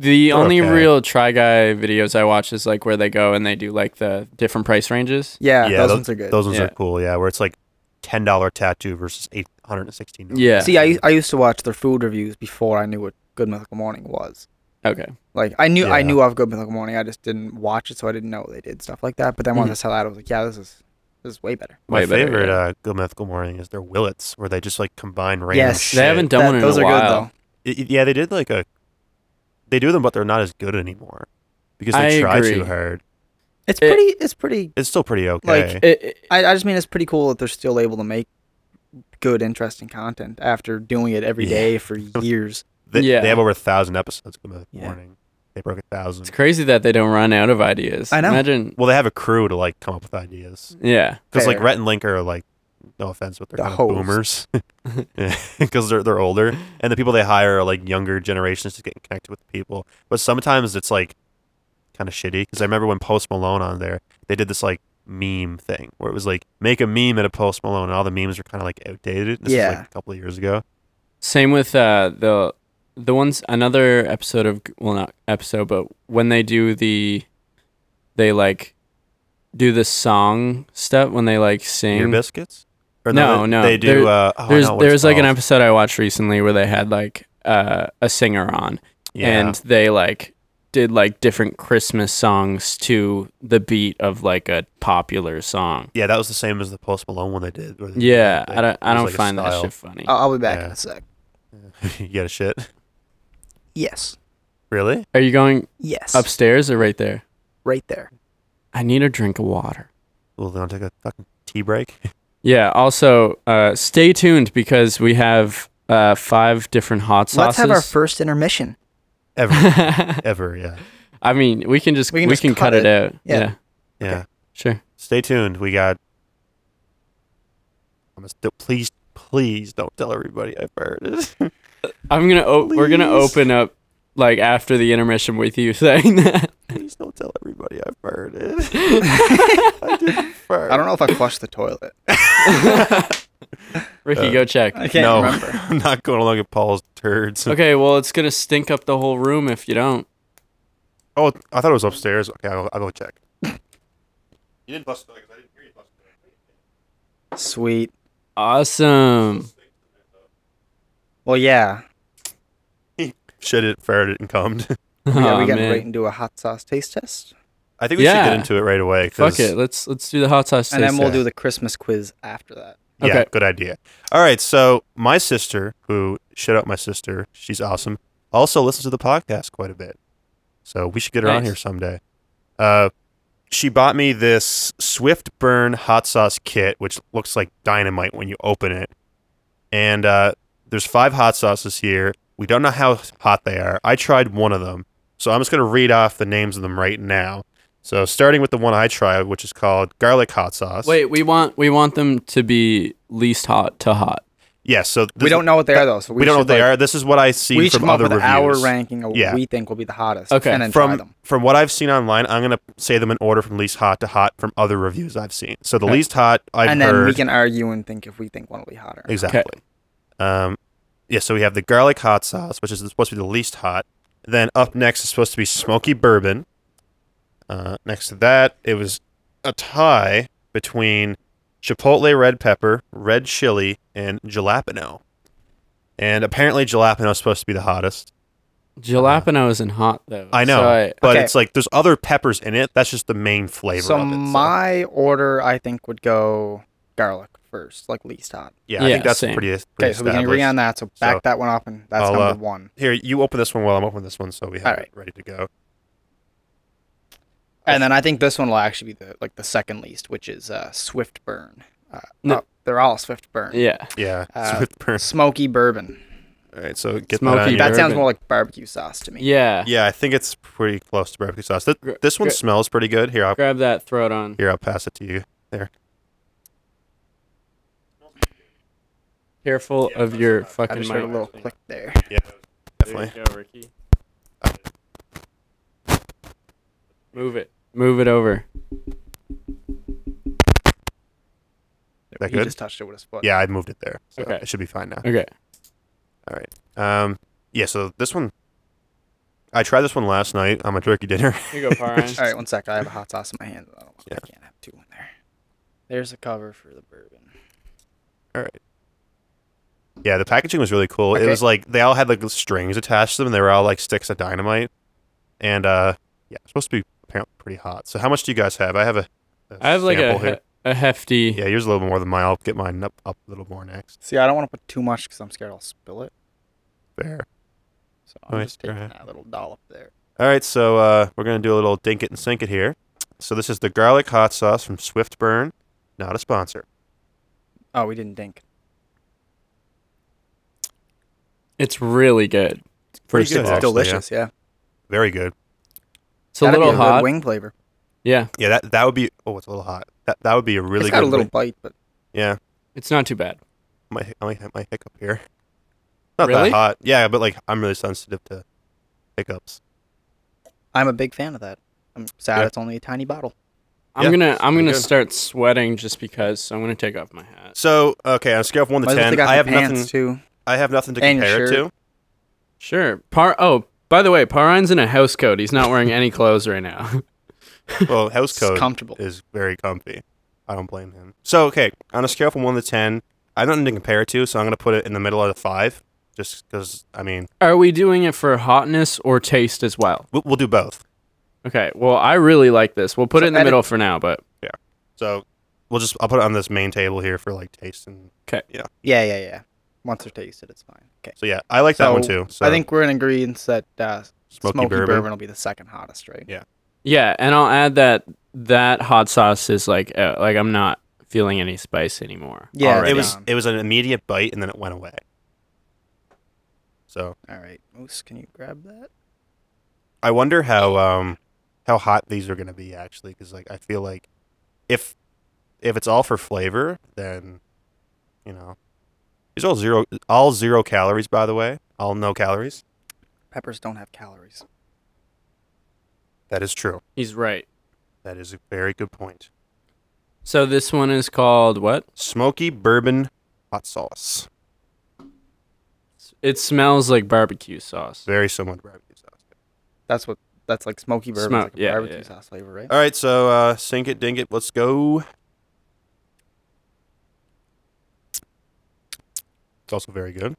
Speaker 2: The
Speaker 4: They're
Speaker 2: only
Speaker 4: okay.
Speaker 2: real Try Guy videos I watch is like where they go and they do like the different price ranges.
Speaker 1: yeah,
Speaker 4: Yeah,
Speaker 1: those
Speaker 4: those-
Speaker 1: ones are good.
Speaker 4: Those ones
Speaker 2: Yeah.
Speaker 4: are cool. Yeah, where it's like ten dollar tattoo versus eight hundred and sixteen.
Speaker 2: Yeah.
Speaker 1: See, I I used to watch their food reviews before I knew what Good Mythical Morning was.
Speaker 2: Okay.
Speaker 1: Like I knew I
Speaker 4: Yeah.
Speaker 1: knew of Good Mythical Morning, I just didn't watch it, so I didn't know they did stuff like that. But then once
Speaker 2: Mhm.
Speaker 1: I saw that, I was like, yeah, this is this is way better.
Speaker 4: My
Speaker 2: Way better,
Speaker 4: favorite
Speaker 2: yeah.
Speaker 4: uh, Good Mythical Morning is their Willets, where they just like combine random.
Speaker 1: Yes.
Speaker 4: shit.
Speaker 2: They haven't done
Speaker 1: That-
Speaker 2: one in
Speaker 1: those
Speaker 2: a
Speaker 1: are
Speaker 2: while.
Speaker 1: good though.
Speaker 4: Y- y- yeah, they did like a. They do them, but they're not as good anymore because they
Speaker 2: I
Speaker 4: try
Speaker 2: agree.
Speaker 4: too hard.
Speaker 1: It's
Speaker 2: It-
Speaker 1: pretty. It's pretty
Speaker 4: It's still pretty okay.
Speaker 2: It- it-
Speaker 1: I, I just mean it's pretty cool that they're still able to make good, interesting content after doing it every
Speaker 4: Yeah.
Speaker 1: day for years.
Speaker 4: they,
Speaker 2: yeah.
Speaker 4: they have over a thousand episodes. Good Mythical
Speaker 1: Yeah.
Speaker 4: Morning. They broke a
Speaker 2: it's
Speaker 4: thousand.
Speaker 2: crazy that they don't run out of ideas.
Speaker 1: I know.
Speaker 2: Imagine.
Speaker 4: Well, they have a crew to like come up with ideas
Speaker 2: Yeah.
Speaker 4: because like
Speaker 1: Fair.
Speaker 4: Rhett and Link are like, no offense, but they're
Speaker 1: The
Speaker 4: kind
Speaker 1: host.
Speaker 4: of boomers because they're they're older, and the people they hire are like younger generations to get connected with people. But sometimes it's like kind of shitty because I remember when Post Malone on there, they did this like meme thing where it was like make a meme at a Post Malone, and all the memes were kind of like outdated. This was
Speaker 1: Yeah.
Speaker 4: like a couple of years ago.
Speaker 2: Same with uh, the the ones another episode of well not episode but when they do the they like do the song stuff when they like sing.
Speaker 4: Ear biscuits? Or
Speaker 2: No,
Speaker 4: they-
Speaker 2: no,
Speaker 4: They do.
Speaker 2: there-
Speaker 4: uh, oh, I
Speaker 2: there's
Speaker 4: know what it's
Speaker 2: there's like an
Speaker 4: called.
Speaker 2: episode I watched recently where they had like uh, a singer on
Speaker 4: Yeah.
Speaker 2: and they like did like different Christmas songs to the beat of like a popular song.
Speaker 4: Yeah, that was the same as the Post Malone one they did. where they did
Speaker 2: Yeah,
Speaker 4: that
Speaker 2: I don't
Speaker 4: It
Speaker 2: I
Speaker 4: was
Speaker 2: don't
Speaker 4: like a
Speaker 2: find that
Speaker 4: style.
Speaker 2: shit funny.
Speaker 1: I'll, I'll be back in
Speaker 4: Yeah.
Speaker 1: a sec.
Speaker 4: you got a shit?
Speaker 1: Yes,
Speaker 4: Really?
Speaker 2: Are you going
Speaker 1: yes,
Speaker 2: upstairs or right there?
Speaker 1: right there.
Speaker 2: I need a drink of water.
Speaker 4: Well, then I'll take a fucking tea break.
Speaker 2: Yeah. Also, uh, stay tuned because we have uh, five different hot
Speaker 1: Let's
Speaker 2: sauces.
Speaker 1: have our first intermission.
Speaker 4: Ever, ever, yeah,
Speaker 2: I mean, we can just
Speaker 1: We
Speaker 2: we
Speaker 1: can
Speaker 2: can,
Speaker 1: just
Speaker 2: cut,
Speaker 1: cut
Speaker 2: it.
Speaker 1: it.
Speaker 2: out.
Speaker 1: Yeah.
Speaker 2: Yeah.
Speaker 4: yeah.
Speaker 2: Sure.
Speaker 4: Stay tuned. We got. I'm gonna still, please, please don't tell everybody I've heard it.
Speaker 2: I'm gonna. O- we're gonna
Speaker 4: Please.
Speaker 2: open up like after the intermission with you saying that.
Speaker 4: please don't tell everybody I've heard it. I didn't fart.
Speaker 1: I don't know if I flushed the toilet.
Speaker 2: Ricky, go check.
Speaker 1: Uh, I can't
Speaker 4: No,
Speaker 1: remember.
Speaker 4: I'm not going along with Paul's turds.
Speaker 2: Okay, well, it's gonna stink up the whole room if you don't.
Speaker 4: Oh, I thought it was upstairs. Okay, I'll, I'll go check. You didn't bust because I didn't hear you bust.
Speaker 1: Sweet.
Speaker 2: Awesome.
Speaker 1: Well, yeah.
Speaker 4: Shit it, farted it, and cummed.
Speaker 1: Oh, yeah,
Speaker 2: Aw,
Speaker 1: we got
Speaker 2: man.
Speaker 1: right into a hot sauce taste test,
Speaker 4: I think we should
Speaker 2: Yeah.
Speaker 4: get into it right away. 'cause-
Speaker 2: Fuck it. Let's let's do the hot sauce.
Speaker 1: and then
Speaker 2: taste
Speaker 1: we'll
Speaker 2: test.
Speaker 1: do the Christmas quiz after that.
Speaker 4: Yeah,
Speaker 2: Okay.
Speaker 4: good idea. All right, so my sister, who shut up my sister, she's awesome, also listens to the podcast quite a bit. So we should get her on
Speaker 2: Nice.
Speaker 4: here someday. Uh, she bought me this Swift Burn hot sauce kit, which looks like dynamite when you open it. And uh, there's five hot sauces here. We don't know how hot they are. I tried one of them, so I'm just gonna read off the names of them right now. So starting with the one I tried, which is called garlic hot sauce.
Speaker 2: Wait, we want we want them to be least hot to hot.
Speaker 4: Yes. so
Speaker 1: we
Speaker 4: this-
Speaker 1: don't know what they are though, so we,
Speaker 4: we, don't know
Speaker 1: should,
Speaker 4: what they
Speaker 1: like,
Speaker 4: are. This is what I see
Speaker 1: we should
Speaker 4: from
Speaker 1: come up
Speaker 4: other
Speaker 1: with
Speaker 4: reviews.
Speaker 1: our ranking of
Speaker 4: Yeah.
Speaker 1: what we think will be the hottest.
Speaker 2: Okay.
Speaker 1: and then try
Speaker 4: from
Speaker 1: them.
Speaker 4: from what I've seen online, I'm gonna say them in order from least hot to hot from other reviews I've seen. So the
Speaker 2: Okay.
Speaker 4: least hot I've
Speaker 1: and
Speaker 4: heard.
Speaker 1: then we can argue and think if we think one will be hotter.
Speaker 4: Exactly. Um, yeah, so we have the garlic hot sauce, which is supposed to be the least hot. Then up next is supposed to be smoky bourbon. Uh, next to that, it was a tie between chipotle red pepper, red chili, and jalapeno. And apparently, jalapeno is supposed to be the hottest.
Speaker 2: Jalapeno isn't hot though.
Speaker 4: I know,
Speaker 2: So I,
Speaker 4: but
Speaker 1: Okay.
Speaker 4: it's like there's other peppers in it. That's just the main flavor.
Speaker 1: So
Speaker 4: of it,
Speaker 1: my order, I think, would go garlic first, like least hot.
Speaker 4: yeah, I
Speaker 2: Yeah,
Speaker 4: think that's
Speaker 2: same.
Speaker 4: pretty. pretty
Speaker 1: Okay, so we can agree
Speaker 4: established.
Speaker 1: on that. So back
Speaker 4: So
Speaker 1: that one up, and that's
Speaker 4: I'll,
Speaker 1: number
Speaker 4: uh,
Speaker 1: one.
Speaker 4: Here, you open this one while I'm opening this one, so we have
Speaker 1: Alright.
Speaker 4: it ready to go.
Speaker 1: And then I think this one will actually be the like the second least, which is uh, Swift Burn. Uh,
Speaker 2: No.
Speaker 1: oh, they're all Swift Burn.
Speaker 2: yeah.
Speaker 4: Yeah,
Speaker 1: Uh,
Speaker 4: Swift burn.
Speaker 1: Smoky bourbon.
Speaker 4: All right, so get that.
Speaker 2: Smoky
Speaker 4: on
Speaker 1: That
Speaker 4: here.
Speaker 2: bourbon.
Speaker 1: sounds more like barbecue sauce to me.
Speaker 2: Yeah.
Speaker 4: Yeah, I think it's pretty close to barbecue sauce. Th-
Speaker 2: Gr-
Speaker 4: this one
Speaker 2: gr-
Speaker 4: smells pretty good. Here, I'll
Speaker 2: Grab that throat on.
Speaker 4: here I'll pass it to you. There.
Speaker 2: Careful of your
Speaker 1: I
Speaker 2: fucking
Speaker 1: just
Speaker 2: mic.
Speaker 1: heard a little click there.
Speaker 4: Yeah, definitely.
Speaker 2: There you go, Ricky. Move it. Move it over.
Speaker 4: That
Speaker 1: he
Speaker 4: good?
Speaker 1: just touched it with his foot.
Speaker 4: Yeah, I moved it there. So
Speaker 2: Okay.
Speaker 4: It should be fine now.
Speaker 2: Okay.
Speaker 4: All right. Um. Yeah. So this one, I tried this one last night on my turkey dinner.
Speaker 2: Here you go, Parine.
Speaker 1: All right, one sec. I have a hot sauce in my hand. I, don't,
Speaker 4: Yeah.
Speaker 1: I can't have two in there. There's a cover for the bourbon.
Speaker 4: Yeah, the packaging was really cool. It
Speaker 1: Okay.
Speaker 4: was like they all had like strings attached to them. They were all like sticks of dynamite, and uh, yeah, it's supposed to be apparently pretty hot. So how much do you guys have? I have a. a
Speaker 2: I have like a
Speaker 4: sample
Speaker 2: he- a hefty.
Speaker 4: Yeah, yours is a little more than mine. I'll get mine up up a little more next.
Speaker 1: See, I don't want to put too much because I'm scared I'll spill it.
Speaker 4: There.
Speaker 1: So I'm
Speaker 4: Nice
Speaker 1: just taking
Speaker 4: try.
Speaker 1: that little dollop there.
Speaker 4: All right, so uh, we're gonna do a little dink it and sink it here. So this is the garlic hot sauce from Swift Burn, not a sponsor.
Speaker 1: Oh, we didn't dink.
Speaker 2: It's really good.
Speaker 4: Pretty good,
Speaker 1: it's
Speaker 4: actually,
Speaker 1: delicious. Yeah,
Speaker 4: yeah. Very good.
Speaker 2: It's a
Speaker 1: That'd be
Speaker 2: little
Speaker 1: a good
Speaker 2: hot.
Speaker 1: wing flavor.
Speaker 2: Yeah.
Speaker 4: Yeah, that that would be. Oh, it's a little hot. That that would be a really
Speaker 1: it's
Speaker 4: good.
Speaker 1: got a little
Speaker 4: way-
Speaker 1: bite, but
Speaker 4: Yeah,
Speaker 2: It's not too bad.
Speaker 4: my I might have my hiccup here. Not
Speaker 2: Really?
Speaker 4: that hot. Yeah, but like I'm really sensitive to hiccups.
Speaker 1: I'm a big fan of that. I'm sad
Speaker 4: Yeah.
Speaker 1: it's only a tiny bottle.
Speaker 2: I'm
Speaker 4: Yeah,
Speaker 2: gonna I'm
Speaker 4: pretty
Speaker 2: gonna
Speaker 4: good.
Speaker 2: start sweating just because. So I'm gonna take off my hat.
Speaker 4: So okay, on a scale of one to
Speaker 1: Might as well
Speaker 4: ten,
Speaker 1: take off
Speaker 4: I
Speaker 1: your
Speaker 4: have
Speaker 1: pants
Speaker 4: nothing.
Speaker 1: too.
Speaker 4: I have nothing to
Speaker 1: And your
Speaker 4: compare it to.
Speaker 1: shirt.
Speaker 2: Sure. Par. Oh, by the way, Parine's in a house coat. He's not wearing any clothes right now.
Speaker 4: Well, house
Speaker 1: It's
Speaker 4: code
Speaker 1: comfortable.
Speaker 4: is very comfy. I don't blame him. So okay, on a scale from one to ten, I have nothing to compare it to, so I'm gonna put it in the middle of the five, just because. I mean,
Speaker 2: Are we doing it for hotness or taste as well?
Speaker 4: we'll, we'll do both.
Speaker 2: Okay. Well, I really like this. We'll put
Speaker 1: So
Speaker 2: it in the
Speaker 1: edit-
Speaker 2: middle for now, but
Speaker 4: So we'll just I'll put it on this main table here for like taste and
Speaker 1: Yeah, yeah, yeah. Once they're tasted, it's fine. Okay.
Speaker 4: so yeah, I like that one too. So
Speaker 1: I think we're in agreement that uh,
Speaker 4: smoky,
Speaker 1: smoky, bourbon. will be the second hottest, right?
Speaker 4: Yeah.
Speaker 2: yeah. And I'll add that that hot sauce is like uh, like I'm not feeling any spice anymore.
Speaker 1: Yeah,
Speaker 2: already.
Speaker 4: It was
Speaker 1: down.
Speaker 4: it was an immediate bite and then it went away. So
Speaker 1: All right, Moose, can you grab that?
Speaker 4: I wonder how um how hot these are gonna be actually because like I feel like if if it's all for flavor, then you know these are all zero all zero calories. By the way, all no calories.
Speaker 1: Peppers don't have calories.
Speaker 4: That is true.
Speaker 2: He's right.
Speaker 4: That is a very good point.
Speaker 2: So this one is called what?
Speaker 4: Smoky bourbon hot sauce,
Speaker 2: It smells like barbecue sauce.
Speaker 4: very similar to barbecue sauce.
Speaker 1: That's what. That's like smoky bourbon,
Speaker 2: Smoke,
Speaker 1: like a
Speaker 2: yeah,
Speaker 1: barbecue
Speaker 2: yeah.
Speaker 1: sauce flavor, right?
Speaker 4: All right, so uh, sink it, ding it. Let's go. It's also very good.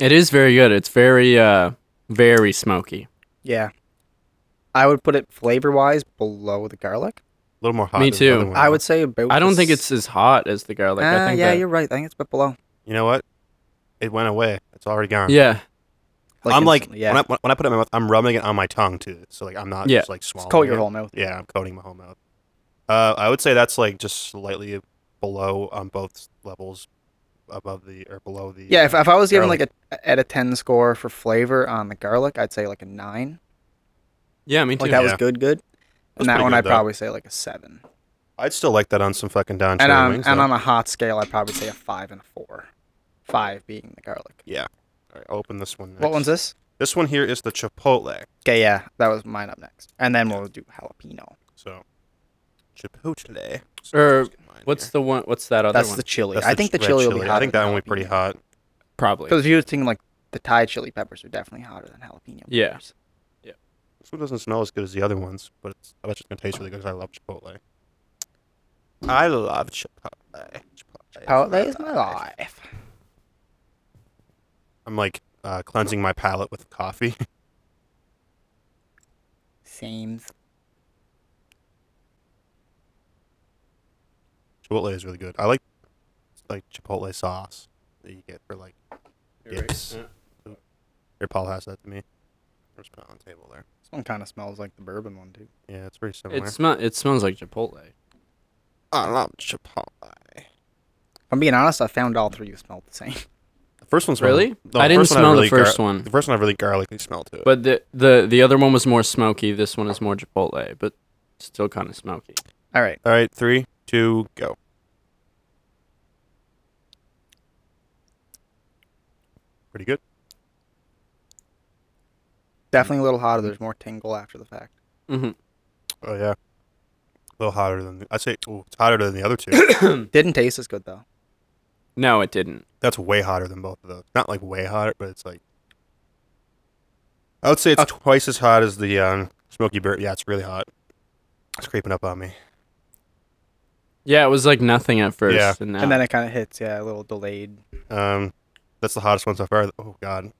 Speaker 2: It is very good. It's very uh very smoky.
Speaker 1: Yeah. I would put it flavor wise below the garlic.
Speaker 4: A little more hot.
Speaker 2: Me
Speaker 4: than the other
Speaker 2: too.
Speaker 4: one.
Speaker 1: I would say about.
Speaker 2: I
Speaker 1: the
Speaker 2: don't think
Speaker 1: s-
Speaker 2: it's as hot as the garlic.
Speaker 1: Ah,
Speaker 2: I think
Speaker 1: yeah,
Speaker 2: that-
Speaker 1: you're right. I think it's but below.
Speaker 4: You know what? It went away. It's already gone.
Speaker 2: yeah.
Speaker 4: I'm like,
Speaker 1: instantly, yeah.
Speaker 4: when, I, when I put it in my mouth, I'm rubbing it on my tongue too. So like, I'm not
Speaker 2: Yeah.
Speaker 4: just like
Speaker 1: It's
Speaker 4: swallowing.
Speaker 1: coat your
Speaker 4: it.
Speaker 1: whole mouth.
Speaker 4: Yeah, I'm coating my whole mouth. Uh, I would say that's like just slightly below on both levels, above the or below the.
Speaker 1: Yeah, if, if I was given
Speaker 4: Garlic.
Speaker 1: like a at a ten score for flavor on the garlic, I'd say like a nine.
Speaker 2: Yeah, me too.
Speaker 1: Like that was
Speaker 4: Yeah.
Speaker 1: good, good.
Speaker 4: was
Speaker 1: And that
Speaker 4: pretty
Speaker 1: one
Speaker 4: good,
Speaker 1: I'd
Speaker 4: though.
Speaker 1: probably say like a seven.
Speaker 4: I'd still like that on some fucking Don
Speaker 1: And
Speaker 4: Cherry
Speaker 1: on
Speaker 4: wings.
Speaker 1: and
Speaker 4: though.
Speaker 1: on a hot scale, I'd probably say a five and a four. Five being the garlic.
Speaker 4: All right, open this one. Next.
Speaker 1: What one's this?
Speaker 4: This one here is the chipotle.
Speaker 1: Okay, yeah, that was mine up next. And then we'll do jalapeno.
Speaker 4: So chipotle.
Speaker 2: Or What's the one what's that other
Speaker 1: That's
Speaker 2: one?
Speaker 1: the chili. I think the chili, will be hot.
Speaker 4: I think that one will be pretty hot.
Speaker 2: Probably.
Speaker 1: Because if you were thinking like the Thai chili peppers are definitely hotter than jalapeno.
Speaker 2: Yeah.
Speaker 1: peppers.
Speaker 4: This one doesn't smell as good as the other ones, but it's, I bet it's gonna taste really good because I love chipotle. I love chipotle. Chipotle,
Speaker 1: Chipotle is my life.
Speaker 4: I'm like uh, cleansing my palate with coffee.
Speaker 1: Same.
Speaker 4: chipotle is really good. I like like chipotle sauce that you get for like dips. Here, Paul has that to me. I'll Just put it on the table there.
Speaker 1: This one kind of smells like the bourbon one too.
Speaker 4: Yeah, it's pretty similar.
Speaker 2: It smell it smells like Chipotle.
Speaker 4: I love chipotle.
Speaker 1: If I'm being honest, I found all three smelled the same.
Speaker 4: The first one smelled
Speaker 2: Really?
Speaker 4: No,
Speaker 2: I didn't
Speaker 4: first one had
Speaker 2: smell
Speaker 4: really
Speaker 2: the first
Speaker 4: gar-
Speaker 2: one.
Speaker 4: The first one had really garlicky smell to it.
Speaker 2: But the the the other one was more smoky. This one is more Chipotle, but still kind of smoky.
Speaker 1: All right.
Speaker 4: All right, three, two, go. Pretty good.
Speaker 1: Definitely a little hotter. There's more tingle after the fact.
Speaker 4: Oh yeah, a little hotter than the, I say. Ooh, it's hotter than the other two.
Speaker 1: Didn't taste as good though.
Speaker 2: No, it didn't.
Speaker 4: That's way hotter than both of those. Not like way hotter, but it's like I would say
Speaker 2: Uh.
Speaker 4: it's twice as hot as the um, smoky bird. Yeah, it's really hot. It's creeping up on me.
Speaker 2: Yeah, it was like nothing at first.
Speaker 4: Yeah.
Speaker 2: And,
Speaker 1: And then it kind of hits, yeah, a little delayed.
Speaker 4: Um, that's the hottest one so far. Oh god, it's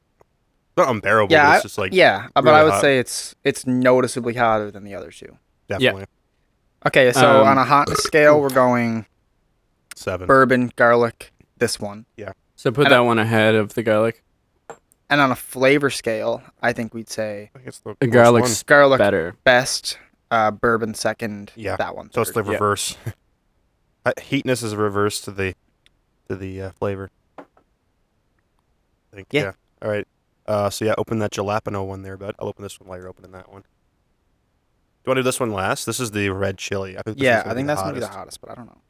Speaker 4: not unbearable.
Speaker 1: Yeah,
Speaker 4: but
Speaker 1: I-
Speaker 4: it's just like
Speaker 1: yeah, but
Speaker 4: really
Speaker 1: I would
Speaker 4: hot.
Speaker 1: say it's it's noticeably hotter than the other two.
Speaker 4: definitely
Speaker 1: Okay, so
Speaker 2: Um,
Speaker 1: on a hotness scale, we're going
Speaker 4: seven.
Speaker 1: bourbon, garlic, this one.
Speaker 2: so put
Speaker 1: and I-
Speaker 2: that one ahead of the garlic.
Speaker 1: And on a flavor scale, I think we'd say
Speaker 4: I think it's the
Speaker 2: The
Speaker 4: worst one.
Speaker 2: garlic's
Speaker 1: garlic
Speaker 2: better.
Speaker 1: Hmm. best, uh, bourbon second,
Speaker 4: Yeah,
Speaker 1: that one.
Speaker 4: So it's
Speaker 1: third.
Speaker 4: the
Speaker 2: Yeah.
Speaker 4: reverse. Uh, Heatness is a reverse to the to the uh, flavor. I think,
Speaker 1: Yeah.
Speaker 4: yeah. All right. Uh, so yeah, open that jalapeno one there, bud. I'll open this one while you're opening that one. Do you want to do this one last? This is the red chili. I think this
Speaker 1: yeah,
Speaker 4: one's gonna
Speaker 1: I
Speaker 4: be
Speaker 1: think
Speaker 4: the
Speaker 1: that's gonna be the
Speaker 4: hottest.
Speaker 1: hottest, but I don't know.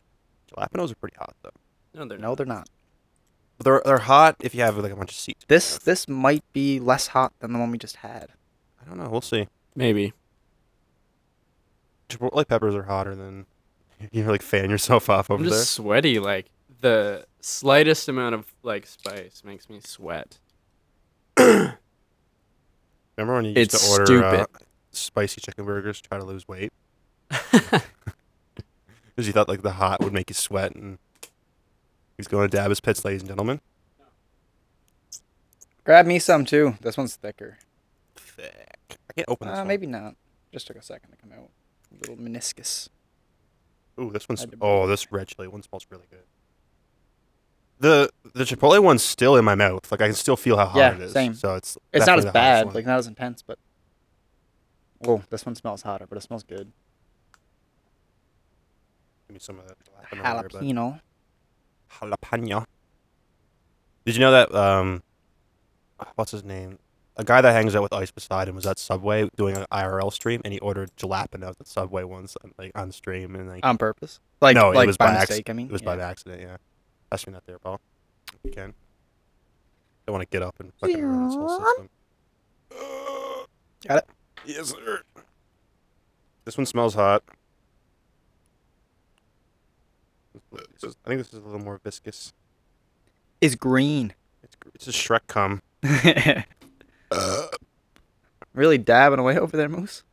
Speaker 4: Jalapenos are pretty hot though.
Speaker 2: No, they're
Speaker 1: No, they're not.
Speaker 4: But they're they're hot if you have like a bunch of seeds.
Speaker 1: This this might be less hot than the one we just had.
Speaker 4: I don't know. We'll see.
Speaker 2: Maybe.
Speaker 4: Chipotle peppers are hotter than you know, like fan yourself off over
Speaker 2: I'm just sweaty. Like the slightest amount of like spice makes me sweat.
Speaker 4: there. Remember when you used
Speaker 2: It's
Speaker 4: to order Uh,
Speaker 2: stupid.
Speaker 4: spicy chicken burgers to try to lose weight? Because you thought like the hot would make you sweat, and he's going to dab his pits, ladies and gentlemen.
Speaker 1: Grab me some too. This one's thicker.
Speaker 4: Thick. I can't open this
Speaker 1: Uh,
Speaker 4: one.
Speaker 1: maybe not. Just took a second to come out. Little meniscus.
Speaker 4: Ooh, this one's.
Speaker 1: Had to break
Speaker 4: Oh, this red chili one smells really good. The the chipotle one's still in my mouth. Like I can still feel how hot
Speaker 1: Yeah,
Speaker 4: it is.
Speaker 1: same.
Speaker 4: So it's.
Speaker 1: It's not as
Speaker 4: definitely the hottest
Speaker 1: bad,
Speaker 4: one.
Speaker 1: like not as intense, but. Oh, this one smells hotter, but it smells good.
Speaker 4: Give me some of that jalapeno. there,
Speaker 1: Jalapeno.
Speaker 4: bud. Jalapeno. Did you know that um, what's his name? a guy that hangs out with Ice Poseidon was at Subway doing an IRL stream, and he ordered jalapenos at Subway once, like on stream, and like
Speaker 1: on purpose. Like
Speaker 4: No, it
Speaker 1: like
Speaker 4: was
Speaker 1: by,
Speaker 4: by acc-
Speaker 1: mistake. I mean,
Speaker 4: it was
Speaker 1: yeah.
Speaker 4: by accident. Yeah, that's me not there, Paul. If You can. Don't want to get up and fucking ruin this whole system.
Speaker 1: Got
Speaker 4: it. Yes, sir. This one smells hot. This is- I think this is a little more viscous.
Speaker 1: Is green.
Speaker 4: It's gr- it's a Shrek cum.
Speaker 1: really dabbing away over there, Moose.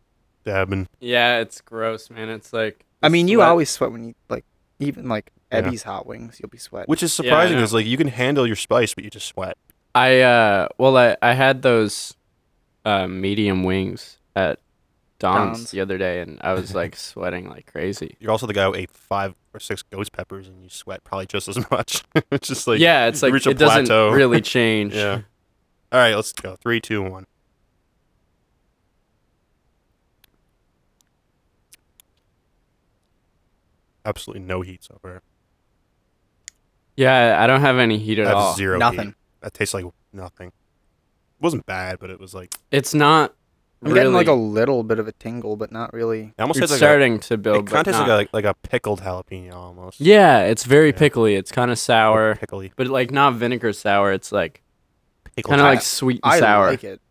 Speaker 4: Dabbing.
Speaker 2: Yeah, it's gross, man. It's like
Speaker 1: I mean, you
Speaker 2: sweat.
Speaker 1: always sweat when you like, even like
Speaker 4: Yeah.
Speaker 1: Eddie's hot wings, you'll be sweating.
Speaker 4: Which is
Speaker 2: Yeah, I
Speaker 4: surprising
Speaker 2: know.
Speaker 4: because like you can handle your spice, but you just sweat.
Speaker 2: I uh well I I had those uh medium wings at Don's,
Speaker 1: Don's.
Speaker 2: the other day and I was like sweating like crazy.
Speaker 4: You're also the guy who ate five or six ghost peppers, and you sweat probably just as much. it's just like
Speaker 2: yeah, it's
Speaker 4: you
Speaker 2: like
Speaker 4: reach a
Speaker 2: it doesn't
Speaker 4: plateau.
Speaker 2: really change.
Speaker 4: Yeah. All right, let's go. Three, two, one. Absolutely no heat so far.
Speaker 2: Yeah, I don't have any heat at
Speaker 4: I have
Speaker 2: all.
Speaker 4: zero
Speaker 1: nothing.
Speaker 4: heat. That tastes like nothing. It wasn't bad, but it was like
Speaker 2: It's not
Speaker 1: I'm
Speaker 2: really
Speaker 1: getting like a little bit of a tingle, but not really.
Speaker 4: it almost
Speaker 2: it's
Speaker 4: tastes like a,
Speaker 2: starting to
Speaker 4: it
Speaker 2: build
Speaker 4: kind of
Speaker 2: but
Speaker 4: tastes like
Speaker 2: not-
Speaker 4: a, like a pickled jalapeno almost.
Speaker 2: Yeah, it's very
Speaker 4: Yeah.
Speaker 2: pickly. It's kind of
Speaker 4: Or
Speaker 2: sour,
Speaker 4: pickly.
Speaker 2: but like not vinegar sour. It's like
Speaker 4: Pickled
Speaker 2: kind of
Speaker 1: I-
Speaker 2: like sweet and
Speaker 1: I
Speaker 2: sour.
Speaker 1: like it.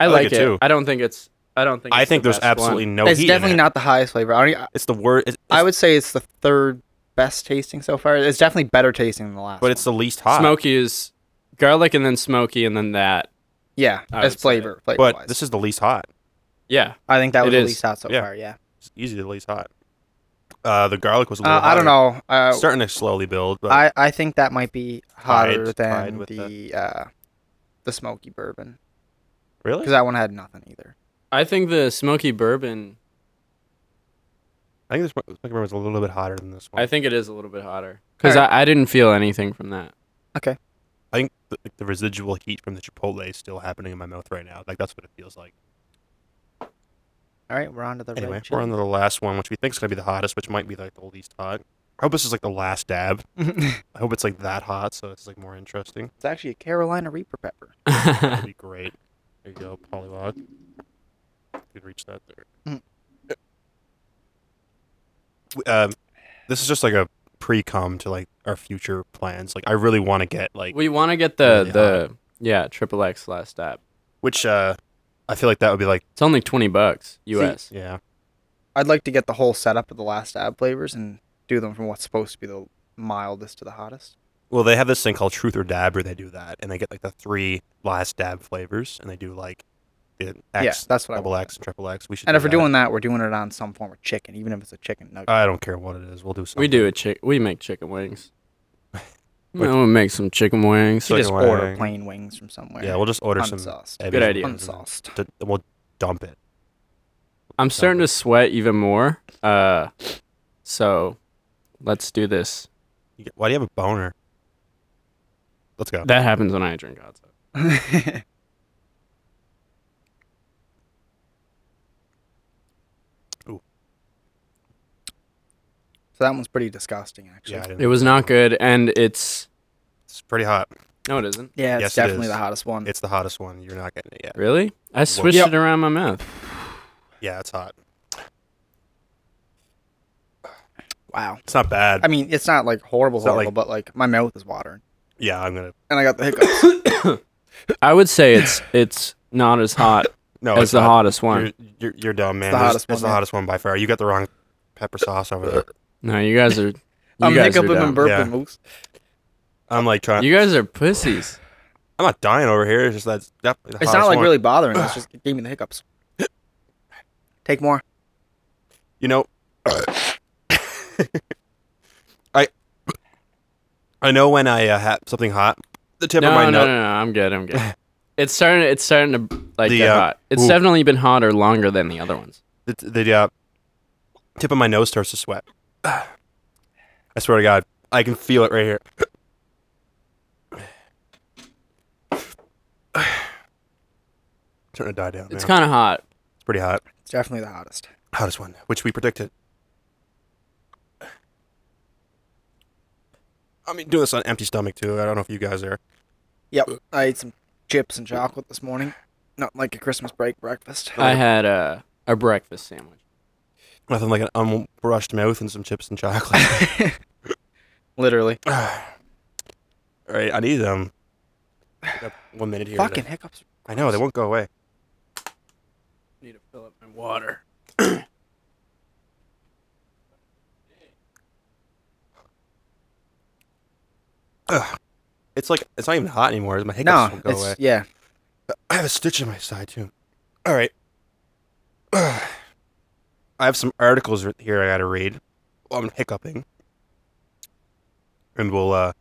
Speaker 2: I like it.
Speaker 4: too.
Speaker 2: I don't think it's I don't think
Speaker 4: I
Speaker 2: it's
Speaker 4: think
Speaker 2: the
Speaker 4: there's
Speaker 2: best one.
Speaker 4: absolutely no
Speaker 1: it's
Speaker 4: heat.
Speaker 1: definitely not the highest flavor. I, don't, e,
Speaker 4: It's the word. It's,
Speaker 1: I would say it's the third best tasting so far. It's definitely better tasting than the last.
Speaker 4: but
Speaker 1: one.
Speaker 4: it's the least hot.
Speaker 2: smoky is garlic and then smoky and then that.
Speaker 1: yeah,
Speaker 2: I
Speaker 1: as
Speaker 2: would say.
Speaker 1: flavor, flavor
Speaker 4: But
Speaker 1: wise.
Speaker 4: this is the least hot.
Speaker 2: Yeah.
Speaker 1: I think that
Speaker 2: it
Speaker 1: was the
Speaker 2: is.
Speaker 1: least hot so
Speaker 4: Yeah.
Speaker 1: far. Yeah.
Speaker 4: It's easy the least hot. Uh, the garlic was a little.
Speaker 1: Uh, I don't
Speaker 4: hotter.
Speaker 1: know. Uh,
Speaker 4: It's starting to slowly build. But
Speaker 1: I, I think that might be hotter
Speaker 4: Tied- tied
Speaker 1: than
Speaker 4: with
Speaker 1: the uh, the smoky bourbon
Speaker 4: really,
Speaker 1: because that one had nothing either.
Speaker 2: I think the smoky bourbon.
Speaker 4: I think this one- smoky bourbon was a little bit hotter than this one.
Speaker 2: I think it is a little bit hotter because
Speaker 1: Alright.
Speaker 2: I, I didn't feel anything from that.
Speaker 4: I think the, like, the residual heat from the chipotle is still happening in my mouth right now. Like that's what it feels like.
Speaker 1: All right, we're on to the
Speaker 4: Anyway,
Speaker 1: red
Speaker 4: we're
Speaker 1: chili.
Speaker 4: on to the last one, which we think is gonna be the hottest, which might be like the least hot. I hope this is like the last dab. I hope it's like that hot, so it's like more interesting.
Speaker 1: it's actually a Carolina Reaper pepper.
Speaker 4: That'd be great. There you go, polywog. You can reach that there.
Speaker 1: Mm.
Speaker 4: W- Um, this is just like a pre-com to like our future plans. Like I really want to get like
Speaker 2: we want to get the
Speaker 4: Really
Speaker 2: the yeah triple X last step.
Speaker 4: which uh I feel like that would be like
Speaker 2: It's only twenty bucks U.S.
Speaker 4: yeah.
Speaker 1: I'd like to get the whole setup of the last dab flavors and do them from what's supposed to be the mildest to the hottest.
Speaker 4: Well, they have this thing called Truth or Dab, where they do that, and they get like the three last dab flavors, and they do like the X,
Speaker 1: yeah, that's what I
Speaker 4: double
Speaker 1: want.
Speaker 4: X, and triple X. We should.
Speaker 1: And
Speaker 4: do
Speaker 1: if we're
Speaker 4: that.
Speaker 1: doing that, we're doing it on some form of chicken, even if it's a chicken nugget.
Speaker 4: I don't care what it is. We'll do something.
Speaker 2: we do a chick. We make chicken wings.
Speaker 4: Which-
Speaker 2: No, we make some chicken wings.
Speaker 1: you
Speaker 4: Chicken
Speaker 1: just order
Speaker 4: wing.
Speaker 1: plain wings from somewhere.
Speaker 4: Yeah, we'll just order some.
Speaker 1: unsauced.
Speaker 4: Ebby's
Speaker 2: Good idea.
Speaker 4: wings and
Speaker 1: Unsauced.
Speaker 4: d- and We'll dump it.
Speaker 2: I'm starting to sweat even more. Uh, so let's do this.
Speaker 4: You get- Why do you have a boner? Let's go.
Speaker 2: That happens when I drink outside.
Speaker 1: Ooh.
Speaker 4: Ooh.
Speaker 1: So that one's pretty disgusting, actually.
Speaker 4: yeah, I didn't-
Speaker 2: It was not good, and it's
Speaker 4: It's pretty hot.
Speaker 2: no, it isn't.
Speaker 1: Yeah, it's
Speaker 4: Yes, it
Speaker 1: definitely
Speaker 4: is.
Speaker 1: the hottest one.
Speaker 4: It's the hottest one. You're not getting it yet.
Speaker 2: Really? I switched
Speaker 1: Yep.
Speaker 2: it around my mouth.
Speaker 4: Yeah, it's hot.
Speaker 1: wow.
Speaker 4: It's not bad.
Speaker 1: I mean, it's not like horrible,
Speaker 4: It's not
Speaker 1: horrible,
Speaker 4: like-
Speaker 1: but like my mouth is watering,
Speaker 4: yeah, I'm gonna.
Speaker 1: and I got the hiccups.
Speaker 2: I would say it's it's not as hot
Speaker 4: No,
Speaker 2: as
Speaker 4: Oh, it's
Speaker 2: the
Speaker 4: not.
Speaker 2: hottest one.
Speaker 4: You're, you're, you're dumb, man.
Speaker 1: the
Speaker 4: There's-
Speaker 1: hottest
Speaker 4: it's
Speaker 1: one,
Speaker 4: the
Speaker 1: man.
Speaker 4: hottest one by far. You got the wrong pepper sauce over there.
Speaker 2: No, you guys are. You
Speaker 1: I'm
Speaker 2: guys are
Speaker 1: hiccuping and
Speaker 2: dumb.
Speaker 1: burping,
Speaker 4: Yeah.
Speaker 1: Moose.
Speaker 4: I'm like trying.
Speaker 2: You guys are pussies.
Speaker 4: I'm not dying over here. It's just that's definitely the
Speaker 1: It's not
Speaker 4: hottest
Speaker 1: like
Speaker 4: one.
Speaker 1: really bothering. It's just it gave me the hiccups. Take more.
Speaker 4: You know, I I know when I uh, have something hot, the tip
Speaker 2: No,
Speaker 4: of my
Speaker 2: no, no,
Speaker 4: nose.
Speaker 2: no, I'm good. I'm good. It's starting. It's starting to like
Speaker 4: The,
Speaker 2: get
Speaker 4: uh,
Speaker 2: hot. It's
Speaker 4: ooh.
Speaker 2: definitely been hotter longer than the other ones.
Speaker 4: the, the uh, tip of my nose starts to sweat. I swear to God, I can feel it right here. starting to die down.
Speaker 2: It's
Speaker 4: now.
Speaker 2: kind of hot.
Speaker 4: it's pretty hot.
Speaker 1: It's definitely the hottest.
Speaker 4: Hottest one, which we predicted. I mean, doing this on empty stomach too. I don't know if you guys are.
Speaker 1: Yep. I ate some chips and chocolate this morning. Not like a Christmas break breakfast.
Speaker 2: I had a a breakfast sandwich.
Speaker 4: Nothing like an unbrushed mouth and some chips and chocolate.
Speaker 1: Literally.
Speaker 4: All right, I need um up one minute here. to-
Speaker 1: Fucking hiccups.
Speaker 4: I know they won't go away.
Speaker 2: Need to fill up my water.
Speaker 4: It's like it's not even hot anymore. My hiccups
Speaker 1: No,
Speaker 4: won't go
Speaker 1: it's
Speaker 4: away.
Speaker 1: yeah.
Speaker 4: I have a stitch in my side too. All right. I have some articles r- here I gotta read. Well, I'm hiccuping, and we'll uh,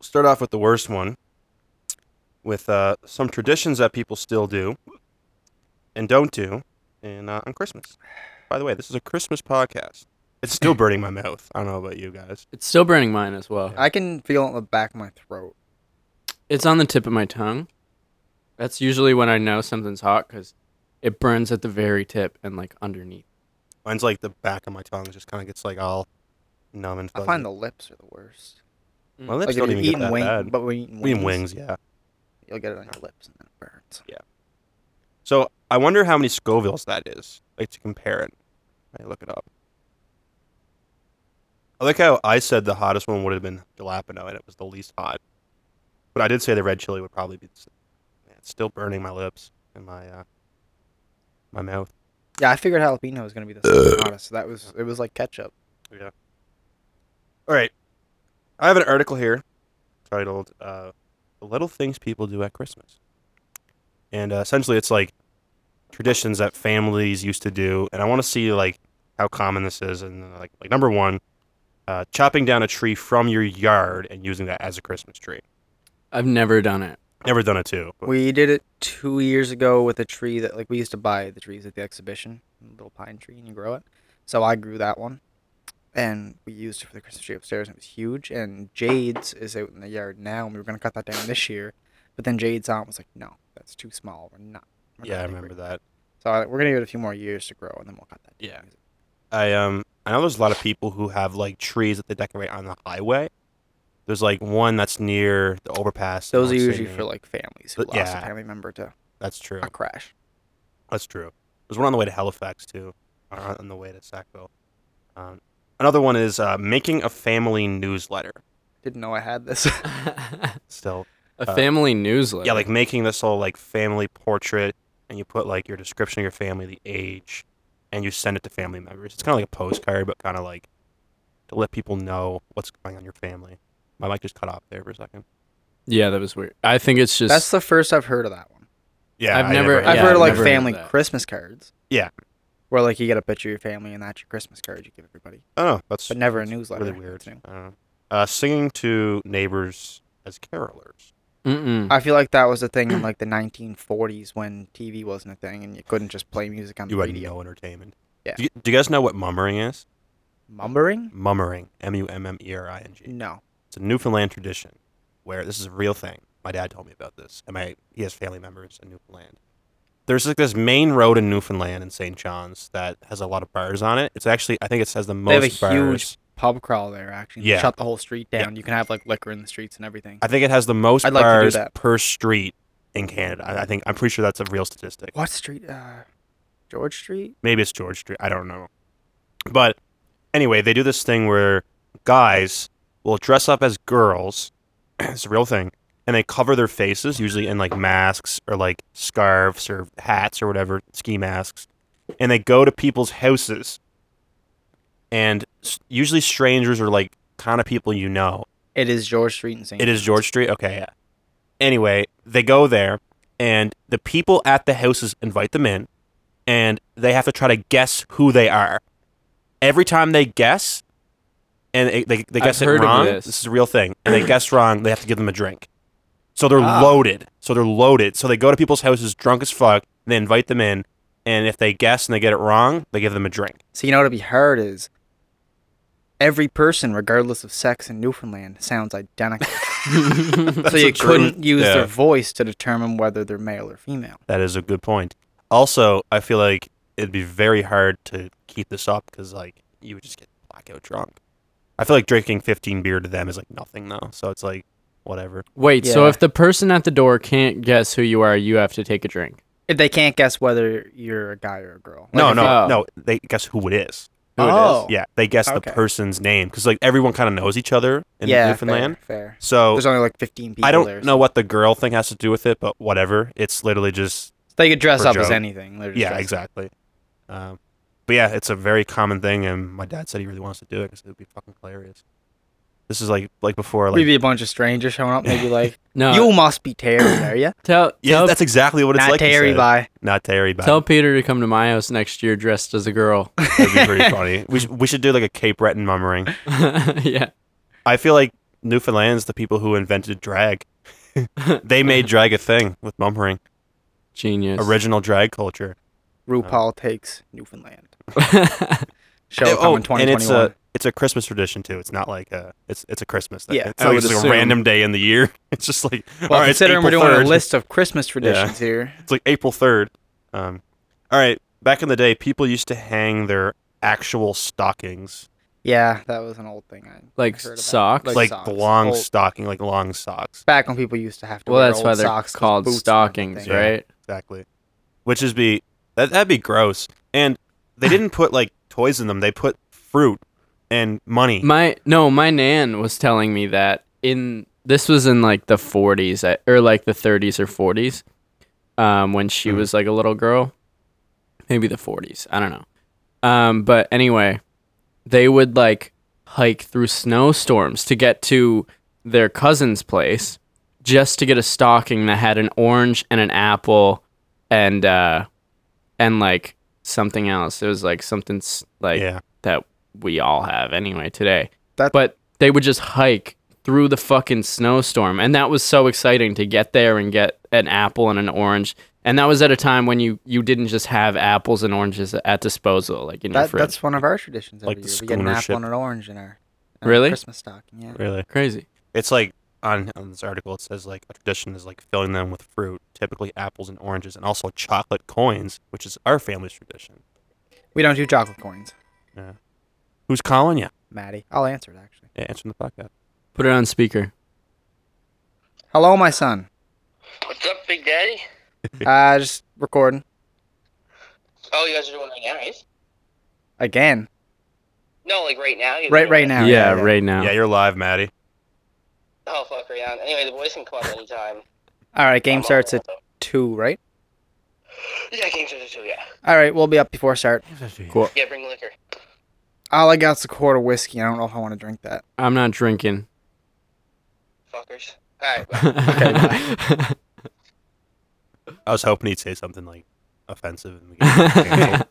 Speaker 4: start off with the worst one, with uh, some traditions that people still do and don't do, and uh, on Christmas. By the way, this is a Christmas podcast. It's still burning my mouth. I don't know about you guys.
Speaker 2: It's still burning mine as well.
Speaker 1: I can feel it in the back of my throat.
Speaker 2: It's on the tip of my tongue. That's usually when I know something's hot because it burns at the very tip and like underneath.
Speaker 4: Mine's like the back of my tongue just kind of gets like all numb and
Speaker 1: I
Speaker 4: fuzzy.
Speaker 1: find the lips are the worst.
Speaker 4: my lips
Speaker 1: like
Speaker 4: don't
Speaker 1: if
Speaker 4: even
Speaker 1: you're
Speaker 4: get that
Speaker 1: wing-
Speaker 4: bad.
Speaker 1: but when you eat
Speaker 4: We mean wings, yeah.
Speaker 1: you'll get it on your lips and then it burns.
Speaker 4: So I wonder how many Scovilles that is. Like to compare it. I look it up. I like how I said the hottest one would have been jalapeno, and it was the least hot. But I did say the red chili would probably be. Yeah, It's still burning my lips and my uh, my mouth.
Speaker 1: Yeah, I figured jalapeno was gonna be the second hottest. So that was it was like ketchup.
Speaker 4: All right, I have an article here titled uh, "The Little Things People Do at Christmas," and uh, essentially it's like traditions that families used to do, and I want to see like how common this is. And uh, like, like number one, uh, chopping down a tree from your yard and using that as a Christmas tree.
Speaker 2: I've never done it.
Speaker 4: Never done it too. but-
Speaker 1: We did it two years ago with a tree that like we used to buy the trees at the exhibition, a little pine tree, and you grow it. So I grew that one, and we used it for the Christmas tree upstairs. And it was huge. And Jade's is out in the yard now, and we were gonna cut that down this year, but then Jade's aunt was like, "No, that's too small. We're not." we're
Speaker 4: yeah, I
Speaker 1: not
Speaker 4: remember
Speaker 1: decorating."
Speaker 4: that.
Speaker 1: So I, we're gonna give it a few more years to grow, and then we'll cut that.
Speaker 4: Yeah. I um I know there's a lot of people who have like trees that they decorate on the highway. There's like one that's near the overpass. I
Speaker 1: Those are
Speaker 4: won't say
Speaker 1: usually
Speaker 4: name.
Speaker 1: for like families who
Speaker 4: But-
Speaker 1: lost
Speaker 4: yeah.
Speaker 1: a family member to
Speaker 4: that's true.
Speaker 1: a crash.
Speaker 4: That's true. There's one on the way to Halifax too, or on- on the way to Sackville. Um, another one is uh, making a family newsletter.
Speaker 1: Didn't know I had this.
Speaker 2: a
Speaker 4: Still,
Speaker 2: family newsletter.
Speaker 4: yeah, like making this whole like family portrait, and you put like your description of your family, the age, and you send it to family members. It's kind of like a postcard, but kind of like to let people know what's going on in your family. My mic just cut off there for a second.
Speaker 2: yeah, that was weird. I think it's just
Speaker 1: That's the first I've heard of that one.
Speaker 4: Yeah,
Speaker 2: I've
Speaker 4: I
Speaker 2: never-
Speaker 1: I've
Speaker 2: Yeah,
Speaker 1: heard
Speaker 2: I've
Speaker 1: of like
Speaker 2: never heard of
Speaker 1: family
Speaker 2: that.
Speaker 1: Christmas cards.
Speaker 4: Yeah.
Speaker 1: Where like you get a picture of your family and that's your Christmas card you give everybody,
Speaker 4: I don't know. Oh, That's
Speaker 1: but never a newsletter.
Speaker 4: really weird.
Speaker 1: It's new.
Speaker 4: I don't know. Uh, singing to neighbors as carolers.
Speaker 2: Mm-mm.
Speaker 1: I feel like that was a thing in like the 1940s when TV wasn't a thing and you couldn't just play music on the
Speaker 4: You had
Speaker 1: radio.
Speaker 4: no entertainment.
Speaker 1: Yeah.
Speaker 4: Do you, do you guys know what mummering is?
Speaker 1: Mumbering?
Speaker 4: Mummering. M U M M E R I N G.
Speaker 1: No.
Speaker 4: It's a Newfoundland tradition where this is a real thing. My dad told me about this, and my he has family members in Newfoundland. There's like this main road in Newfoundland in St. John's that has a lot of bars on it. It's actually I think it has the most
Speaker 1: they have a
Speaker 4: bars.
Speaker 1: huge pub crawl there. Actually, They
Speaker 4: Yeah.
Speaker 1: shut the whole street
Speaker 4: Yeah.
Speaker 1: down. You can have like liquor in the streets and everything.
Speaker 4: I think it has the most
Speaker 1: I'd like to do
Speaker 4: bars
Speaker 1: that.
Speaker 4: per street in Canada. I, I think I'm pretty sure that's a real statistic.
Speaker 1: What street? Uh, George Street.
Speaker 4: maybe it's George Street. I don't know. But anyway, they do this thing where guys will dress up as girls. it's a real thing. And they cover their faces, usually in like masks or like scarves or hats or whatever, ski masks. And they go to people's houses. And s- usually strangers are like kind of people you know.
Speaker 1: It is George Street in St.
Speaker 4: It is George Street. Okay, yeah. Anyway, they go there, and the people at the houses invite them in, and they have to try to guess who they are. Every time they guess, and they they, they
Speaker 2: I've
Speaker 4: guess
Speaker 2: heard of
Speaker 4: it wrong.
Speaker 2: this.
Speaker 4: is a real thing, and they guess wrong. They have to give them a drink. So they're
Speaker 1: Ah.
Speaker 4: loaded. So they're loaded. So they go to people's houses drunk as fuck, and they invite them in. And if they guess and they get it wrong, they give them a drink.
Speaker 1: So you know what'd be hard is every person, regardless of sex in Newfoundland, sounds identical. so
Speaker 4: That's
Speaker 1: you
Speaker 4: the truth.
Speaker 1: couldn't use
Speaker 4: Yeah.
Speaker 1: their voice to determine whether they're male or female.
Speaker 4: That is a good point. Also, I feel like it'd be very hard to keep this up because like you would just get blackout drunk. I feel like drinking 15 beer to them is like nothing though. So it's like whatever.
Speaker 2: Wait, so
Speaker 1: Yeah.
Speaker 2: if the person at the door can't guess who you are, you have to take a drink.
Speaker 1: If they can't guess whether you're a guy or a girl.
Speaker 4: no,
Speaker 2: if
Speaker 4: no,
Speaker 2: you-
Speaker 4: no. They guess who it is.
Speaker 2: Who it is?
Speaker 1: Oh.
Speaker 4: Yeah, they guess
Speaker 1: Okay.
Speaker 4: the person's name because like everyone kind of knows each other in
Speaker 1: yeah,
Speaker 4: Newfoundland.
Speaker 1: Fair, fair.
Speaker 4: So
Speaker 1: There's only like 15 people
Speaker 4: I don't
Speaker 1: there.
Speaker 4: know what the girl thing has to do with it, but whatever. It's literally just
Speaker 1: They could dress
Speaker 4: for
Speaker 1: up as
Speaker 4: Joe.
Speaker 1: anything. They're just
Speaker 4: yeah,
Speaker 1: dressed-
Speaker 4: exactly. Um, but yeah, it's a very common thing, and my dad said he really wants to do it because it would be fucking hilarious. This is like like before like
Speaker 1: Maybe a bunch of strangers showing up. Maybe like,
Speaker 2: No,
Speaker 1: you must be Terry, are you?
Speaker 2: tell
Speaker 4: yeah,
Speaker 2: tell,
Speaker 4: that's exactly what it's
Speaker 1: Not
Speaker 4: like. he
Speaker 1: Terry,
Speaker 4: said.
Speaker 1: bye.
Speaker 4: Not Terry, but
Speaker 2: tell Peter to come to my house next year dressed as a girl.
Speaker 4: that'd be pretty funny. We should, we should do like a Cape Breton mum ring.
Speaker 2: yeah,
Speaker 4: I feel like Newfoundland's the people who invented drag. they made drag a thing with mummering.
Speaker 2: genius.
Speaker 4: Original drag culture. Uh-huh.
Speaker 1: RuPaul takes Newfoundland. Show
Speaker 4: Yeah,
Speaker 1: up in
Speaker 4: oh, and it's
Speaker 1: 2021.
Speaker 4: uh, a it's a Christmas tradition too. It's not like a it's it's a Christmas thing.
Speaker 1: Yeah,
Speaker 4: it's
Speaker 2: I
Speaker 4: not
Speaker 2: would
Speaker 4: like just like a
Speaker 2: assume.
Speaker 4: random day in the year. It's just like
Speaker 1: well,
Speaker 4: all right, it's
Speaker 1: considering we're
Speaker 4: April
Speaker 1: doing
Speaker 4: 3rd.
Speaker 1: a list of Christmas traditions here.
Speaker 4: It's like April third. Um, all right, back in the day, people used to hang their actual stockings,
Speaker 1: Yeah, that was an old thing. I
Speaker 2: like
Speaker 1: heard about.
Speaker 2: socks.
Speaker 1: Like
Speaker 4: like
Speaker 1: socks,
Speaker 4: the long
Speaker 1: old-
Speaker 4: stocking, like long socks,
Speaker 1: back when people used to have to
Speaker 2: well,
Speaker 1: wear
Speaker 2: that's
Speaker 1: old
Speaker 2: why they're
Speaker 1: socks, 'cause
Speaker 2: called
Speaker 1: boots and
Speaker 2: stockings,
Speaker 1: everything.
Speaker 4: Yeah.
Speaker 2: right?
Speaker 4: exactly. Which is be that that'd be gross. And they didn't put like toys in them. They put fruit and money.
Speaker 2: My no, my nan was telling me that in this was in like the 40s I- or like the 30s or 40s, um, when she
Speaker 4: Mhm.
Speaker 2: was like a little girl, maybe the 40s. I don't know. Um, but anyway, they would like hike through snowstorms to get to their cousin's place just to get a stocking that had an orange and an apple and uh and like something else. It was like something s- like
Speaker 4: yeah,
Speaker 2: that we all have anyway today.
Speaker 1: That-
Speaker 2: but they would just hike through the fucking snowstorm, and that was so exciting to get there and get an apple and an orange. And that was at a time when you you didn't just have apples and oranges at disposal, like in your
Speaker 1: That,
Speaker 2: fridge.
Speaker 1: that's one of our traditions every
Speaker 4: Like the
Speaker 1: year. We get an
Speaker 4: schooner
Speaker 1: apple
Speaker 4: ship.
Speaker 1: and an orange in our, in our
Speaker 2: Really?
Speaker 1: Christmas stocking. Yeah.
Speaker 4: really.
Speaker 2: crazy.
Speaker 4: It's like on, on this article it says like a tradition is like filling them with fruit, typically apples and oranges, and also chocolate coins, which is our family's tradition.
Speaker 1: We don't do chocolate coins,
Speaker 4: Who's calling you?
Speaker 1: Maddie. I'll answer it actually.
Speaker 4: Yeah, answering the podcast.
Speaker 2: Put it on speaker.
Speaker 1: Hello, my son.
Speaker 5: What's up, Big Daddy?
Speaker 1: Uh, just recording
Speaker 5: Oh, you guys are doing it now, right?
Speaker 1: again.
Speaker 5: No, like right now. you guys
Speaker 1: Right,
Speaker 5: are
Speaker 1: right
Speaker 5: doing it
Speaker 1: now.
Speaker 2: Yeah, right now.
Speaker 4: Yeah, you're live, Maddie.
Speaker 5: Oh, fuck around. Anyway, the boys can come up anytime.
Speaker 1: All right, game
Speaker 5: I'm
Speaker 1: starts at
Speaker 5: up.
Speaker 1: two, right?
Speaker 5: Yeah, game starts at two. Yeah.
Speaker 1: All right, we'll be up before start.
Speaker 2: Cool.
Speaker 5: Yeah, bring liquor.
Speaker 1: All I got's a quart of whiskey. I don't know if I want to drink that.
Speaker 2: I'm not drinking.
Speaker 5: Fuckers. All right. bye.
Speaker 2: okay.
Speaker 4: I was hoping he'd say something like offensive. And we get canceled.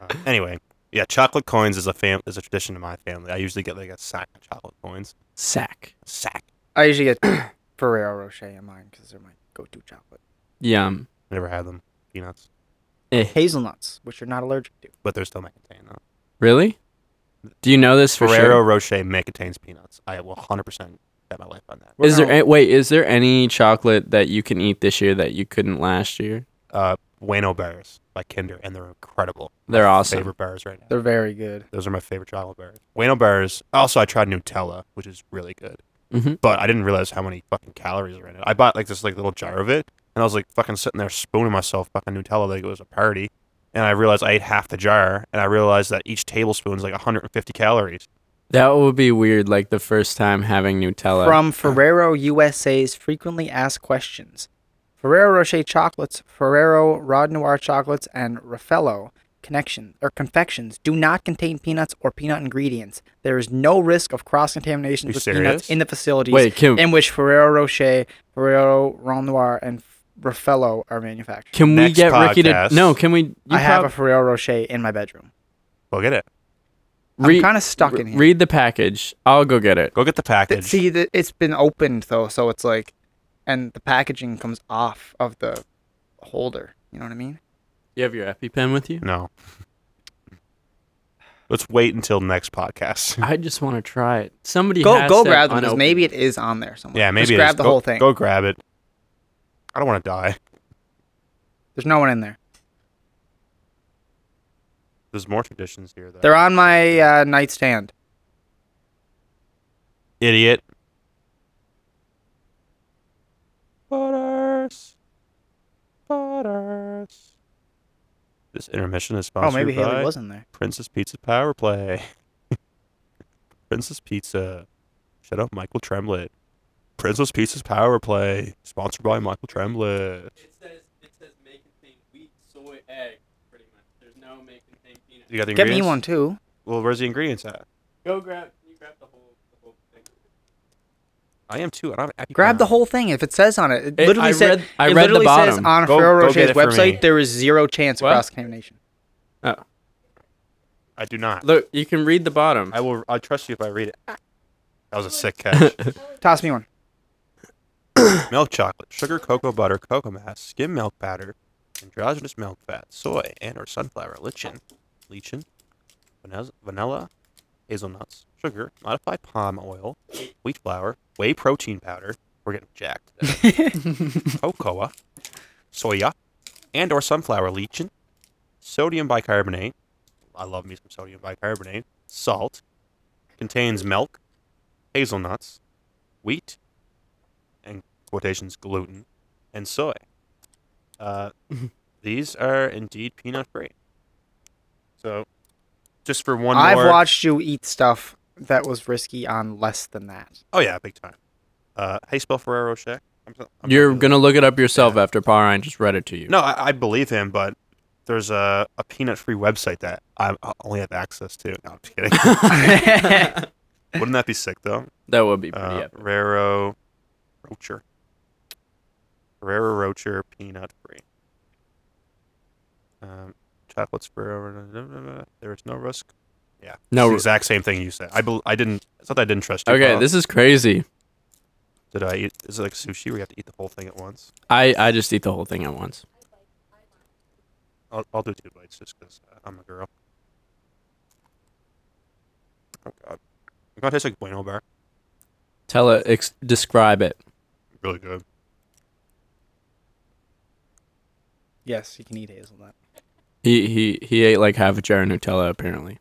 Speaker 4: uh, anyway, yeah, chocolate coins is a fam is a tradition in my family. I usually get like a sack of chocolate coins.
Speaker 2: Sack.
Speaker 4: A sack.
Speaker 1: I usually get Ferrero Rocher in mine because they're my go-to chocolate.
Speaker 2: Yum.
Speaker 4: I never had them. Peanuts,
Speaker 1: Hazelnuts, which you're not allergic to.
Speaker 4: but they're still McCain though.
Speaker 2: Really? Do you know this for
Speaker 4: Ferrero
Speaker 2: sure?
Speaker 4: Rocher McCain's peanuts. I will 100% bet my life on that.
Speaker 1: We're
Speaker 2: Is there
Speaker 1: gonna-
Speaker 2: a, wait? Is there any chocolate that you can eat this year that you couldn't last year?
Speaker 4: uh, Bueno Bears by Kinder, and they're incredible.
Speaker 2: They're awesome.
Speaker 4: Favorite bears right now.
Speaker 1: They're very good.
Speaker 4: Those are my favorite chocolate bears. Bueno Bears. Also, I tried Nutella, which is really good,
Speaker 1: Mm-hmm.
Speaker 2: Mhm.
Speaker 4: but I didn't realize how many fucking calories are in it. I bought like this like little jar of it, and I was like fucking sitting there spooning myself fucking Nutella like it was a party. And I realized I ate half the jar, and I realized that each tablespoon is like 150 calories.
Speaker 2: That would be weird, like the first time having Nutella.
Speaker 1: From Ferrero USA's frequently asked questions. Ferrero Rocher chocolates, Ferrero Rod Noir chocolates, and Raffaello connection or confections do not contain peanuts or peanut ingredients. There is no risk of cross contamination
Speaker 4: You
Speaker 1: with
Speaker 4: serious?
Speaker 1: peanuts in the facilities
Speaker 2: Wait, can
Speaker 1: in which Ferrero Rocher, Ferrero Rond Noir, and Raffaello are manufactured.
Speaker 2: can we
Speaker 4: Next
Speaker 2: get Ricky to?
Speaker 4: podcast.
Speaker 2: No, can we? You
Speaker 1: I have a
Speaker 2: prob-
Speaker 1: Ferrero Rocher in my bedroom.
Speaker 4: Go get it.
Speaker 1: I'm kind of stuck in here.
Speaker 2: Read the package. I'll go get it.
Speaker 4: Go get the
Speaker 1: Th-
Speaker 4: package.
Speaker 1: see, th- it's been opened though, so it's like, and the packaging comes off of the holder. You know what I mean?
Speaker 2: You have your EpiPen with you?
Speaker 4: no. Let's wait until next podcast.
Speaker 2: I just want to try it. Somebody
Speaker 1: go
Speaker 2: has
Speaker 1: go
Speaker 2: to
Speaker 1: grab them because
Speaker 2: unopen
Speaker 1: maybe it is on there somewhere.
Speaker 4: yeah, maybe
Speaker 1: Just
Speaker 4: it
Speaker 1: grab
Speaker 4: is.
Speaker 1: the
Speaker 4: Go-
Speaker 1: whole thing.
Speaker 4: Go grab it. I don't want to die.
Speaker 1: There's no one in there.
Speaker 4: There's more traditions here, though.
Speaker 1: They're on my uh, nightstand.
Speaker 4: Idiot. got us. This intermission
Speaker 1: Oh,
Speaker 4: is sponsored
Speaker 1: maybe
Speaker 4: by
Speaker 1: Haley wasn't there.
Speaker 4: Princess Pizza Power Play. Princess Pizza. Shut up, Michael Tremblett. Princess Pizza's Power Play, sponsored by Michael Tremblett.
Speaker 2: It says it says make and tame wheat, soy, egg, pretty much. There's no make and tame peanut.
Speaker 4: You got the
Speaker 1: Get me
Speaker 4: ingredients?
Speaker 1: one too.
Speaker 4: Well, where's the ingredients at?
Speaker 2: Go grab can you grab the whole the whole thing.
Speaker 4: I am too, and I'm happy
Speaker 1: Grab the
Speaker 4: now.
Speaker 1: whole thing if it says on it. It,
Speaker 2: It-
Speaker 1: literally
Speaker 2: I
Speaker 1: said,
Speaker 2: read- I
Speaker 1: it
Speaker 2: read the
Speaker 1: literally says
Speaker 2: bottom.
Speaker 1: on
Speaker 4: Go-
Speaker 1: Ferrero
Speaker 4: go get
Speaker 1: Rocher's
Speaker 4: it for me.
Speaker 1: website there is zero chance of
Speaker 2: What?
Speaker 1: cross contamination.
Speaker 4: I do not.
Speaker 2: Look, you can read the bottom.
Speaker 4: I will. I trust you if I read it. That was a sick catch.
Speaker 1: Toss me one.
Speaker 4: milk chocolate, sugar, cocoa butter, cocoa mass, skim milk powder, androgynous milk fat, soy, and or sunflower lichen, lichen, vanilla, vanilla, hazelnuts, sugar, modified palm oil, wheat flour, whey protein powder. We're getting jacked. cocoa, soya, and or sunflower lichen, sodium bicarbonate. I love me some sodium bicarbonate. Salt contains milk, hazelnuts, wheat, and quotations gluten, and soy. Uh, these are indeed peanut free. So, just for one
Speaker 1: I've
Speaker 4: more.
Speaker 1: watched you eat stuff that was risky on less than that.
Speaker 4: oh yeah, big time. Uh, how you spell Ferrero Rocher? I'm, so- I'm
Speaker 2: You're
Speaker 4: not-
Speaker 2: gonna look it up yourself
Speaker 4: Yeah.
Speaker 2: after Parine just read it to you.
Speaker 4: No, I, I believe him, but there's a, a peanut free website that I I only have access to. No, I'm just kidding.
Speaker 2: that
Speaker 4: Wouldn't that be sick though?
Speaker 2: would be pretty
Speaker 4: Uh,
Speaker 2: epic.
Speaker 4: Ferrero Rocher. Ferrero Rocher peanut free. Um, chocolates Ferrero. There is no risk. Yeah,
Speaker 2: No
Speaker 4: it's the
Speaker 2: ri-
Speaker 4: exact same thing you said. I bel I didn't. It's not that I didn't trust you.
Speaker 2: Okay,
Speaker 4: Paul.
Speaker 2: this is crazy.
Speaker 4: did I eat? Is it like sushi where you have to eat the whole thing at once?
Speaker 2: I, I just eat the whole thing at once.
Speaker 4: I'll, I'll do two bites just because I'm a girl. Oh god, it kind of tastes like Bueno Bar.
Speaker 2: Tell it, ex- describe it.
Speaker 4: Really good.
Speaker 1: Yes, you can eat hazelnut.
Speaker 2: He he he ate like half a jar of Nutella apparently.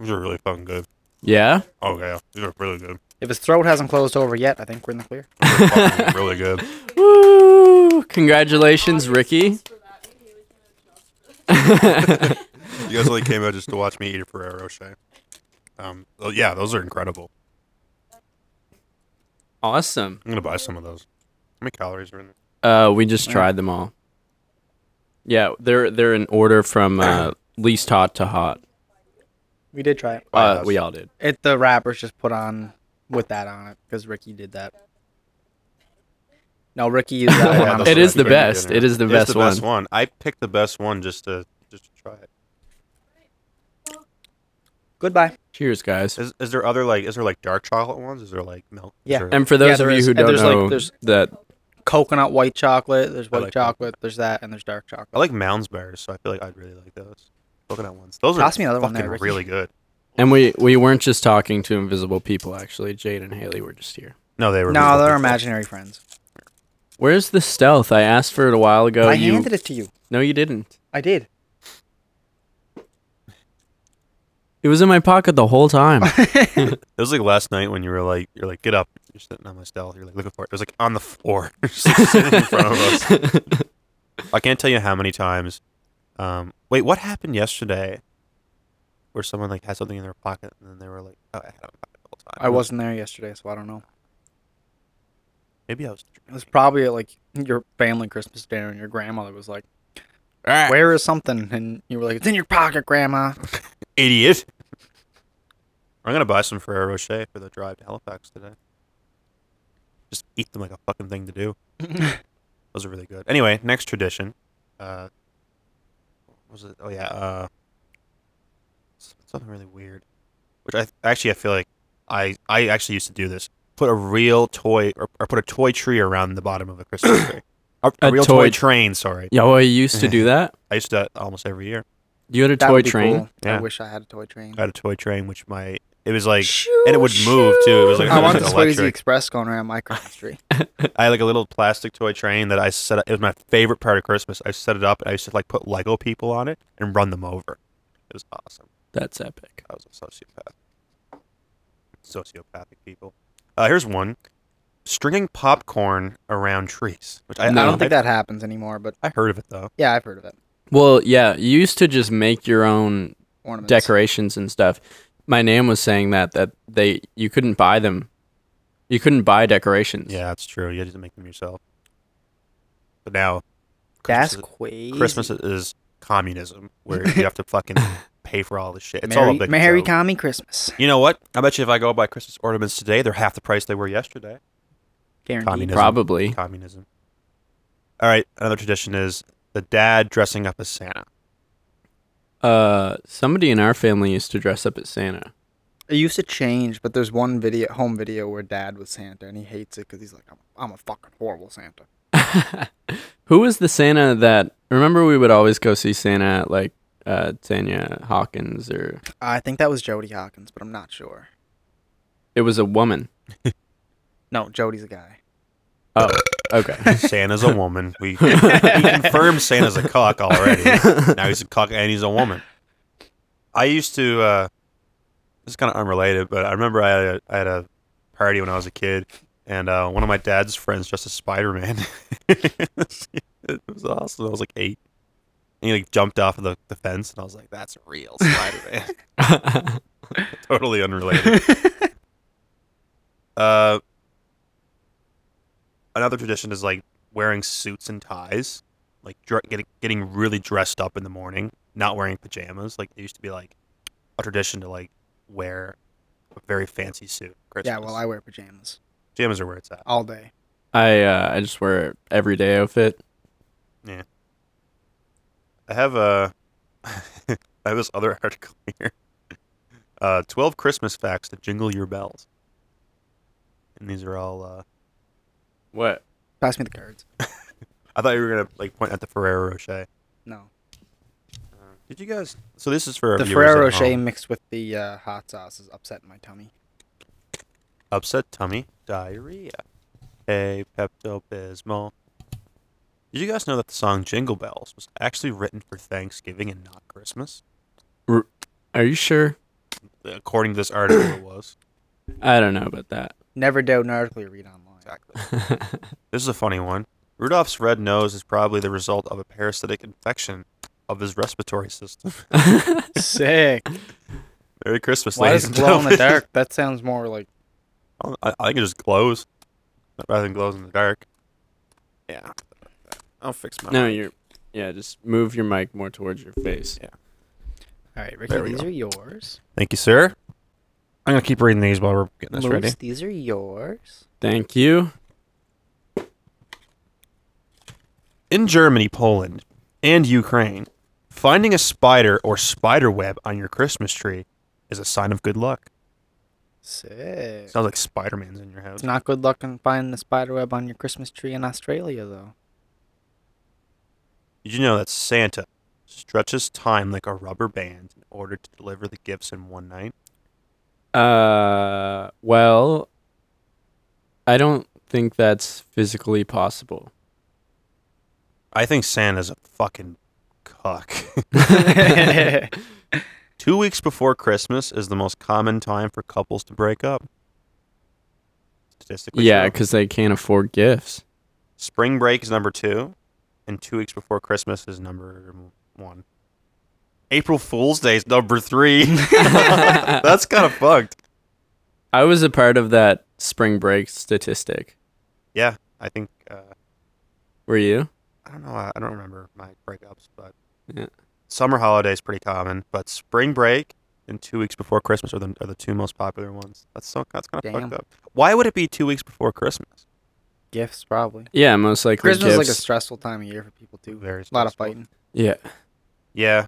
Speaker 4: These are really fucking good.
Speaker 2: Yeah.
Speaker 4: Oh yeah, these are really good.
Speaker 1: If his throat hasn't closed over yet, I think we're in the clear.
Speaker 4: These are fucking really good.
Speaker 2: Woo! Congratulations, Ricky.
Speaker 4: You guys only came out just to watch me eat a Ferrero Rocher. Um, oh, yeah, those are incredible.
Speaker 2: awesome.
Speaker 4: I'm gonna buy some of those. How many calories are in there?
Speaker 2: Uh, we just tried them all. Yeah, they're they're in order from uh, least hot to hot.
Speaker 1: We did try it.
Speaker 2: Uh, we all did.
Speaker 1: It the wrappers just put on with that on it because Ricky did that. No, Ricky used that
Speaker 4: Yeah,
Speaker 1: one.
Speaker 4: yeah,
Speaker 1: on
Speaker 4: that's
Speaker 2: it
Speaker 1: the-
Speaker 2: is the
Speaker 4: what I tried to
Speaker 2: best.
Speaker 4: get in.
Speaker 2: It is the
Speaker 4: It's
Speaker 2: best
Speaker 4: the
Speaker 2: one.
Speaker 4: best one. I picked the best one just to just to try it.
Speaker 1: Goodbye.
Speaker 2: Cheers, guys.
Speaker 4: Is, is there other like is there like dark chocolate ones? Is there like milk? Is
Speaker 1: Yeah.
Speaker 4: there-
Speaker 2: And for those
Speaker 1: there
Speaker 2: of you
Speaker 1: is-
Speaker 2: who
Speaker 1: and
Speaker 2: don't
Speaker 1: there's, like,
Speaker 2: know
Speaker 1: there's-
Speaker 2: that
Speaker 1: Coconut white chocolate. There's
Speaker 4: I
Speaker 1: white
Speaker 4: like that.
Speaker 1: chocolate. There's that, and there's dark chocolate.
Speaker 4: I like Mounds bars, so I feel like I'd really like those coconut ones. Those
Speaker 1: Toss
Speaker 4: are
Speaker 1: me another one
Speaker 4: fucking
Speaker 1: there, Ricky.
Speaker 4: really good.
Speaker 2: And we we weren't just talking to invisible people. Actually, Jade and Haley were just here.
Speaker 4: No, they were.
Speaker 1: No,
Speaker 4: really
Speaker 1: they're
Speaker 4: good.
Speaker 1: imaginary friends.
Speaker 2: Where's the stealth? I asked for it a while ago.
Speaker 1: I
Speaker 2: you
Speaker 1: handed it to you.
Speaker 2: no, you didn't.
Speaker 1: I did.
Speaker 2: It was in my pocket the whole time.
Speaker 4: It was like last night when you were like, you're like, get up. You're sitting on my stealth. You're like looking for it. It was like on the floor, just sitting in front of us. I can't tell you how many times. Um, wait, what happened yesterday? Where someone like had something in their pocket and then they were like, "Oh, I had it in my pocket the whole time."
Speaker 1: I wasn't there yesterday, so I don't know.
Speaker 4: Maybe I was.
Speaker 1: It was probably at, like your family Christmas dinner, and your grandmother was like,
Speaker 4: Ah.
Speaker 1: "Where is something?" And you were like, "It's in your pocket, Grandma."
Speaker 4: idiot. I'm gonna buy some Ferrero Rocher for the drive to Halifax today. Just eat them like a fucking thing to do. Those are really good. Anyway, next tradition. Uh, what was it? Oh yeah. Uh, s- something really weird. Which I actually I feel like I I actually used to do this. Put a real toy or, or put a toy tree around the bottom of a Christmas tree. A, a
Speaker 2: A
Speaker 4: real
Speaker 2: toy
Speaker 4: toy
Speaker 2: tr-
Speaker 4: train. Sorry,
Speaker 2: Yeah, well, you used to do that.
Speaker 4: I used to almost every year.
Speaker 2: You had a
Speaker 1: That
Speaker 2: toy
Speaker 1: would be
Speaker 2: train.
Speaker 1: cool.
Speaker 4: Yeah.
Speaker 1: I wish I had a toy train.
Speaker 4: I had a toy train, which my it was like, and it would
Speaker 2: Oh,
Speaker 4: move too. It was like
Speaker 1: I want
Speaker 4: it
Speaker 1: the
Speaker 4: was
Speaker 1: Swayze
Speaker 4: electric.
Speaker 1: Express going around my Christmas tree.
Speaker 4: I had like a little plastic toy train that I set. Up, it was my favorite part of Christmas. I set it up and I used to like put Lego people on it and run them over. It was awesome.
Speaker 2: That's epic.
Speaker 4: I was a sociopath. Sociopathic people. Uh, here's one. stringing popcorn around trees. Which I,
Speaker 2: No.
Speaker 4: I
Speaker 1: I
Speaker 4: don't
Speaker 1: don't think
Speaker 4: I,
Speaker 1: that happens anymore, but
Speaker 4: I heard of it though.
Speaker 1: yeah, I've heard of it.
Speaker 2: Well, yeah, you used to just make your own
Speaker 1: Ornaments.
Speaker 2: decorations and stuff. My nan was saying that that they you couldn't buy them. You couldn't buy decorations.
Speaker 4: Yeah, that's true. You had to make them yourself. But now,
Speaker 1: That's
Speaker 4: Christmas,
Speaker 1: crazy.
Speaker 4: Christmas is communism, where you have to fucking pay for all this shit. It's
Speaker 1: Merry,
Speaker 4: all a big
Speaker 1: Merry
Speaker 4: joke.
Speaker 1: Commie Christmas.
Speaker 4: You know what? I bet you if I go buy Christmas ornaments today, they're half the price they were yesterday.
Speaker 1: Guaranteed.
Speaker 4: Communism.
Speaker 2: Probably.
Speaker 4: Communism. All right. Another tradition is the dad dressing up as Santa.
Speaker 2: Uh, somebody in our family used to dress up as Santa.
Speaker 1: It used to change, but there's one video, home video, where Dad was Santa, and he hates it because he's like, I'm, I'm a fucking horrible Santa.
Speaker 2: Who was the Santa that? Remember, we would always go see Santa at like uh, Tanya Hawkins, or
Speaker 1: I think that was Jody Hawkins, but I'm not sure.
Speaker 2: it was a woman.
Speaker 1: No, Jody's a guy.
Speaker 2: Oh, okay.
Speaker 4: Santa's a woman. We, we confirmed Santa's a cock already. Now he's a cock and he's a woman. I used to. Uh, this is kind of unrelated, but I remember I had a, I had a party when I was a kid, and uh, one of my dad's friends dressed as Spider Man. it was awesome. I was like eight, and he like jumped off of the, the fence, and I was like, "That's real Spider Man." totally unrelated. uh, another tradition is like wearing suits and ties, like dr- getting getting really dressed up in the morning, not wearing pajamas. Like it used to be like a tradition to like wear a very fancy suit. at Christmas.
Speaker 1: Yeah, well, I wear pajamas
Speaker 4: pajamas are where it's at.
Speaker 1: all day.
Speaker 2: I uh, I just wear everyday outfit.
Speaker 4: I have a I have this other article here. Uh, twelve Christmas facts to jingle your bells. And these are all uh,
Speaker 2: What?
Speaker 1: Pass me the cards.
Speaker 4: I thought you were gonna like point at the Ferrero Rocher.
Speaker 1: No,
Speaker 4: Did you guys? So this is for
Speaker 1: the
Speaker 4: viewers at
Speaker 1: Ferrero Rocher
Speaker 4: home.
Speaker 1: mixed with the uh, hot sauce is upsetting my tummy.
Speaker 4: upset tummy diarrhea. Hey Pepto Bismol. Did you guys know that the song Jingle Bells was actually written for Thanksgiving and not Christmas?
Speaker 2: Are you sure?
Speaker 4: According to this article, it was
Speaker 2: I don't know about that.
Speaker 1: Never doubt an article you read online.
Speaker 4: exactly. This is a funny one. Rudolph's red nose is probably the result of a parasitic infection of his respiratory system.
Speaker 1: Sick.
Speaker 4: Merry Christmas,
Speaker 1: Why
Speaker 4: ladies
Speaker 1: does it
Speaker 4: and
Speaker 1: glow in the
Speaker 4: gentlemen.
Speaker 1: dark? That sounds more like
Speaker 4: I, I think it just glows rather than glows in the dark. Yeah, I'll fix my.
Speaker 2: no, you're. Yeah, just move your mic more towards your face.
Speaker 1: All right,
Speaker 4: There we
Speaker 1: Ricky, these
Speaker 4: go.
Speaker 1: are yours.
Speaker 4: Thank you, sir. I'm gonna keep reading these while we're getting this
Speaker 1: Moose,
Speaker 4: ready.
Speaker 1: these are yours.
Speaker 2: Thank you.
Speaker 4: In Germany, Poland, and Ukraine, finding a spider or spider web on your Christmas tree is a sign of good luck.
Speaker 1: Sick.
Speaker 4: Sounds like Spider Man's in your house.
Speaker 1: It's not good luck in finding the spider web on your Christmas tree in Australia, though.
Speaker 4: Did you know that Santa stretches time like a rubber band in order to deliver the gifts in one night?
Speaker 2: Uh, well, I don't think that's physically possible.
Speaker 4: I think Santa's a fucking cuck. Two weeks before Christmas is the most common time for couples to break up. Statistically,
Speaker 2: yeah,
Speaker 4: true.
Speaker 2: because they can't afford gifts.
Speaker 4: Spring break is number two, and two weeks before Christmas is number one. April Fool's Day is number three. That's kind of fucked.
Speaker 2: I was a part of that spring break statistic.
Speaker 4: Yeah, I think uh,
Speaker 2: Were you?
Speaker 4: I don't know. I I don't remember my breakups, but
Speaker 2: Yeah.
Speaker 4: summer holiday is pretty common. But spring break and two weeks before Christmas are the, are the two most popular ones. That's so that's kind of
Speaker 1: Damn.
Speaker 4: fucked up. Why would it be two weeks before Christmas?
Speaker 1: Gifts, probably.
Speaker 2: Yeah, most likely
Speaker 1: Christmas is like a
Speaker 2: gifts.
Speaker 1: stressful time of year for people too.
Speaker 4: Very
Speaker 1: a lot of
Speaker 4: stressful.
Speaker 1: fighting.
Speaker 2: yeah.
Speaker 4: Yeah,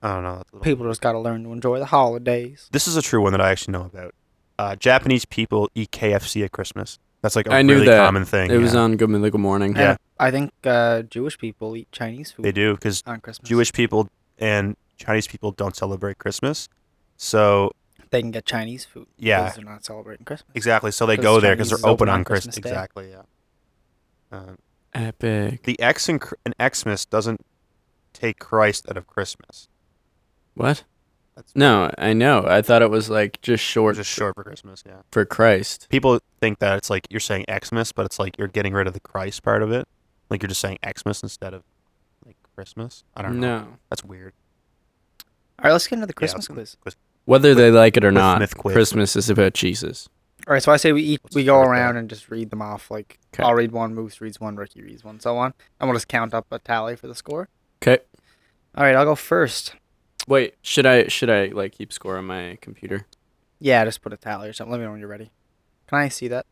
Speaker 4: I don't know. That's a little-
Speaker 1: People just gotta learn to enjoy the holidays.
Speaker 4: This is a true one that I actually know about. Uh, Japanese people eat KFC at Christmas. That's like a
Speaker 2: I knew
Speaker 4: really
Speaker 2: that.
Speaker 4: common thing.
Speaker 2: It was um,
Speaker 4: yeah.
Speaker 2: on Good Mythical Morning.
Speaker 4: Yeah.
Speaker 1: I think uh, Jewish people eat Chinese food
Speaker 4: they do because
Speaker 1: on Christmas.
Speaker 4: Jewish people and Chinese people don't celebrate Christmas. So
Speaker 1: They can get Chinese food.
Speaker 4: Yeah.
Speaker 1: because they're not celebrating Christmas.
Speaker 4: exactly, so they
Speaker 1: 'Cause
Speaker 4: go there because
Speaker 1: Chinese
Speaker 4: they're
Speaker 1: is
Speaker 4: open
Speaker 1: open on
Speaker 4: on Christmas.
Speaker 1: Christmas Day.
Speaker 4: Exactly. Yeah. Um,
Speaker 2: Epic.
Speaker 4: the X in, Chr- in Xmas doesn't take Christ out of Christmas.
Speaker 2: What?
Speaker 4: That's
Speaker 2: No, I know. I thought it was like just short
Speaker 4: just short for Christmas. Yeah.
Speaker 2: for Christ.
Speaker 4: People think that it's like you're saying Xmas, but it's like you're getting rid of the Christ part of it. Like you're just saying Xmas instead of like Christmas. I don't know.
Speaker 2: No.
Speaker 4: That's weird.
Speaker 1: All right, let's get into the
Speaker 4: Yeah,
Speaker 1: Christmas quiz.
Speaker 4: let's- quiz.
Speaker 2: Whether they like it or
Speaker 4: With
Speaker 2: not,
Speaker 4: Smith quiz.
Speaker 2: Christmas is about Jesus.
Speaker 1: All right, so I say we each,
Speaker 4: Let's
Speaker 1: we go
Speaker 4: start with
Speaker 1: around
Speaker 4: that.
Speaker 1: and just read them off. Like
Speaker 2: 'Kay.
Speaker 1: I'll read one, Moose reads one, Ricky reads one, so on. And we'll just count up a tally for the score.
Speaker 2: Okay.
Speaker 1: All right, I'll go first.
Speaker 2: Wait, should I should I like keep score on my computer?
Speaker 1: Yeah, just put a tally or something. Let me know when you're ready. Can I see that?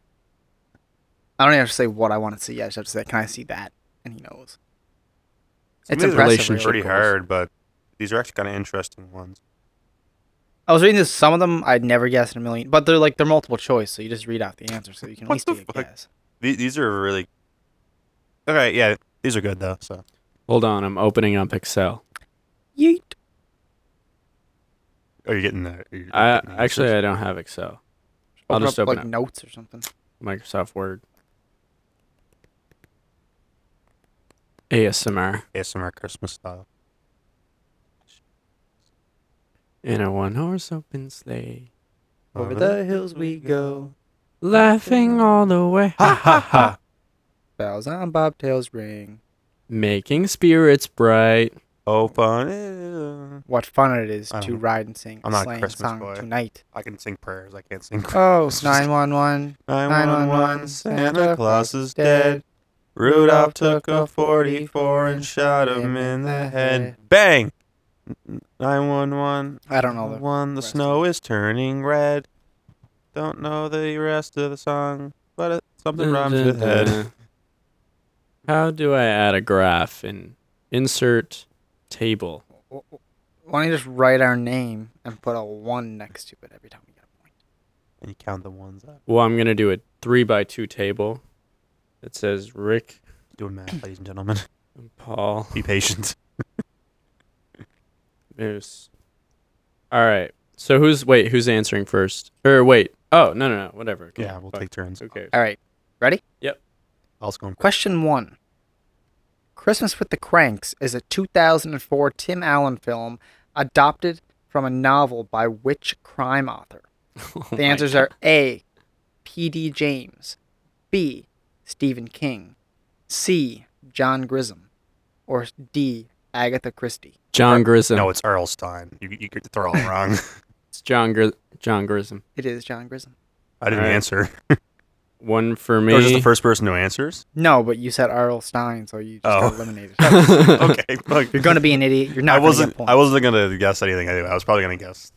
Speaker 1: I don't even have to say what I want to see. I just have to say, can I see that? And he knows. It's
Speaker 4: Some of these are
Speaker 1: impressive,
Speaker 4: actually
Speaker 1: really.
Speaker 4: Pretty hard, but these are actually kind of interesting ones.
Speaker 1: I was reading this. Some of them I'd never guess in a million, but they're like they're multiple choice, so you just read out the answer, so you can at
Speaker 4: What
Speaker 1: least
Speaker 4: the
Speaker 1: get a
Speaker 4: fuck?
Speaker 1: guess.
Speaker 4: These, these are really. Okay, yeah, these are good though. So
Speaker 2: Hold on, I'm opening up Excel.
Speaker 1: Yeet.
Speaker 4: are you getting that? Oh, You're
Speaker 2: I
Speaker 4: getting the
Speaker 2: actually
Speaker 4: answers?
Speaker 2: I don't have Excel. I'll just
Speaker 1: up,
Speaker 2: open
Speaker 1: like
Speaker 2: it.
Speaker 1: notes or something.
Speaker 2: Microsoft Word. ASMR.
Speaker 4: ASMR Christmas style.
Speaker 2: In a one horse open sleigh.
Speaker 1: Over the hills we go,
Speaker 2: Laughing all the way.
Speaker 4: ha ha ha.
Speaker 1: bells on bobtails ring.
Speaker 2: Making spirits bright.
Speaker 4: Oh fun! is-
Speaker 1: What fun it is
Speaker 4: I
Speaker 1: to
Speaker 4: don't-
Speaker 1: ride and sing
Speaker 4: I'm
Speaker 1: a
Speaker 4: not a
Speaker 1: sleighing
Speaker 4: Christmas
Speaker 1: song
Speaker 4: boy.
Speaker 1: tonight.
Speaker 4: I can sing prayers. I can't sing.
Speaker 1: Oh, 911.
Speaker 4: Uh, 911, Santa Claus is dead.
Speaker 1: Rudolph
Speaker 4: Rudolph
Speaker 1: took
Speaker 4: took
Speaker 1: a
Speaker 4: a
Speaker 1: 44
Speaker 4: 44 and shot him in the head. Bang! 911.
Speaker 1: I don't know. The,
Speaker 4: One, the
Speaker 1: rest of
Speaker 4: snow is turning red. Don't know the rest of the song, but it,
Speaker 2: Mm,
Speaker 4: something rhymes with head.
Speaker 2: How do I add a graph in insert table?
Speaker 1: why don't you just write our name and put a 1 next to it every time we get a point?
Speaker 4: And you count the ones up.
Speaker 2: Well, I'm gonna do a three by two table. It says Rick
Speaker 4: Doing math, ladies and gentlemen.
Speaker 2: and Paul.
Speaker 4: Be patient.
Speaker 2: There's. All right. So who's wait? Who's answering first? Or wait? Oh no no no. Whatever. okay,
Speaker 4: Yeah, we'll
Speaker 2: fuck,
Speaker 4: take turns.
Speaker 2: Who cares?
Speaker 1: All right. Ready?
Speaker 4: I'll score.
Speaker 1: Question 1. Christmas with the Cranks is a 2004 Tim Allen film adopted from a novel by which crime author?
Speaker 2: Oh
Speaker 1: The
Speaker 2: my
Speaker 1: answers
Speaker 2: God.
Speaker 1: are A. P.D. James, B. Stephen King, C. John Grisham, or D. Agatha Christie.
Speaker 2: John Grissom.
Speaker 4: No, it's Earl Stein. You, you, they're all wrong.
Speaker 2: It's John Gr- John Grissom.
Speaker 1: It is John Grisham.
Speaker 4: I didn't
Speaker 2: Alright.
Speaker 4: answer.
Speaker 2: One for me.
Speaker 4: Or just the first person who answers?
Speaker 1: No, but you said Arl Stein, so you just got
Speaker 4: Oh.
Speaker 1: eliminated.
Speaker 4: Okay. Look,
Speaker 1: You're going to be an idiot. You're not.
Speaker 4: I
Speaker 1: gonna
Speaker 4: wasn't.
Speaker 1: Get points.
Speaker 4: I wasn't gonna guess anything anyway. I was probably gonna guess.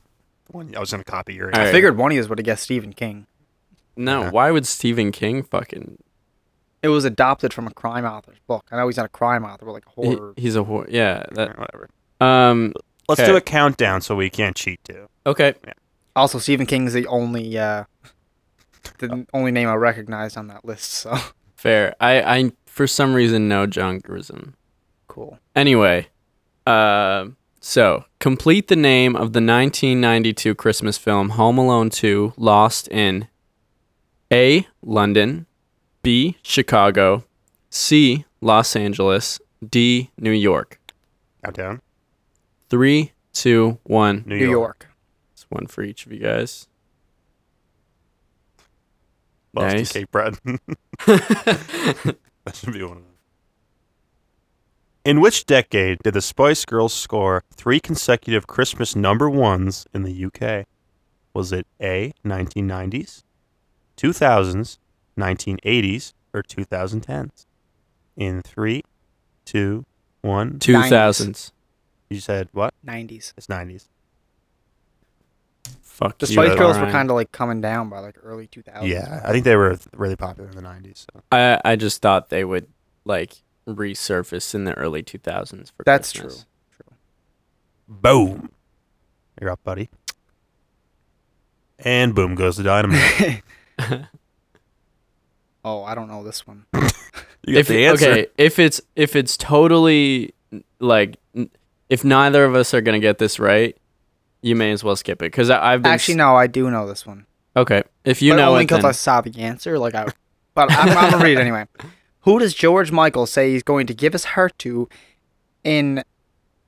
Speaker 4: the one- I was gonna copy your.
Speaker 2: Alright.
Speaker 1: I figured one of you would have guessed Stephen King.
Speaker 2: no.
Speaker 4: Yeah.
Speaker 2: Why would Stephen King fucking?
Speaker 1: It was adopted from a crime author's book. I know he's not a crime author, but like a
Speaker 2: he-
Speaker 1: horror.
Speaker 2: he's a whore. Yeah.
Speaker 4: Alright,
Speaker 2: That.
Speaker 4: whatever.
Speaker 2: Um.
Speaker 4: Let's
Speaker 2: Okay.
Speaker 4: do a countdown so we can't cheat too.
Speaker 2: Okay.
Speaker 1: Also, Stephen King is the only, uh, the only name I recognized on that list. So
Speaker 2: Fair. I I for some reason know John Grissom.
Speaker 1: cool.
Speaker 2: Anyway, uh, so complete the name of the 1992 Christmas film Home Alone 2 Lost in A. London, B. Chicago, C. Los Angeles, D. New York.
Speaker 4: Countdown.
Speaker 2: Three, two, one.
Speaker 4: New,
Speaker 1: New
Speaker 4: York.
Speaker 1: York.
Speaker 2: It's one for each of you guys.
Speaker 4: Boston
Speaker 2: Nice.
Speaker 4: Cape Bread.
Speaker 2: That's
Speaker 4: that should be one of them. In which decade did the Spice Girls score three consecutive Christmas number ones in the UK? Was it A, 1990s, 2000s, 1980s, or 2010s? In three, two, one.
Speaker 2: Two thousands.
Speaker 4: You said what?
Speaker 1: Nineties.
Speaker 4: It's 90s.
Speaker 2: Fuck
Speaker 1: The
Speaker 2: you,
Speaker 1: Spice Girls were
Speaker 2: Ryan.
Speaker 1: kind of like coming down by like early 2000s.
Speaker 4: Yeah, I think they were th- really popular in the 90s. So.
Speaker 2: I I just thought they would like resurface in the early 2000s for
Speaker 1: That's
Speaker 2: Christmas.
Speaker 1: true.
Speaker 4: Boom. You're up, buddy. And boom goes the dynamite.
Speaker 1: oh, I don't know this one.
Speaker 4: You got the answer.
Speaker 2: Okay, if it's if it's totally like n- if neither of us are gonna get this right, you may as well skip it because I've been
Speaker 1: Actually, no, I do know this one.
Speaker 2: no. Okay, if you
Speaker 1: but
Speaker 2: know
Speaker 1: only
Speaker 2: it, then,
Speaker 1: I saw the answer. Like I, but I'm, I'm gonna read it anyway. Who does George Michael say he's going to give his heart to in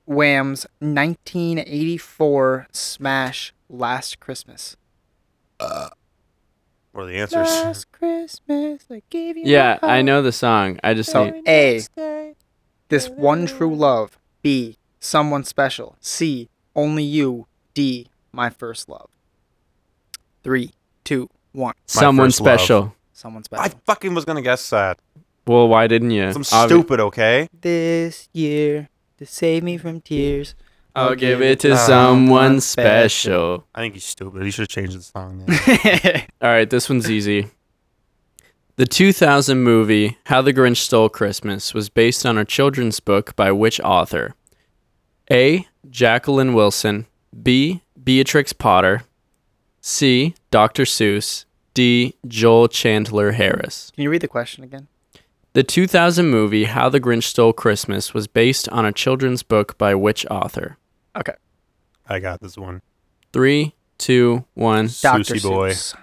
Speaker 1: Wham's 1984 smash Last Christmas.
Speaker 4: What are the answers?
Speaker 1: Christmas, I gave you
Speaker 2: Yeah, I know the song. I just
Speaker 1: So
Speaker 2: need.
Speaker 1: A, this one true love. B, someone special. C, only you. D, my first love. Three, two, one.
Speaker 2: Someone
Speaker 4: first love.
Speaker 2: special.
Speaker 1: Someone
Speaker 4: I
Speaker 1: special.
Speaker 4: fucking was gonna guess that.
Speaker 2: Well, why didn't you?
Speaker 4: Some
Speaker 2: Obvi-
Speaker 4: stupid, okay?
Speaker 1: This year to save me from tears.
Speaker 2: I'll give it to
Speaker 4: Uh,
Speaker 2: someone special.
Speaker 4: I think he's stupid. He should have changed the song. Then.
Speaker 1: That's
Speaker 2: All right, this one's easy. The 2000 movie How the Grinch Stole Christmas was based on a children's book by which author? A. Jacqueline Wilson. B. Beatrix Potter. C. Dr. Seuss. D. Joel Chandler Harris.
Speaker 1: Can you read the question again?
Speaker 2: The 2000 movie How the Grinch Stole Christmas was based on a children's book by which author?
Speaker 4: I got this one.
Speaker 2: Three, two, one.
Speaker 4: Susie boy.
Speaker 1: Seuss.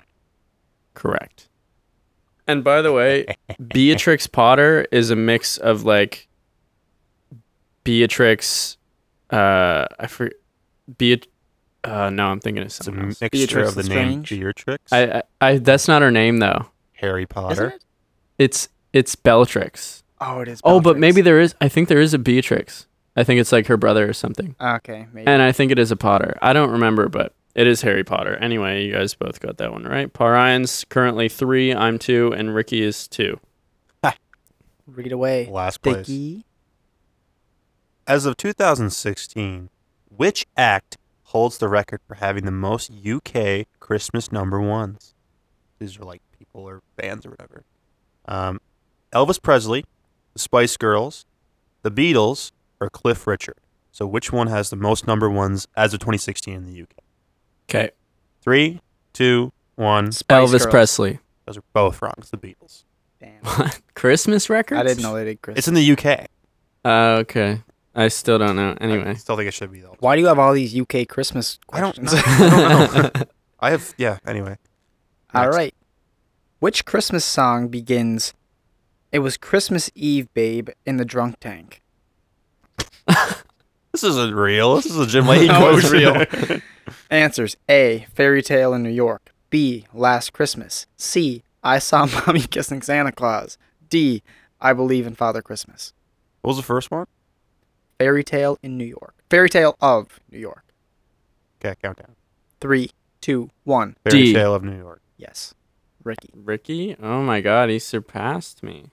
Speaker 2: Correct. And by the way, Beatrix Potter is a mix of like Beatrix, uh, I for, Beat, uh, no, I'm thinking of
Speaker 4: It's a
Speaker 2: something else.
Speaker 4: mixture
Speaker 1: Beatrix
Speaker 4: of the
Speaker 1: Lestrange.
Speaker 4: name Beatrix,
Speaker 2: I, I, I, that's not her name though.
Speaker 4: Harry
Speaker 1: Isn't
Speaker 4: Potter.
Speaker 1: it?
Speaker 2: It's, it's Bellatrix.
Speaker 1: Oh, it is.
Speaker 2: Oh, but maybe
Speaker 1: Bellatrix.
Speaker 2: there is. I think there is a Beatrix. I think it's like her brother or something.
Speaker 1: Okay, maybe.
Speaker 2: And I think it is a Potter. I don't remember, but it is Harry Potter. Anyway, you guys both got that one right. Ryan's currently three. I'm two, and Ricky is two.
Speaker 1: read away.
Speaker 4: Last place.
Speaker 1: Sticky.
Speaker 4: E. As of 2016, which act holds the record for having the most UK Christmas number ones? These are like people or bands or whatever. Um, Elvis Presley, the Spice Girls, the Beatles, or Cliff Richard. So which one has the most number ones as of 2016 in the UK?
Speaker 2: Okay.
Speaker 4: Three, two, one.
Speaker 1: Spice
Speaker 2: Elvis
Speaker 1: Girls.
Speaker 2: Presley.
Speaker 4: Those are both wrong. It's the Beatles.
Speaker 1: Damn.
Speaker 2: What? Christmas records?
Speaker 1: I didn't know they did Christmas.
Speaker 4: It's in the UK.
Speaker 2: Uh, okay. I still don't know. Anyway.
Speaker 4: I still think it should be though.
Speaker 1: Why do you have all these UK Christmas
Speaker 4: I don't
Speaker 1: questions?
Speaker 4: know. I don't know. I have yeah. Anyway,
Speaker 1: all
Speaker 4: Next.
Speaker 1: right. Which Christmas song begins? It was Christmas Eve, babe, in the drunk tank.
Speaker 4: this isn't real. This is a Jim Leahy
Speaker 1: No,
Speaker 4: quote.
Speaker 1: it's real. Answers A. Fairy Tale in New York. B. Last Christmas. C. I saw mommy kissing Santa Claus. D. I believe in Father Christmas.
Speaker 4: What was the first one?
Speaker 1: Fairy Tale in New York. Fairy Tale of New York.
Speaker 4: Okay, countdown.
Speaker 1: Three, two, one.
Speaker 4: Fairy
Speaker 2: D.
Speaker 4: Tale of New York.
Speaker 1: Yes. Ricky.
Speaker 2: Ricky? Oh my god, he surpassed me.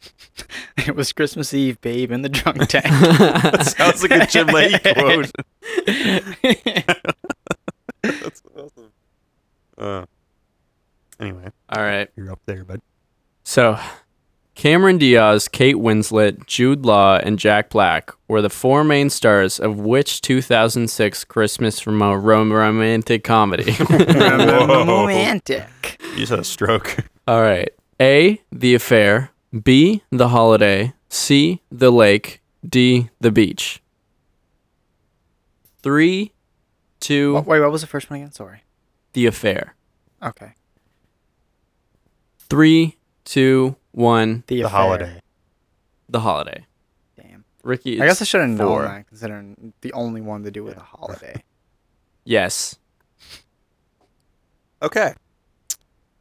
Speaker 1: It was Christmas Eve, babe, in the drunk tank.
Speaker 4: That
Speaker 2: That's
Speaker 4: sounds like a Jim Leahy quote. That's awesome. Uh, anyway,
Speaker 2: All right.
Speaker 4: you're up there, bud.
Speaker 2: So, Cameron Diaz, Kate Winslet, Jude Law, and Jack Black were the four main stars of which 2006 Christmas rom- rom- romantic comedy?
Speaker 1: Romantic.
Speaker 4: You just had a stroke.
Speaker 2: All right. A, The Affair. B, The Holiday. C, The Lake. D, The Beach. Three, two,
Speaker 1: Wha- wait, what was the first one again? Sorry.
Speaker 2: The Affair.
Speaker 1: Okay.
Speaker 2: Three, two, one,
Speaker 1: The,
Speaker 4: the
Speaker 1: affair.
Speaker 4: holiday.
Speaker 2: The Holiday.
Speaker 1: Damn.
Speaker 2: Ricky,
Speaker 1: I guess
Speaker 2: it's
Speaker 1: I should have known
Speaker 2: four.
Speaker 1: that, considering the only one to do with a holiday.
Speaker 2: Yes.
Speaker 4: Okay.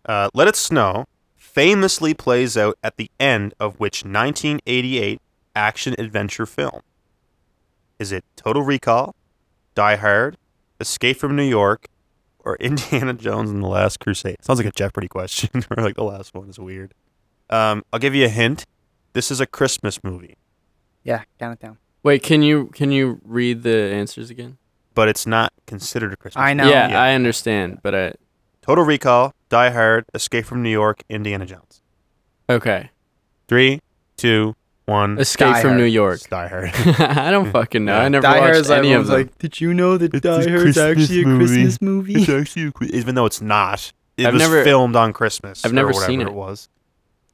Speaker 4: Uh, Let It Snow famously plays out at the end of which 1988 action adventure film? Is it Total Recall, Die Hard, Escape from New York, or Indiana Jones and the Last Crusade? Sounds like a Jeopardy question, or like the last one is weird. Um, I'll give you a hint. This is a Christmas movie,
Speaker 1: Yeah, count it down.
Speaker 2: Wait, can you can you read the answers again?
Speaker 4: but it's not considered a Christmas
Speaker 1: I No.
Speaker 4: movie.
Speaker 1: know.
Speaker 2: Yeah,
Speaker 4: Yeah.
Speaker 2: I understand, but I
Speaker 4: Total Recall, Die Hard, Escape from New York, Indiana Jones.
Speaker 2: okay.
Speaker 4: Three, two, one.
Speaker 2: Escape
Speaker 1: Mm-hmm. Die
Speaker 2: from
Speaker 1: Hard. Mm-hmm.
Speaker 2: New York.
Speaker 4: It's Die Hard.
Speaker 2: I don't fucking know. I
Speaker 4: Yeah.
Speaker 2: never
Speaker 1: Die Hard
Speaker 2: watched
Speaker 1: is like-
Speaker 2: any
Speaker 1: I
Speaker 2: of
Speaker 1: was
Speaker 2: them.
Speaker 1: like, did you know that
Speaker 4: It's
Speaker 1: Die
Speaker 4: a
Speaker 1: Hard's actually a
Speaker 4: Christmas movie.
Speaker 1: Christmas movie?
Speaker 4: actually even though it's not. It
Speaker 2: I've
Speaker 4: was
Speaker 2: never-
Speaker 4: filmed on Christmas.
Speaker 2: I've never
Speaker 4: or whatever
Speaker 2: seen it.
Speaker 4: it. was.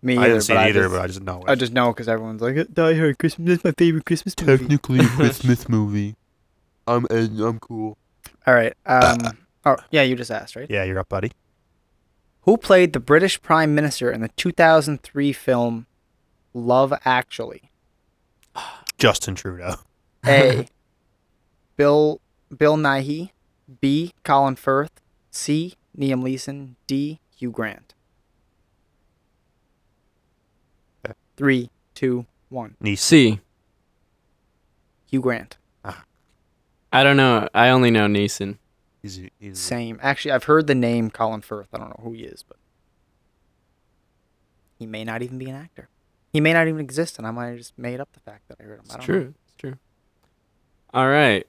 Speaker 1: Me
Speaker 4: I
Speaker 1: either,
Speaker 4: didn't see it
Speaker 1: but
Speaker 4: either,
Speaker 1: I just,
Speaker 4: but I just know it.
Speaker 1: I just know because everyone's like, Die Hard Christmas is my favorite Christmas movie.
Speaker 6: technically a Christmas movie. I'm and I'm cool.
Speaker 1: All right. Um. Oh, yeah, you just asked, right?
Speaker 4: yeah, you're up, buddy.
Speaker 1: Who played the British Prime Minister in the 2003 film Love Actually?
Speaker 4: Justin Trudeau.
Speaker 1: A. Bill Bill Nighy. B. Colin Firth. C. Liam Leeson. D. Hugh Grant.
Speaker 4: Okay.
Speaker 1: Three, two, one.
Speaker 4: Nice.
Speaker 2: C.
Speaker 1: Hugh Grant.
Speaker 2: I don't know. I only know Neeson.
Speaker 4: Easy,
Speaker 2: Mm.
Speaker 4: easy.
Speaker 1: Same. Actually, I've heard the name Colin Firth. I don't know who he is, but he may not even be an actor. He may not even exist, and I might have just made up the fact that I heard him. I
Speaker 2: It's
Speaker 1: don't
Speaker 2: true. It's true. All right.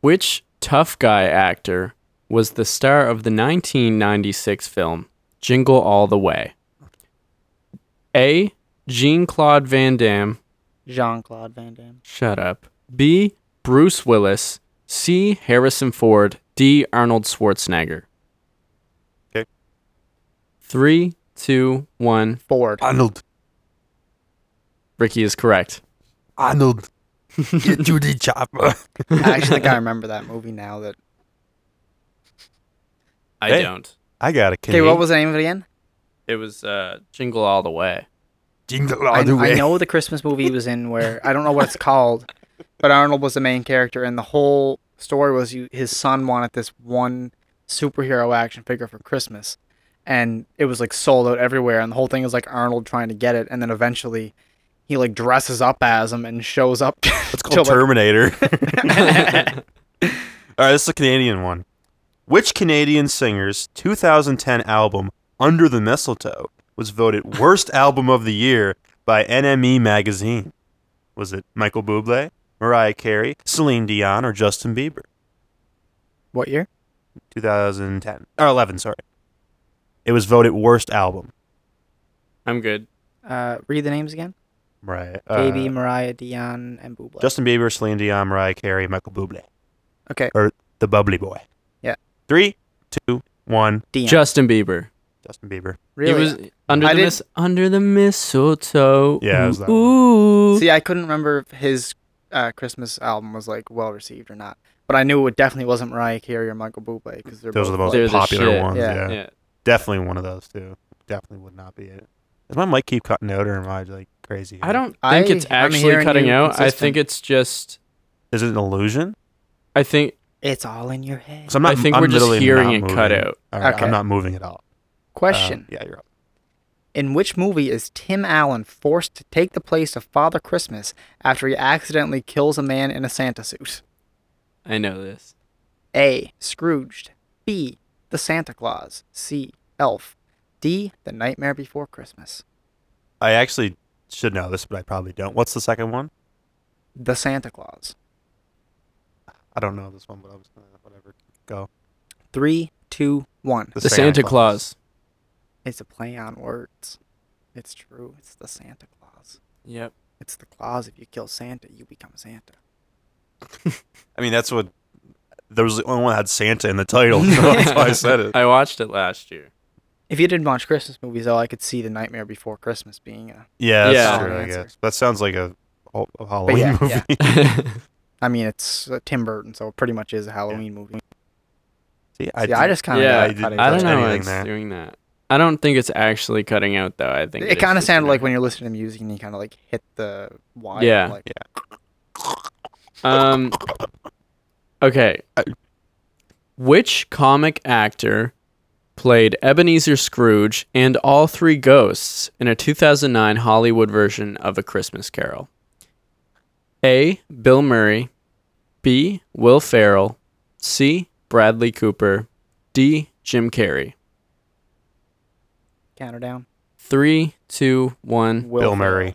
Speaker 2: Which tough guy actor was the star of the 1996 film Jingle All the Way? A. Jean Claude Van Damme.
Speaker 1: Jean Claude Van Damme.
Speaker 2: Shut up. B. Bruce Willis. C. Harrison Ford. D. Arnold Schwarzenegger.
Speaker 4: 'Kay.
Speaker 2: Three, two, one.
Speaker 1: Ford.
Speaker 6: Arnold.
Speaker 2: Ricky is correct.
Speaker 6: Arnold. Get to the chopper.
Speaker 1: I actually think I remember that movie now. That
Speaker 2: I
Speaker 4: Hey.
Speaker 2: don't.
Speaker 4: I got a kid.
Speaker 1: okay. What was the name of it again?
Speaker 2: It was uh, Jingle All the Way.
Speaker 6: Jingle
Speaker 1: I,
Speaker 6: all the
Speaker 1: I
Speaker 6: way.
Speaker 1: know the Christmas movie he was in where I don't know what it's called, but Arnold was the main character, and the whole story was you, his son wanted this one superhero action figure for Christmas, and it was like sold out everywhere, and the whole thing is like Arnold trying to get it, and then eventually he like dresses up as him and shows up.
Speaker 4: It's
Speaker 1: till,
Speaker 4: called
Speaker 1: like-
Speaker 4: Terminator. All right, this is a Canadian one. Which Canadian singer's 2010 album Under the Mistletoe was voted worst album of the year by NME magazine? Was it Michael Bublé, Mariah Carey, Celine Dion, or Justin Bieber?
Speaker 1: What year?
Speaker 4: 2010 or 11, sorry. It was voted worst album.
Speaker 2: I'm good.
Speaker 1: Uh, read the names again.
Speaker 4: Right. Uh,
Speaker 6: Uh,
Speaker 1: JB, Mariah, Dion, and Buble.
Speaker 4: Justin Bieber, Celine Dion, Mariah Carey, Michael Bublé,
Speaker 1: okay.
Speaker 4: the bubbly boy.
Speaker 1: Yeah.
Speaker 4: Three, two, one.
Speaker 1: Dion.
Speaker 2: Justin Bieber.
Speaker 4: Justin Bieber.
Speaker 1: really?
Speaker 2: He was under
Speaker 1: I
Speaker 2: the
Speaker 1: didn't-
Speaker 2: mis- under the mistletoe.
Speaker 4: Yeah, it was that one.
Speaker 2: Ooh.
Speaker 1: See, I couldn't remember if his uh, Christmas album was like well received or not, but I knew it definitely wasn't Mariah Carey or Michael Bublé because they're
Speaker 4: Those
Speaker 1: both
Speaker 4: are the most
Speaker 1: like-
Speaker 2: They're the
Speaker 4: popular
Speaker 2: shit.
Speaker 4: ones.
Speaker 1: Yeah.
Speaker 4: Yeah.
Speaker 2: yeah.
Speaker 4: definitely one of those two. Definitely would not be it. Does my mic keep cutting out, or am I like crazy? here?
Speaker 2: I don't think
Speaker 1: I-
Speaker 2: it's
Speaker 1: I'm
Speaker 2: actually
Speaker 1: hearing
Speaker 2: cutting
Speaker 1: you
Speaker 2: out. I
Speaker 1: consistent.
Speaker 2: think it's just.
Speaker 4: Is it an illusion?
Speaker 2: I think
Speaker 1: It's all in your head.
Speaker 4: 'Cause I'm not.
Speaker 2: I think
Speaker 4: I'm
Speaker 2: we're just
Speaker 4: literally
Speaker 2: hearing
Speaker 4: not
Speaker 2: it cut
Speaker 4: moving.
Speaker 2: out.
Speaker 4: All right,
Speaker 1: Okay.
Speaker 4: I'm not moving at all. Um,
Speaker 1: Question:
Speaker 4: yeah, you're up.
Speaker 1: In which movie is Tim Allen forced to take the place of Father Christmas after he accidentally kills a man in a Santa suit?
Speaker 2: I know this.
Speaker 1: A. Scrooged. B. The Santa Claus. C. Elf. D. The Nightmare Before Christmas.
Speaker 4: I actually should know this, but I probably don't. What's the second one?
Speaker 1: The Santa Claus.
Speaker 4: I don't know this one, but I was gonna whatever. Go.
Speaker 1: Three, two, one.
Speaker 2: The, Santa, Claus.
Speaker 1: It's a play on words. It's true. It's the Santa Claus.
Speaker 2: Yep.
Speaker 1: It's the Claus. If you kill Santa, you become Santa.
Speaker 4: I mean, that's what. There was the only one that had Santa in the title. So that's why I said it.
Speaker 2: I watched it last year.
Speaker 1: If you didn't watch Christmas movies, though, I could see The Nightmare Before Christmas being a.
Speaker 4: Yeah, that's
Speaker 2: Yeah.
Speaker 4: true. I
Speaker 1: Answer.
Speaker 4: guess that sounds like a, a Halloween
Speaker 1: yeah,
Speaker 4: movie.
Speaker 1: yeah. I mean, it's uh, Tim Burton, so it pretty much is a Halloween movie.
Speaker 4: See,
Speaker 1: See, I
Speaker 4: did-
Speaker 1: just kind of
Speaker 2: Yeah,
Speaker 1: yeah,
Speaker 2: I
Speaker 4: didn't
Speaker 2: I
Speaker 4: touch
Speaker 2: don't know. why
Speaker 4: anything
Speaker 2: It's
Speaker 4: there.
Speaker 2: doing that. I don't think it's actually cutting out though. I think
Speaker 1: It
Speaker 2: is
Speaker 1: kind of
Speaker 2: just
Speaker 1: sounded
Speaker 2: doing
Speaker 1: like when you're listening to music and you kind of like hit the wire.
Speaker 2: Yeah.
Speaker 1: Like,
Speaker 2: Um. Okay. Which comic actor played Ebenezer Scrooge and all three ghosts in a 2009 Hollywood version of A Christmas Carol? A. Bill Murray. B. Will Ferrell. C. Bradley Cooper. D. Jim Carrey.
Speaker 1: counter down.
Speaker 2: Three, two, one.
Speaker 1: Will
Speaker 4: Mm-hmm.
Speaker 1: Ferrell.
Speaker 4: Bill Murray.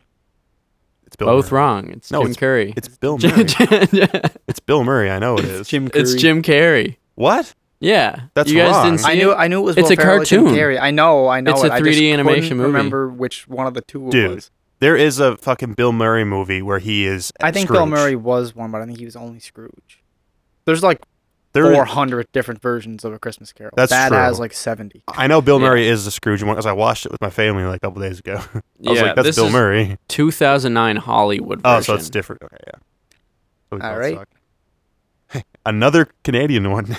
Speaker 4: It's Bill
Speaker 2: Both
Speaker 4: Murray.
Speaker 2: wrong. It's
Speaker 4: No,
Speaker 2: Jim Carrey.
Speaker 4: It's Bill Murray.
Speaker 2: it's
Speaker 4: it's Bill Murray. I know it is.
Speaker 1: Jim
Speaker 2: Jim Carrey.
Speaker 4: What?
Speaker 2: Yeah.
Speaker 4: That's
Speaker 2: you guys
Speaker 4: wrong.
Speaker 2: didn't see
Speaker 1: I knew.
Speaker 2: it?
Speaker 1: I knew it was.
Speaker 2: It's
Speaker 1: Will
Speaker 2: a
Speaker 1: Ferrell and Jim
Speaker 2: cartoon.
Speaker 1: Carrey. I know. I know.
Speaker 2: It's
Speaker 1: it.
Speaker 2: a
Speaker 1: I just
Speaker 2: 3D
Speaker 1: couldn't
Speaker 2: animation movie.
Speaker 1: Remember which one of the two it
Speaker 4: Dude.
Speaker 1: was.
Speaker 4: There is a fucking Bill Murray movie where he is.
Speaker 1: I think
Speaker 4: Scrooge.
Speaker 1: Bill Murray was one, but I think he was only Scrooge. There's like
Speaker 4: There-
Speaker 1: 400 different versions of A Christmas Carol.
Speaker 4: That's
Speaker 1: that
Speaker 4: true.
Speaker 1: has like 70.
Speaker 4: I know Bill
Speaker 2: Yeah.
Speaker 4: Murray is the Scrooge one because I watched it with my family like a couple days ago. I was like, "That's
Speaker 2: this
Speaker 4: Bill
Speaker 2: is
Speaker 4: Murray."
Speaker 2: 2009 Hollywood version.
Speaker 4: Oh, so it's different. Okay, yeah. So we
Speaker 1: All
Speaker 4: both
Speaker 1: right.
Speaker 4: suck. Another Canadian one.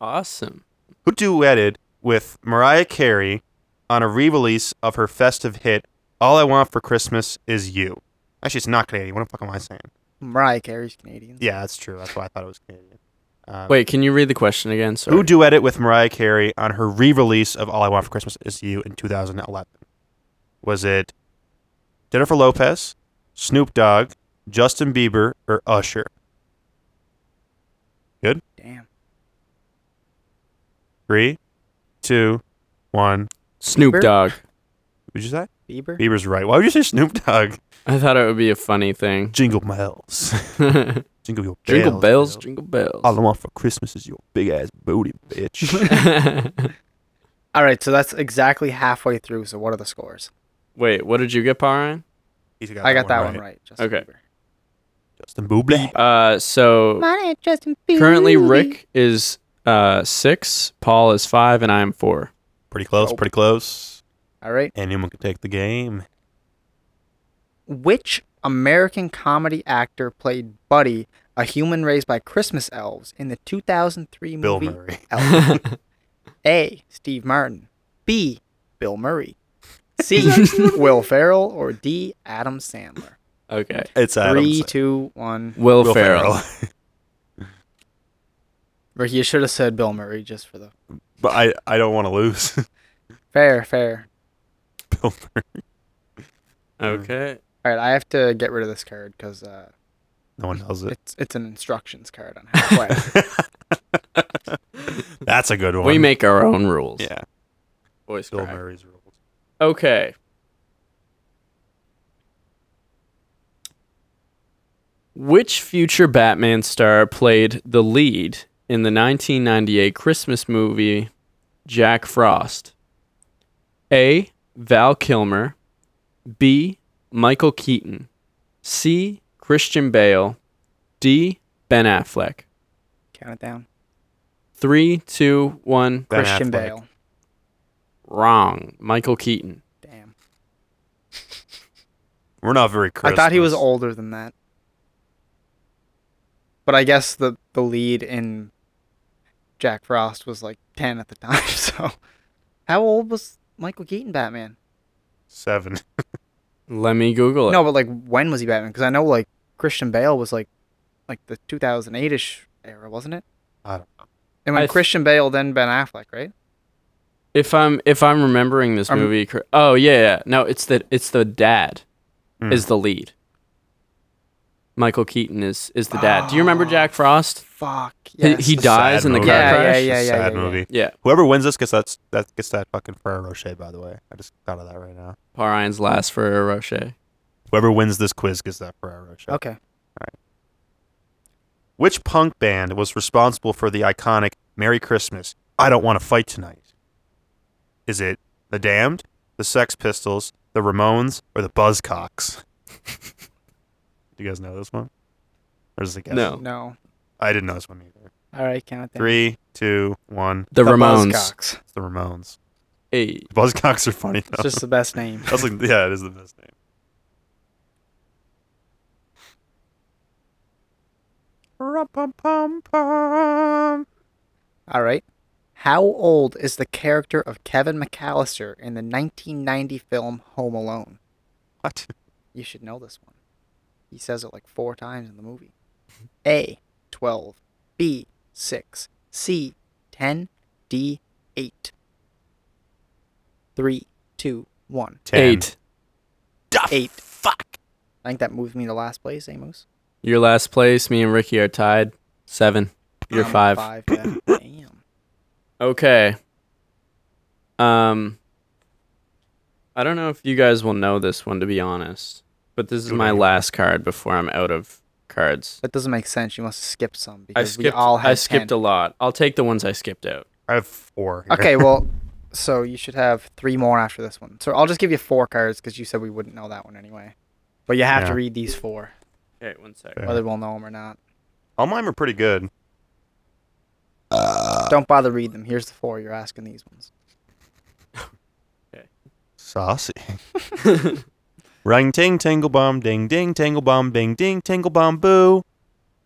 Speaker 2: Awesome.
Speaker 4: Who duetted with Mariah Carey on a re-release of her festive hit "All I Want for Christmas Is You"? Actually, it's not Canadian. What the fuck am I saying?
Speaker 1: Mariah Carey's Canadian.
Speaker 4: Yeah, that's true. That's why I thought it was Canadian. Um,
Speaker 2: Wait, can you read the question again? Sorry.
Speaker 4: who duetted with Mariah Carey on her re-release of "All I Want for Christmas Is You" in 2011? Was it Jennifer Lopez, Snoop Dogg, Justin Bieber, or Usher?
Speaker 1: Damn.
Speaker 4: Three, two, one.
Speaker 2: Snoop
Speaker 1: Bieber?
Speaker 2: Dogg.
Speaker 4: What'd you say?
Speaker 1: Bieber?
Speaker 4: Bieber's right. Why would you say Snoop Dogg?
Speaker 2: I thought it would be a funny thing.
Speaker 4: Jingle bells. Jingle your
Speaker 2: jingle bells,
Speaker 4: Bill.
Speaker 2: jingle bells.
Speaker 4: All I want for Christmas is your big ass booty, bitch.
Speaker 1: All right, so that's exactly halfway through. So what are the scores?
Speaker 2: Wait, what did you get, Paran?
Speaker 1: I got that one right. Justin
Speaker 2: Okay.
Speaker 1: Bieber.
Speaker 4: Justin Bieber.
Speaker 2: Uh, so currently Rick is uh six, Paul is five, and I am four.
Speaker 4: Pretty close.
Speaker 1: Oh.
Speaker 4: Pretty close.
Speaker 1: All right.
Speaker 4: Anyone can take the game.
Speaker 1: Which American comedy actor played Buddy, a human raised by Christmas elves, in the 2003
Speaker 4: Bill
Speaker 1: movie
Speaker 4: Murray.
Speaker 1: Elf?
Speaker 4: Oh.
Speaker 1: A. Steve Martin. B. Bill Murray. C. Will Ferrell. Or D. Adam Sandler.
Speaker 2: okay.
Speaker 4: It's Adam.
Speaker 1: Three,
Speaker 4: Sa-
Speaker 1: two, one.
Speaker 2: Will,
Speaker 4: Will
Speaker 2: Ferrell.
Speaker 1: Ricky, you should have said Bill Murray just for the
Speaker 4: But I, I don't want to lose.
Speaker 1: fair, fair.
Speaker 4: Bill Murray.
Speaker 2: Okay.
Speaker 1: All right, I have to get rid of this card because uh,
Speaker 4: No one knows it.
Speaker 1: it's it's an instructions card on how to play.
Speaker 4: That's a good one.
Speaker 2: We make our own rules.
Speaker 4: Yeah.
Speaker 2: Voice
Speaker 4: Bill
Speaker 2: crack.
Speaker 4: Murray's rules.
Speaker 2: Okay. Which future Batman star played the lead in the 1998 Christmas movie Jack Frost? A. Val Kilmer. B. Michael Keaton. C. Christian Bale. D. Ben Affleck.
Speaker 1: Count it down.
Speaker 2: Three, two, one.
Speaker 4: Ben
Speaker 1: Christian
Speaker 4: Affleck.
Speaker 1: Bale.
Speaker 2: Wrong. Michael Keaton.
Speaker 1: Damn.
Speaker 4: We're not very Christmas.
Speaker 1: I thought he was older than that. But I guess the the lead in Jack Frost was like 10 at the time, so how old was Michael Keaton Batman?
Speaker 4: Seven.
Speaker 2: Let me Google it.
Speaker 1: No, but like when was he Batman? Cuz I know like Christian Bale was like like the 2008ish era, wasn't it?
Speaker 4: I don't
Speaker 1: know. And when
Speaker 2: I th-
Speaker 1: Christian Bale then Ben Affleck, right?
Speaker 2: If I'm if I'm remembering this
Speaker 1: Um,
Speaker 2: movie, cor- oh yeah, yeah, no, it's the it's the dad
Speaker 4: Hmm.
Speaker 2: is the lead. Michael Keaton is is the dad. Do you remember
Speaker 1: Oh,
Speaker 2: Jack Frost?
Speaker 1: Fuck.
Speaker 2: He-
Speaker 1: Yes.
Speaker 2: he dies
Speaker 4: Sad
Speaker 2: in the
Speaker 4: movie.
Speaker 2: car
Speaker 1: Yeah,
Speaker 2: crash.
Speaker 1: yeah, yeah,
Speaker 4: Sad
Speaker 1: yeah, yeah.
Speaker 4: movie.
Speaker 2: Yeah,
Speaker 4: Whoever wins this gets that that gets that fucking Ferrero Rocher. By the way, I just thought of that right now.
Speaker 2: Paul Ryan's last for Roche.
Speaker 4: Whoever wins this quiz gets that Ferrero Rocher.
Speaker 1: Okay.
Speaker 4: Which punk band was responsible for the iconic "Merry Christmas"? I don't want to fight tonight. Is it the Damned, the Sex Pistols, the Ramones, or the Buzzcocks? Do you guys know this one? Or is it a guess?
Speaker 2: No.
Speaker 1: No.
Speaker 4: I didn't know this one either.
Speaker 1: All right, count it down.
Speaker 4: Three, two, one.
Speaker 2: The, Ramones.
Speaker 1: Buzzcocks.
Speaker 4: It's the Ramones.
Speaker 2: Hey,
Speaker 4: The Buzzcocks are funny though.
Speaker 1: It's just the best name.
Speaker 4: That's like, yeah, it is the best name. Rum-pum-pum-pum.
Speaker 1: All right. How old is the character of Kevin McAllister in the 1990 film Home Alone?
Speaker 4: What?
Speaker 1: You should know this one. He says it like four times in the movie. A, 12. B, 6. C, 10. D, 8. 3, 2, 1.
Speaker 4: Ten.
Speaker 2: eight.
Speaker 1: 8. Fuck! I think that moves me to last place, Amos.
Speaker 2: Your last place. Me and Ricky are tied. Seven. You're
Speaker 1: I'm
Speaker 2: five.
Speaker 1: five yeah. Damn.
Speaker 2: Okay. Um, I don't know if you guys will know this one to be honest, but this is
Speaker 4: Do it
Speaker 2: my
Speaker 4: anyway.
Speaker 2: last card before I'm out of cards.
Speaker 1: That doesn't make sense. You must have skipped some
Speaker 2: I
Speaker 1: because
Speaker 2: skipped.
Speaker 1: we all had
Speaker 2: I skipped
Speaker 1: 10.
Speaker 2: a lot. I'll take the ones I skipped out.
Speaker 4: I have four. here.
Speaker 1: Okay, well, so you should have three more after this one. So I'll just give you four cards because you said we wouldn't know that one anyway. But you have
Speaker 4: Yeah.
Speaker 1: to read these four,
Speaker 2: Okay, one sec.
Speaker 4: Fair.
Speaker 1: whether we'll know them or not.
Speaker 4: All mine are pretty good.
Speaker 1: Don't bother read them. Here's the four you're asking these ones.
Speaker 4: Saucy. Ring ting tingle bomb ding ding tingle bomb bing ding tingle bomb boo.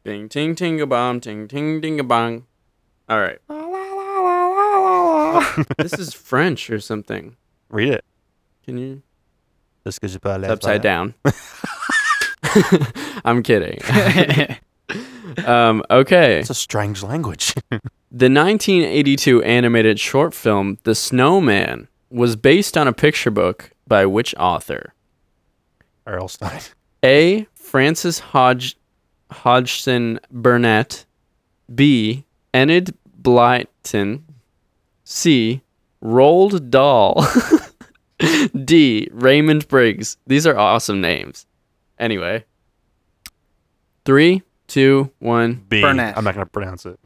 Speaker 2: Ding ting ting a bomb ting ting ding a bong. All right, this is French or something.
Speaker 4: Read it.
Speaker 2: Can you
Speaker 4: Just 'cause you put a
Speaker 2: it's
Speaker 4: left
Speaker 2: upside
Speaker 4: eye.
Speaker 2: down? I'm kidding. um, okay.
Speaker 4: It's a strange language.
Speaker 2: The 1982 animated short film The Snowman was based on a picture book by which author?
Speaker 4: Erlstein.
Speaker 2: A. Francis Hodge, Hodgson Burnett. B. Enid Blyton. C. Roald Dahl. D. Raymond Briggs. These are awesome names. Anyway. Three, two, one.
Speaker 4: B.
Speaker 1: Burnett.
Speaker 4: am not going to pronounce it.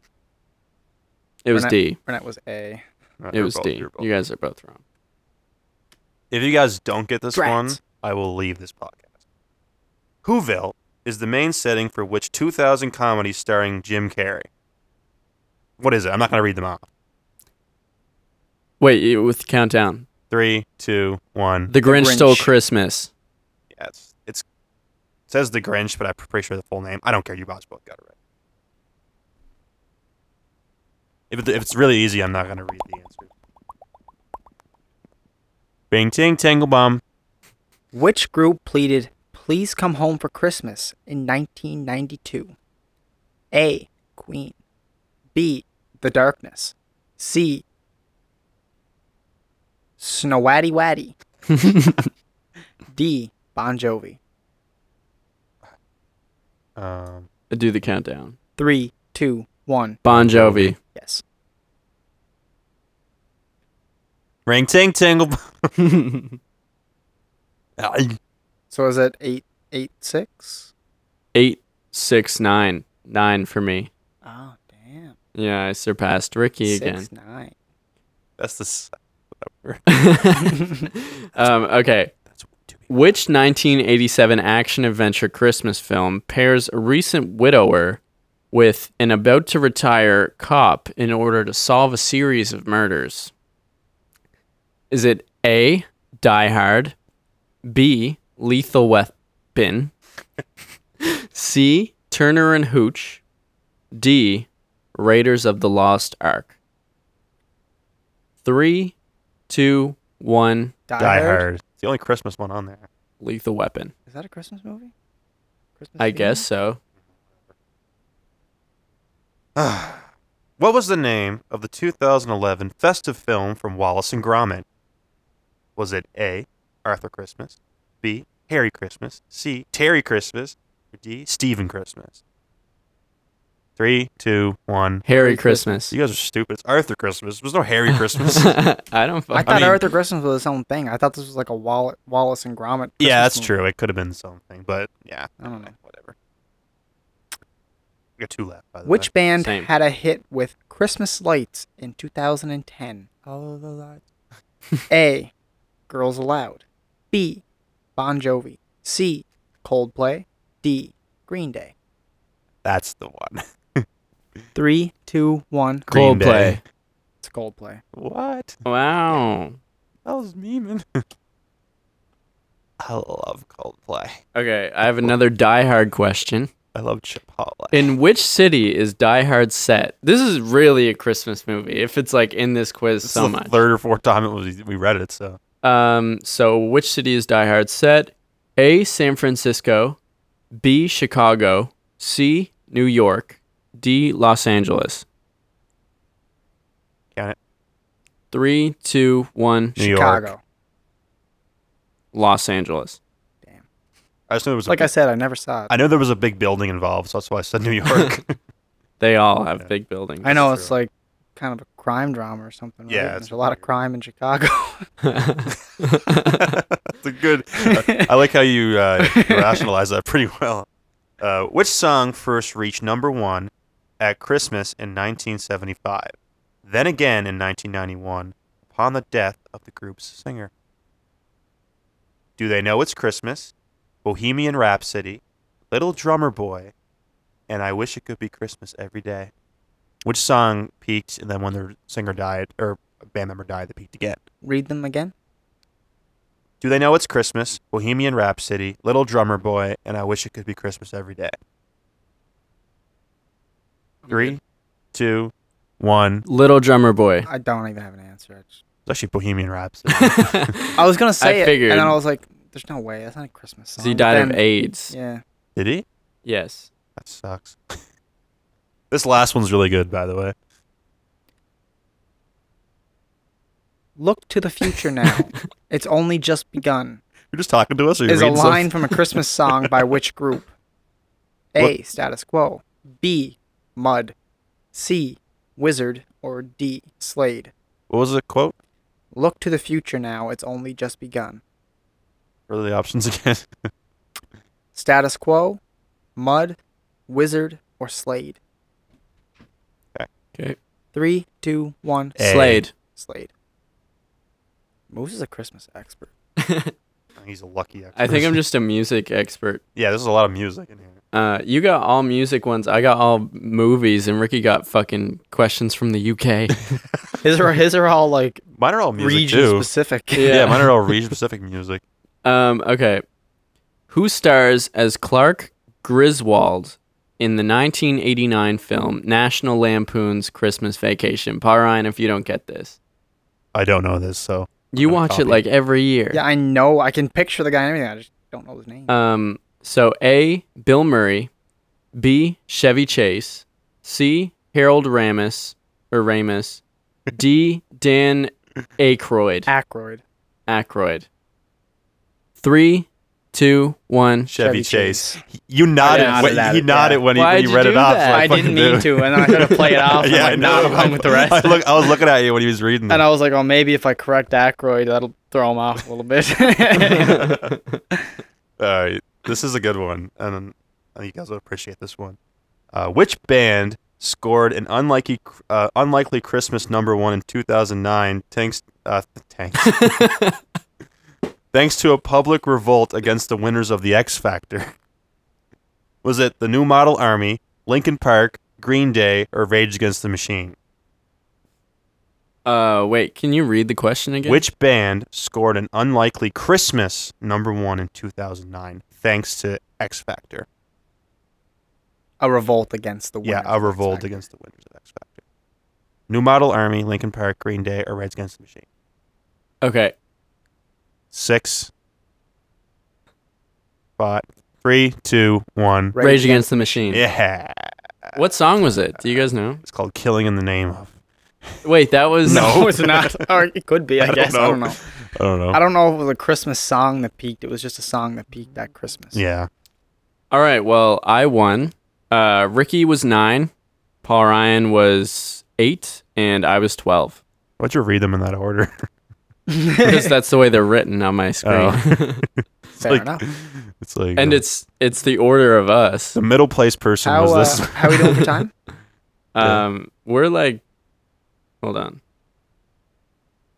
Speaker 2: It was
Speaker 1: Burnett.
Speaker 2: D.
Speaker 1: Burnett was A.
Speaker 4: Uh,
Speaker 2: It
Speaker 4: you're
Speaker 2: was
Speaker 4: both-
Speaker 2: D.
Speaker 4: you're both.
Speaker 2: You guys are both wrong.
Speaker 4: If you guys don't get this one,
Speaker 1: Drats.
Speaker 4: I will leave this podcast. Whoville is the main setting for which 2000 comedy starring Jim Carrey? What is it? I'm not going to read them off.
Speaker 2: Wait, you- with countdown.
Speaker 4: Three, two, one.
Speaker 2: The Grinch,
Speaker 1: Grinch.
Speaker 2: Stole Christmas.
Speaker 4: Yeah, it's, it's it says The Grinch, but I'm pretty sure the full name. I don't care. You guys both got it right. If, it- if it's really easy, I'm not going to read the answer. Bing, ting, tangle bomb.
Speaker 1: Which group pleaded "Please Come Home for Christmas" in 1992? A. Queen. B. The Darkness. C. Snow Waddy Waddy. D. Bon Jovi.
Speaker 4: Um,
Speaker 2: Do the countdown.
Speaker 1: Three, two, one.
Speaker 2: Bon Jovi.
Speaker 1: Yes.
Speaker 4: ring, ting, tangle bomb.
Speaker 1: So is it eight, eight, six?
Speaker 2: Eight, six, nine. Nine for me.
Speaker 1: Oh damn.
Speaker 2: Yeah, I surpassed Ricky again.
Speaker 1: Six, nine.
Speaker 4: That's the. s-
Speaker 2: um, okay.
Speaker 4: That's too big.
Speaker 2: Which 1987 action adventure Christmas film pairs a recent widower with an about to retire cop in order to solve a series of murders? Is it A, Die Hard, B, Lethal Weapon, C, Turner and Hooch, D, Raiders of the Lost Ark? Three, two, one,
Speaker 1: Die,
Speaker 4: Die Hard. It's the only Christmas one on there.
Speaker 2: Lethal Weapon.
Speaker 1: Is that a Christmas movie? Christmas
Speaker 2: I
Speaker 1: theme?
Speaker 2: guess so.
Speaker 4: what was the name of the 2011 festive film from Wallace and Gromit? Was it A. Arthur Christmas, B. Harry Christmas, C. Terry Christmas, or D. Stephen Christmas? Three, two, one.
Speaker 2: Harry
Speaker 1: Merry Christmas.
Speaker 2: Christmas.
Speaker 4: You guys are stupid. It's Arthur Christmas. There's no Harry Christmas.
Speaker 2: I don't
Speaker 1: I
Speaker 2: fucking.
Speaker 1: thought
Speaker 4: mean-
Speaker 1: Arthur Christmas was its own thing. I thought this was like a Wall- Wallace and Gromit. Christmas
Speaker 4: yeah, that's
Speaker 1: movie.
Speaker 4: true. It could have been something, but yeah,
Speaker 1: I don't know.
Speaker 4: whatever. We got two left. By the way.
Speaker 1: Which band
Speaker 2: Same.
Speaker 1: had a hit with Christmas Lights in 2010? All of the lights. a. Girls Aloud. B. Bon Jovi. C. Coldplay. D. Green Day.
Speaker 4: That's the one.
Speaker 1: Three, two, one.
Speaker 4: Green
Speaker 2: Coldplay.
Speaker 4: Day.
Speaker 1: It's Coldplay.
Speaker 4: What?
Speaker 2: Wow.
Speaker 4: That was me, man. I love Coldplay.
Speaker 2: Okay, I have another Die Hard question.
Speaker 4: I love Chipotle.
Speaker 2: In which city is Die Hard set? This is really a Christmas movie. If it's like in this quiz
Speaker 4: this
Speaker 2: so
Speaker 4: is the
Speaker 2: much.
Speaker 4: third or fourth time it was we read it. So
Speaker 2: Um. So which city is Die Hard set? A. San Francisco. B. Chicago. C. New York. D. Los Angeles.
Speaker 4: Count it.
Speaker 2: Three, two, one.
Speaker 4: New York.
Speaker 1: Chicago.
Speaker 2: Los Angeles.
Speaker 4: I just knew there was a
Speaker 1: Like
Speaker 4: big-
Speaker 1: I said, I never saw it.
Speaker 4: I know there was a big building involved, so that's why I said New York.
Speaker 2: They all have
Speaker 4: Yeah.
Speaker 2: big buildings.
Speaker 1: I know
Speaker 4: That's
Speaker 1: it's
Speaker 4: true.
Speaker 1: like kind of a crime drama or something. Right?
Speaker 4: Yeah,
Speaker 1: And
Speaker 4: it's
Speaker 1: there's a lot of
Speaker 4: weird.
Speaker 1: crime in Chicago.
Speaker 4: it's a good. I like how you uh, rationalize that pretty well. Uh, which song first reached number one at Christmas in 1975, then again in 1991, upon the death of the group's singer? Do they know it's Christmas? Bohemian Rhapsody, Little Drummer Boy, and I wish it could be Christmas every day. Which song peaked, and then when their singer died or band member died, they peaked again?
Speaker 1: Read them again.
Speaker 4: Do they know it's Christmas? Bohemian Rhapsody, Little Drummer Boy, and I wish it could be Christmas every day. Three, two, one.
Speaker 2: Little Drummer Boy.
Speaker 1: I don't even have an answer. I, just-
Speaker 4: It's actually Bohemian Rhapsody.
Speaker 1: I was gonna say it,
Speaker 2: figured.
Speaker 1: and then I was like, "There's no way. That's not a Christmas song."
Speaker 2: he
Speaker 1: But
Speaker 2: died
Speaker 1: then-
Speaker 2: of AIDS.
Speaker 1: Yeah,
Speaker 4: Did he?
Speaker 2: Yes.
Speaker 4: That sucks. this last one's really good, by the way.
Speaker 1: Look to the future now. it's only just begun.
Speaker 4: You're just talking to us, or you're
Speaker 1: Is a
Speaker 4: reading
Speaker 1: line
Speaker 4: something?
Speaker 1: from a Christmas song by which group? A. Status Quo. B. Mud. C. Wizard. Or D. Slade.
Speaker 4: What was the quote?
Speaker 1: Look to the future now. It's only just begun.
Speaker 4: What are the options again?
Speaker 1: Status Quo. Mud. Wizard. Or Slade.
Speaker 2: Okay.
Speaker 1: Three, two, one.
Speaker 4: A.
Speaker 2: Slade.
Speaker 1: Slade. Moose is a Christmas expert.
Speaker 4: He's a lucky. Expert.
Speaker 2: I think I'm just a music expert.
Speaker 4: Yeah, there's a lot of music in here.
Speaker 2: Uh, you got all music ones. I got all movies, and Ricky got fucking questions from the UK.
Speaker 1: His are his are all like
Speaker 4: Mine are all music
Speaker 1: region
Speaker 4: too.
Speaker 1: specific.
Speaker 2: Yeah.
Speaker 4: yeah, mine are all region specific music.
Speaker 2: Um, okay. Who stars as Clark Griswold in the 1989 film National Lampoon's Christmas Vacation? Pa Ryan, if you don't get this,
Speaker 4: I don't know this, so
Speaker 2: you
Speaker 4: Gotta
Speaker 2: watch
Speaker 4: copy.
Speaker 2: it like every year.
Speaker 1: Yeah, I know. I can picture the guy and everything. I just don't know his name.
Speaker 2: Um, so A, Bill Murray, B, Chevy Chase, C, Harold Ramis or Ramis, D, Dan Aykroyd.
Speaker 1: Ackroyd.
Speaker 2: Aykroyd. Three, two, one.
Speaker 1: Chevy
Speaker 4: Chevy, Chase.
Speaker 1: Chase.
Speaker 4: He- You nodded.
Speaker 1: I
Speaker 4: when,
Speaker 1: nodded at
Speaker 4: he
Speaker 1: it,
Speaker 4: nodded
Speaker 1: yeah.
Speaker 4: when he,
Speaker 2: Why'd
Speaker 4: when he
Speaker 2: you
Speaker 4: read
Speaker 2: do
Speaker 4: it off. so
Speaker 2: that?
Speaker 4: I,
Speaker 2: I
Speaker 1: I
Speaker 4: fucking
Speaker 1: didn't
Speaker 4: knew.
Speaker 1: mean to, and then I tried to play it off and
Speaker 4: yeah, I
Speaker 1: like nod
Speaker 4: know.
Speaker 1: along with the rest.
Speaker 4: I, look, I was looking at you when he was reading.
Speaker 1: And
Speaker 4: them.
Speaker 1: I was like, oh, maybe if I correct Ackroyd, that'll throw him off a little bit.
Speaker 4: All right, this is a good one, and I think you guys will appreciate this one. Uh, which band scored an unlikely, uh, unlikely Christmas number one in 2009? Thanks, uh, thanks, thanks to a public revolt against the winners of the X Factor. Was it the New Model Army, Lincoln Park, Green Day, or Rage Against the Machine?
Speaker 2: Uh, wait, can you read the question again?
Speaker 4: Which band scored an unlikely Christmas number one in 2009? Thanks to X Factor.
Speaker 1: a revolt against the
Speaker 4: Yeah,
Speaker 1: winners
Speaker 4: a
Speaker 1: of X
Speaker 4: revolt
Speaker 1: Factor.
Speaker 4: against the winners of X Factor. New Model Army, Lincoln Park, Green Day, or Rage Against the Machine.
Speaker 2: Okay.
Speaker 4: Six. Five, three, two, one.
Speaker 1: Rage
Speaker 2: Rage, Against, the Machine.
Speaker 4: Yeah.
Speaker 2: What song was it? Do you guys know?
Speaker 4: It's called Killing in the Name of.
Speaker 2: Wait, that was
Speaker 1: No, it's not. Or it could be, I,
Speaker 4: don't
Speaker 1: guess. I don't
Speaker 4: know.
Speaker 1: know.
Speaker 4: I don't know.
Speaker 1: I don't know if it was a Christmas song that peaked. It was just a song that peaked that Christmas.
Speaker 4: yeah.
Speaker 2: All right. Well, I won. Uh, Ricky was nine, Paul Ryan was eight, and I was twelve.
Speaker 4: Why'd you read them in that order?
Speaker 2: Because that's the way they're written on my screen.
Speaker 4: Oh.
Speaker 1: Fair
Speaker 4: like-
Speaker 1: enough.
Speaker 4: it's like.
Speaker 2: and
Speaker 4: uh,
Speaker 2: it's it's the order of us.
Speaker 4: The middle place person
Speaker 1: How,
Speaker 4: was
Speaker 1: uh,
Speaker 4: this.
Speaker 1: how we doing for time?
Speaker 4: Yeah.
Speaker 2: Um, we're like, hold on.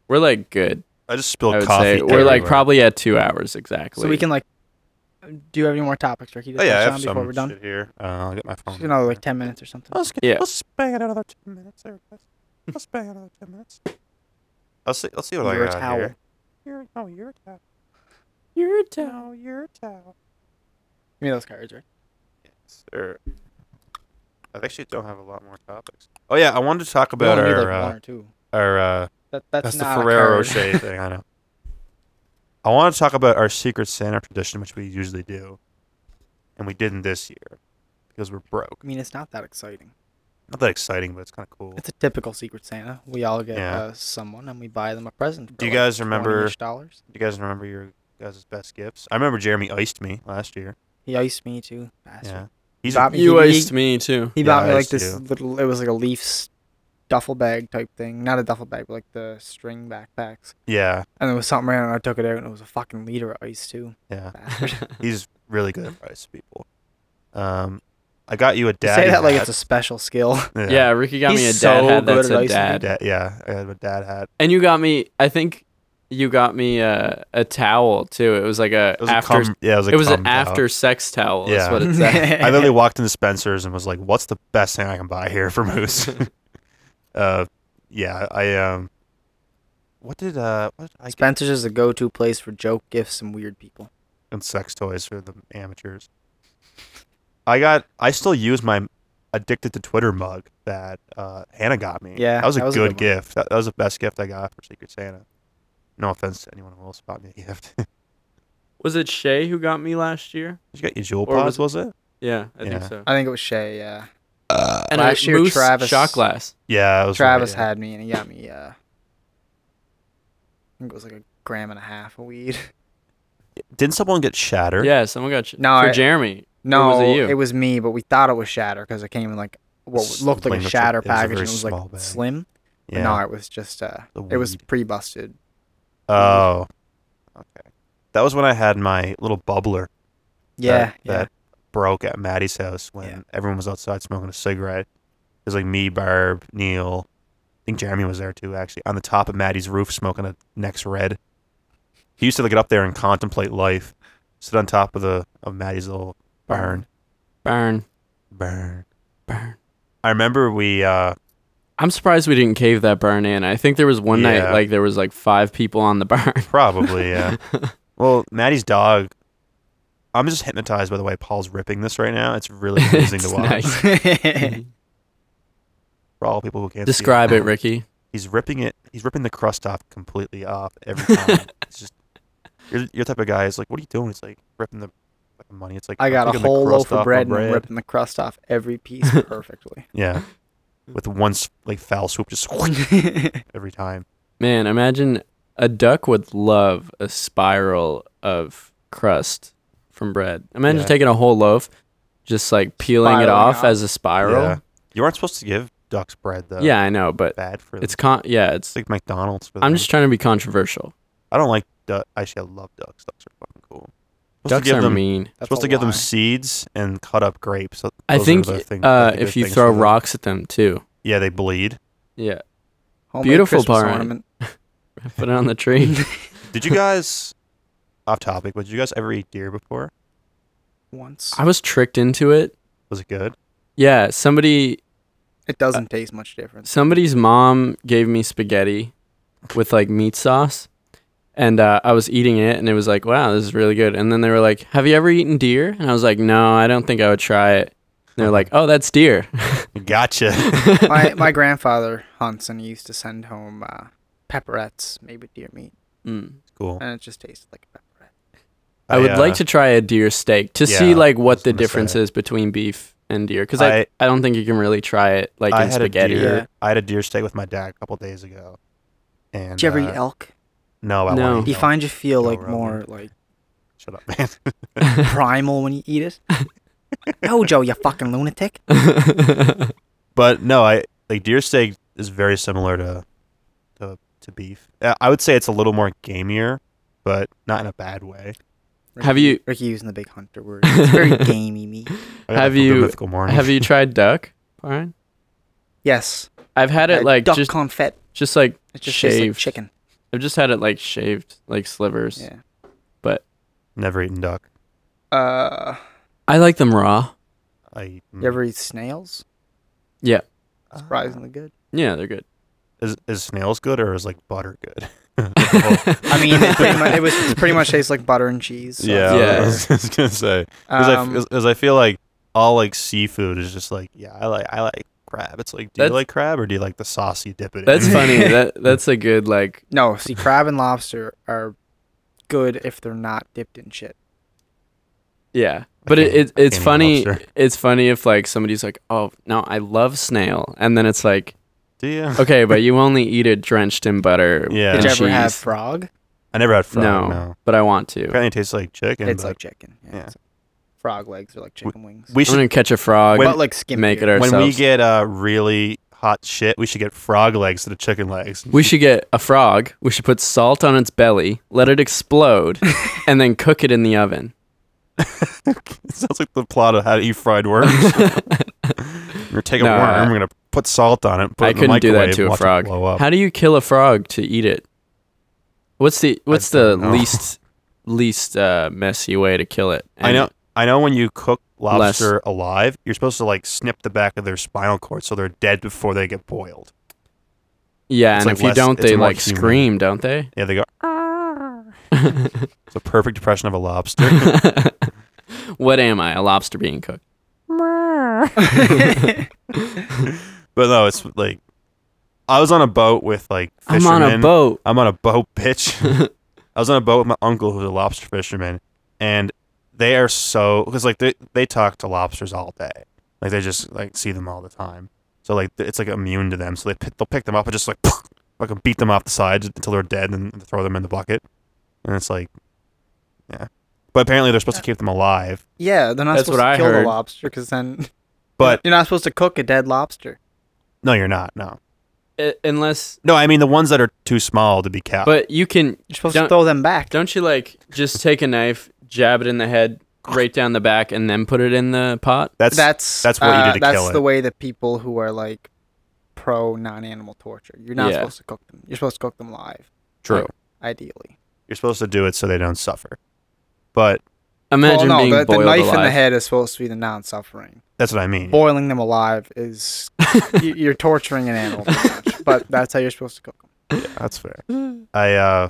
Speaker 2: We're like good.
Speaker 4: I just
Speaker 2: I
Speaker 4: spilled
Speaker 2: would
Speaker 4: coffee.
Speaker 2: say we're like
Speaker 4: everywhere.
Speaker 2: probably at two hours exactly.
Speaker 1: So we can, like, do you have any more topics, Ricky, to
Speaker 4: Oh, yeah,
Speaker 1: touch
Speaker 4: I have
Speaker 1: on
Speaker 4: some
Speaker 1: before we're done?
Speaker 4: shit here. Uh, I'll get my phone.
Speaker 1: Just another, like, 10 minutes or something.
Speaker 4: Let's get,
Speaker 2: Yeah.
Speaker 4: let's bang it another ten minutes there, guys. Let's bang it another ten minutes. I'll see. Let's see what
Speaker 1: You're
Speaker 4: I
Speaker 1: a
Speaker 4: got
Speaker 1: towel.
Speaker 4: here. You're, oh, you're a towel.
Speaker 2: You're down.
Speaker 4: No, you're a towel.
Speaker 1: Give me those cards, right?
Speaker 4: Yes, sir. I actually don't have a lot more topics. Oh yeah, I wanted to talk
Speaker 1: We
Speaker 4: about
Speaker 1: only need,
Speaker 4: our
Speaker 1: like, one
Speaker 4: uh,
Speaker 1: or two.
Speaker 4: our uh,
Speaker 1: That, that's
Speaker 4: that's the
Speaker 1: not a
Speaker 4: Ferrero
Speaker 1: card.
Speaker 4: Rocher thing. I know. I want to talk about our Secret Santa tradition, which we usually do, and we didn't this year because we're broke.
Speaker 1: I mean, it's not that exciting.
Speaker 4: Not that exciting, but it's kind of cool.
Speaker 1: It's a typical Secret Santa. We all get
Speaker 4: Yeah.
Speaker 1: uh, someone and we buy them a present.
Speaker 4: Do
Speaker 1: for
Speaker 4: you
Speaker 1: like
Speaker 4: guys remember-
Speaker 1: $20-ish dollars.
Speaker 4: Do you guys remember your guys' best gifts? I remember Jeremy iced me last year.
Speaker 1: He iced me too. Bastard.
Speaker 4: Yeah. He's
Speaker 1: Bought me-
Speaker 2: You
Speaker 1: he-
Speaker 2: iced me too.
Speaker 1: He
Speaker 4: Yeah,
Speaker 1: bought
Speaker 4: I
Speaker 1: me like
Speaker 4: iced
Speaker 1: this
Speaker 4: you.
Speaker 1: little. It was like a Leafs duffel bag type thing. Not a duffel bag, but like the string backpacks.
Speaker 4: yeah,
Speaker 1: And there was something random. I took it out and it was a fucking liter of ice too.
Speaker 4: yeah.
Speaker 1: Bastard.
Speaker 4: He's really good at ice people. Um I got you a
Speaker 1: You
Speaker 4: daddy
Speaker 1: say that like it's a
Speaker 4: hat.
Speaker 1: special skill.
Speaker 2: Yeah. Ricky got me a dad
Speaker 1: He's so
Speaker 2: hat
Speaker 1: good
Speaker 2: that
Speaker 1: at
Speaker 2: said
Speaker 1: icing me.
Speaker 2: dad.
Speaker 4: Da- yeah, I had a dad hat.
Speaker 2: And you got me. I think you got me a, a towel too. It was like a
Speaker 4: It was
Speaker 2: after.
Speaker 4: a cum, yeah, it was, a
Speaker 2: it was
Speaker 4: cum
Speaker 2: an
Speaker 4: towel.
Speaker 2: after sex towel.
Speaker 4: Yeah.
Speaker 2: That's what it said.
Speaker 4: I literally
Speaker 1: I
Speaker 4: walked into Spencer's and was like, "What's the best thing I can buy here for Moose?" uh, yeah, I um, what did uh, what did I get?
Speaker 1: Spencer's is a go-to place for joke gifts and weird people.
Speaker 4: and sex toys for the amateurs. I got. I still use my addicted to Twitter mug that uh, Hannah got me.
Speaker 1: Yeah,
Speaker 4: that was a
Speaker 1: that was a
Speaker 4: good
Speaker 1: good one.
Speaker 4: gift. That, that was the best gift I got for Secret Santa. No offense to anyone who else bought me a gift. Did
Speaker 2: Was it Shay who got me last year?
Speaker 4: you get your jewel
Speaker 2: Or
Speaker 4: pods?
Speaker 2: was
Speaker 4: Was it?
Speaker 2: Yeah, I think
Speaker 4: Yeah.
Speaker 2: so.
Speaker 1: I think it was Shay. Yeah,
Speaker 2: And
Speaker 1: Uh, Last
Speaker 2: I,
Speaker 1: year,
Speaker 2: Moose
Speaker 1: Travis-
Speaker 2: shot glass.
Speaker 4: Yeah, it was
Speaker 1: Travis
Speaker 4: right, yeah.
Speaker 1: had me and he got me. Uh, I think it was like a gram and a half of weed.
Speaker 4: Didn't someone get shattered?
Speaker 2: Yeah, someone got sh-
Speaker 1: No,
Speaker 2: for
Speaker 1: I-
Speaker 2: Jeremy.
Speaker 1: No,
Speaker 2: was it you?
Speaker 1: it was me, but we thought it was shatter because it came in like what
Speaker 4: S-
Speaker 1: looked like
Speaker 4: like
Speaker 1: a
Speaker 4: a-
Speaker 1: shatter
Speaker 4: it was a
Speaker 1: package and
Speaker 4: very
Speaker 1: it was
Speaker 4: small
Speaker 1: like
Speaker 4: bag.
Speaker 1: slim. But
Speaker 4: Yeah.
Speaker 1: no, it was just uh,
Speaker 4: The
Speaker 1: it was
Speaker 4: weed.
Speaker 1: pre-busted.
Speaker 4: Oh. Okay. That was when I had my little bubbler
Speaker 1: Yeah,
Speaker 4: that,
Speaker 1: yeah.
Speaker 4: that broke at Maddie's house when
Speaker 1: Yeah.
Speaker 4: everyone was outside smoking a cigarette. It was like me, Barb, Neil. I think Jeremy was there too, actually, on the top of Maddie's roof smoking a next red. He used to get up there and contemplate life, sit on top of the of Maddie's little barn.
Speaker 2: Burn,
Speaker 4: Barn.
Speaker 2: burn.
Speaker 4: I remember we uh
Speaker 2: I'm surprised we didn't cave that burn in. I think there was one
Speaker 4: Yeah.
Speaker 2: night like there was like five people on the burn.
Speaker 4: probably yeah. Well, Maddie's dog. I'm just hypnotized by the way Paul's ripping this right now. It's really amazing
Speaker 2: It's
Speaker 4: to watch.
Speaker 2: nice.
Speaker 4: For all people who can't see
Speaker 2: Describe it, Ricky.
Speaker 4: he's ripping it. He's ripping the crust off completely off every time. it's just your your type of guy is like, what are you doing? It's like ripping the fucking money. It's like
Speaker 1: I
Speaker 4: "I'm
Speaker 1: got a
Speaker 4: taking the
Speaker 1: whole loaf
Speaker 4: crust off my
Speaker 1: of bread and I'm ripping the crust off every piece perfectly.
Speaker 4: Yeah, with one s- like foul swoop, just every time.
Speaker 2: Man, imagine a duck would love a spiral of crust from bread. Imagine
Speaker 4: Yeah.
Speaker 2: taking a whole loaf, just like peeling it
Speaker 1: Spiraling
Speaker 2: off
Speaker 1: off.
Speaker 2: as a spiral.
Speaker 4: Yeah.
Speaker 2: Yeah,
Speaker 4: You aren't supposed to give ducks bread though.
Speaker 2: I know, but
Speaker 4: bad for them.
Speaker 2: it's con. Yeah, it's.
Speaker 4: It's like McDonald's. For
Speaker 2: I'm
Speaker 4: them.
Speaker 2: just trying to be controversial.
Speaker 4: I don't like duck. Actually, I love ducks. Ducks are fucking cool. Supposed to
Speaker 2: Ducks
Speaker 4: give
Speaker 2: are
Speaker 4: them-
Speaker 2: mean.
Speaker 1: That's
Speaker 4: supposed
Speaker 1: a
Speaker 4: to give
Speaker 1: lie.
Speaker 4: them seeds and cut up grapes. So
Speaker 2: I
Speaker 4: those are
Speaker 2: think
Speaker 4: the thing-
Speaker 2: uh,
Speaker 4: the good
Speaker 2: if you
Speaker 4: things
Speaker 2: throw
Speaker 4: for them.
Speaker 2: rocks at them too,
Speaker 4: yeah, they bleed.
Speaker 2: yeah,
Speaker 1: Homemade
Speaker 2: Beautiful
Speaker 1: Christmas
Speaker 2: barn.
Speaker 1: ornament.
Speaker 2: put it on the tree.
Speaker 4: Did you guys, off topic, but did you guys ever eat deer before?
Speaker 1: Once
Speaker 2: I was tricked into it.
Speaker 4: Was it good?
Speaker 2: Yeah, somebody
Speaker 1: it doesn't taste much different.
Speaker 2: Somebody's mom gave me spaghetti with like meat sauce, and uh, I was eating it, and it was like, wow, this is really good. And then they were like, have you ever eaten deer? And I was like, no, I don't think I would try it. And they're like, oh, that's deer.
Speaker 4: Gotcha.
Speaker 1: my my grandfather hunts and he used to send home uh, pepperettes made with deer meat,
Speaker 2: Mm.
Speaker 4: cool.
Speaker 1: and it just tasted like a pepperette.
Speaker 2: I would like
Speaker 4: uh,
Speaker 2: to try a deer steak to see
Speaker 4: Yeah,
Speaker 2: like
Speaker 4: I was
Speaker 2: what the
Speaker 4: gonna say.
Speaker 2: difference is between beef and deer, because I,
Speaker 4: I-
Speaker 2: I don't think you can really try it like
Speaker 4: I
Speaker 2: in
Speaker 4: had a
Speaker 2: spaghetti.
Speaker 4: deer.
Speaker 1: Yeah.
Speaker 4: I had a deer steak with my dad a couple days ago. And
Speaker 1: Did you ever
Speaker 4: uh,
Speaker 1: eat elk?
Speaker 4: No, I
Speaker 2: No.
Speaker 4: won't.
Speaker 1: Do you find you feel
Speaker 4: No,
Speaker 1: like
Speaker 4: Rogan.
Speaker 1: more like
Speaker 4: Shut up, man.
Speaker 1: primal when you eat it? no, Joe, you fucking lunatic.
Speaker 4: but no, I like deer steak is very similar to to to beef. Uh, I would say it's a little more gamier, but not in a bad way.
Speaker 2: Have
Speaker 1: Ricky-
Speaker 2: you-
Speaker 1: Ricky using the big hunter word? It's very gamey meat.
Speaker 4: I got
Speaker 2: Have
Speaker 4: that from Good
Speaker 2: you-
Speaker 4: Mythical morning?
Speaker 2: have you tried duck? Brian?
Speaker 1: Yes.
Speaker 2: I've had it
Speaker 1: uh,
Speaker 2: like
Speaker 1: duck
Speaker 2: just
Speaker 1: confit.
Speaker 2: just like
Speaker 1: It just tastes like
Speaker 2: shaved.
Speaker 1: chicken.
Speaker 2: I've just had it like shaved like slivers.
Speaker 1: Yeah.
Speaker 4: never eaten duck?
Speaker 1: Uh,
Speaker 2: I like them raw.
Speaker 4: I
Speaker 1: you ever eat snails?
Speaker 2: Hmm. Yeah.
Speaker 1: Ah. Surprisingly good.
Speaker 2: Yeah, they're good.
Speaker 4: Is, is snails good or is like butter good?
Speaker 1: I mean, it, pretty much, it was it pretty much tastes like butter and cheese. so-
Speaker 4: yeah, I
Speaker 2: Yeah.
Speaker 4: was, I was gonna say
Speaker 1: Um,
Speaker 4: because I feel like all like seafood is just like yeah, I like I like crab. It's like do you
Speaker 2: That's-
Speaker 4: like crab or do you like the sauce you dip it
Speaker 2: That's
Speaker 4: in?
Speaker 2: funny. That that's a good like.
Speaker 1: no, see, crab and lobster are good if they're not dipped in shit.
Speaker 2: Yeah, but it,
Speaker 4: can't-
Speaker 2: it
Speaker 4: I
Speaker 2: it's
Speaker 4: can't eat
Speaker 2: funny.
Speaker 4: lobster.
Speaker 2: It's funny if like somebody's like, oh no, I love snail, and then it's like,
Speaker 4: do you?
Speaker 2: okay, but you only eat it drenched in butter.
Speaker 4: Yeah.
Speaker 2: and
Speaker 1: Did you
Speaker 2: cheese.
Speaker 1: ever have frog?
Speaker 4: I never had frog. No,
Speaker 2: no, but I want to.
Speaker 4: apparently it tastes like chicken.
Speaker 1: it's
Speaker 4: but
Speaker 1: like chicken. Yeah.
Speaker 4: yeah.
Speaker 1: it's like- frog legs are like chicken wings.
Speaker 4: we
Speaker 2: I'm
Speaker 4: should
Speaker 2: gonna catch a frog.
Speaker 4: When-
Speaker 1: but like skim
Speaker 2: make it
Speaker 1: beer.
Speaker 2: our-
Speaker 4: when we
Speaker 2: ourselves.
Speaker 4: get uh really hot shit, we should get frog legs to the chicken legs.
Speaker 2: we should get a frog. We should put salt on its belly, let it explode, and then cook it in the oven.
Speaker 4: it sounds like the plot of how to eat fried worms. we're gonna take a
Speaker 2: No,
Speaker 4: worm,
Speaker 2: I-
Speaker 4: we're gonna put salt on it. Put
Speaker 2: I
Speaker 4: it in the
Speaker 2: couldn't do that
Speaker 4: microwave,
Speaker 2: to a
Speaker 4: watch it
Speaker 2: frog.
Speaker 4: blow up.
Speaker 2: How do you kill a frog to eat it? What's the what's the
Speaker 4: don't know.
Speaker 2: least least uh, messy way to kill it?
Speaker 4: I know. I know when you cook
Speaker 2: Less.
Speaker 4: lobster alive, you're supposed to like snip the back of their spinal cord so they're dead before they get boiled.
Speaker 2: Yeah,
Speaker 4: It's
Speaker 2: and
Speaker 4: like
Speaker 2: if you
Speaker 4: less-
Speaker 2: don't,
Speaker 4: it's
Speaker 2: they
Speaker 4: more
Speaker 2: like
Speaker 4: human.
Speaker 2: scream, don't they?
Speaker 4: Yeah, they go. It's a perfect depression of a lobster.
Speaker 2: what am I? A lobster being cooked?
Speaker 4: but no, it's like I was on a boat with like
Speaker 2: I'm
Speaker 4: fishermen.
Speaker 2: on a boat.
Speaker 4: I'm on a boat, bitch. I was on a boat with my uncle who's a lobster fisherman, and They are so because like they they talk to lobsters all day. Like they just like see them all the time. So like th- it's like immune to them. So they pick, they'll pick them up and just like fucking beat them off the sides until they're dead and throw them in the bucket. And it's like, yeah. But apparently they're supposed to keep them alive.
Speaker 1: Yeah, they're not
Speaker 2: That's
Speaker 1: supposed
Speaker 2: what
Speaker 1: to
Speaker 2: I
Speaker 1: kill
Speaker 2: heard.
Speaker 1: the lobster because then
Speaker 4: But
Speaker 1: you're not supposed to cook a dead lobster.
Speaker 4: no, you're not. No,
Speaker 2: I- unless,
Speaker 4: no. I mean the ones that are too small to be kept.
Speaker 2: but you can
Speaker 1: You're supposed
Speaker 2: Don't-
Speaker 1: to throw them back.
Speaker 2: Don't you like just take a knife, jab it in the head, right down the back, and then put it in the pot?
Speaker 4: that's
Speaker 1: that's
Speaker 4: that's what you do
Speaker 1: uh,
Speaker 4: to
Speaker 1: that's
Speaker 4: kill
Speaker 1: the
Speaker 4: it.
Speaker 1: way that people who are like pro non-animal torture. You're not
Speaker 2: Yeah.
Speaker 1: supposed to cook them. You're supposed to cook them live,
Speaker 4: true.
Speaker 1: ideally.
Speaker 4: You're supposed to do it so they don't suffer. But
Speaker 2: Imagine
Speaker 1: well, no,
Speaker 2: being
Speaker 1: the,
Speaker 2: boiled
Speaker 1: the knife
Speaker 2: alive.
Speaker 1: in the head is supposed to be the non-suffering.
Speaker 4: that's what I mean.
Speaker 1: Boiling them alive is you- you're torturing an animal, pretty much, but that's how you're supposed to cook them.
Speaker 4: That's fair. I uh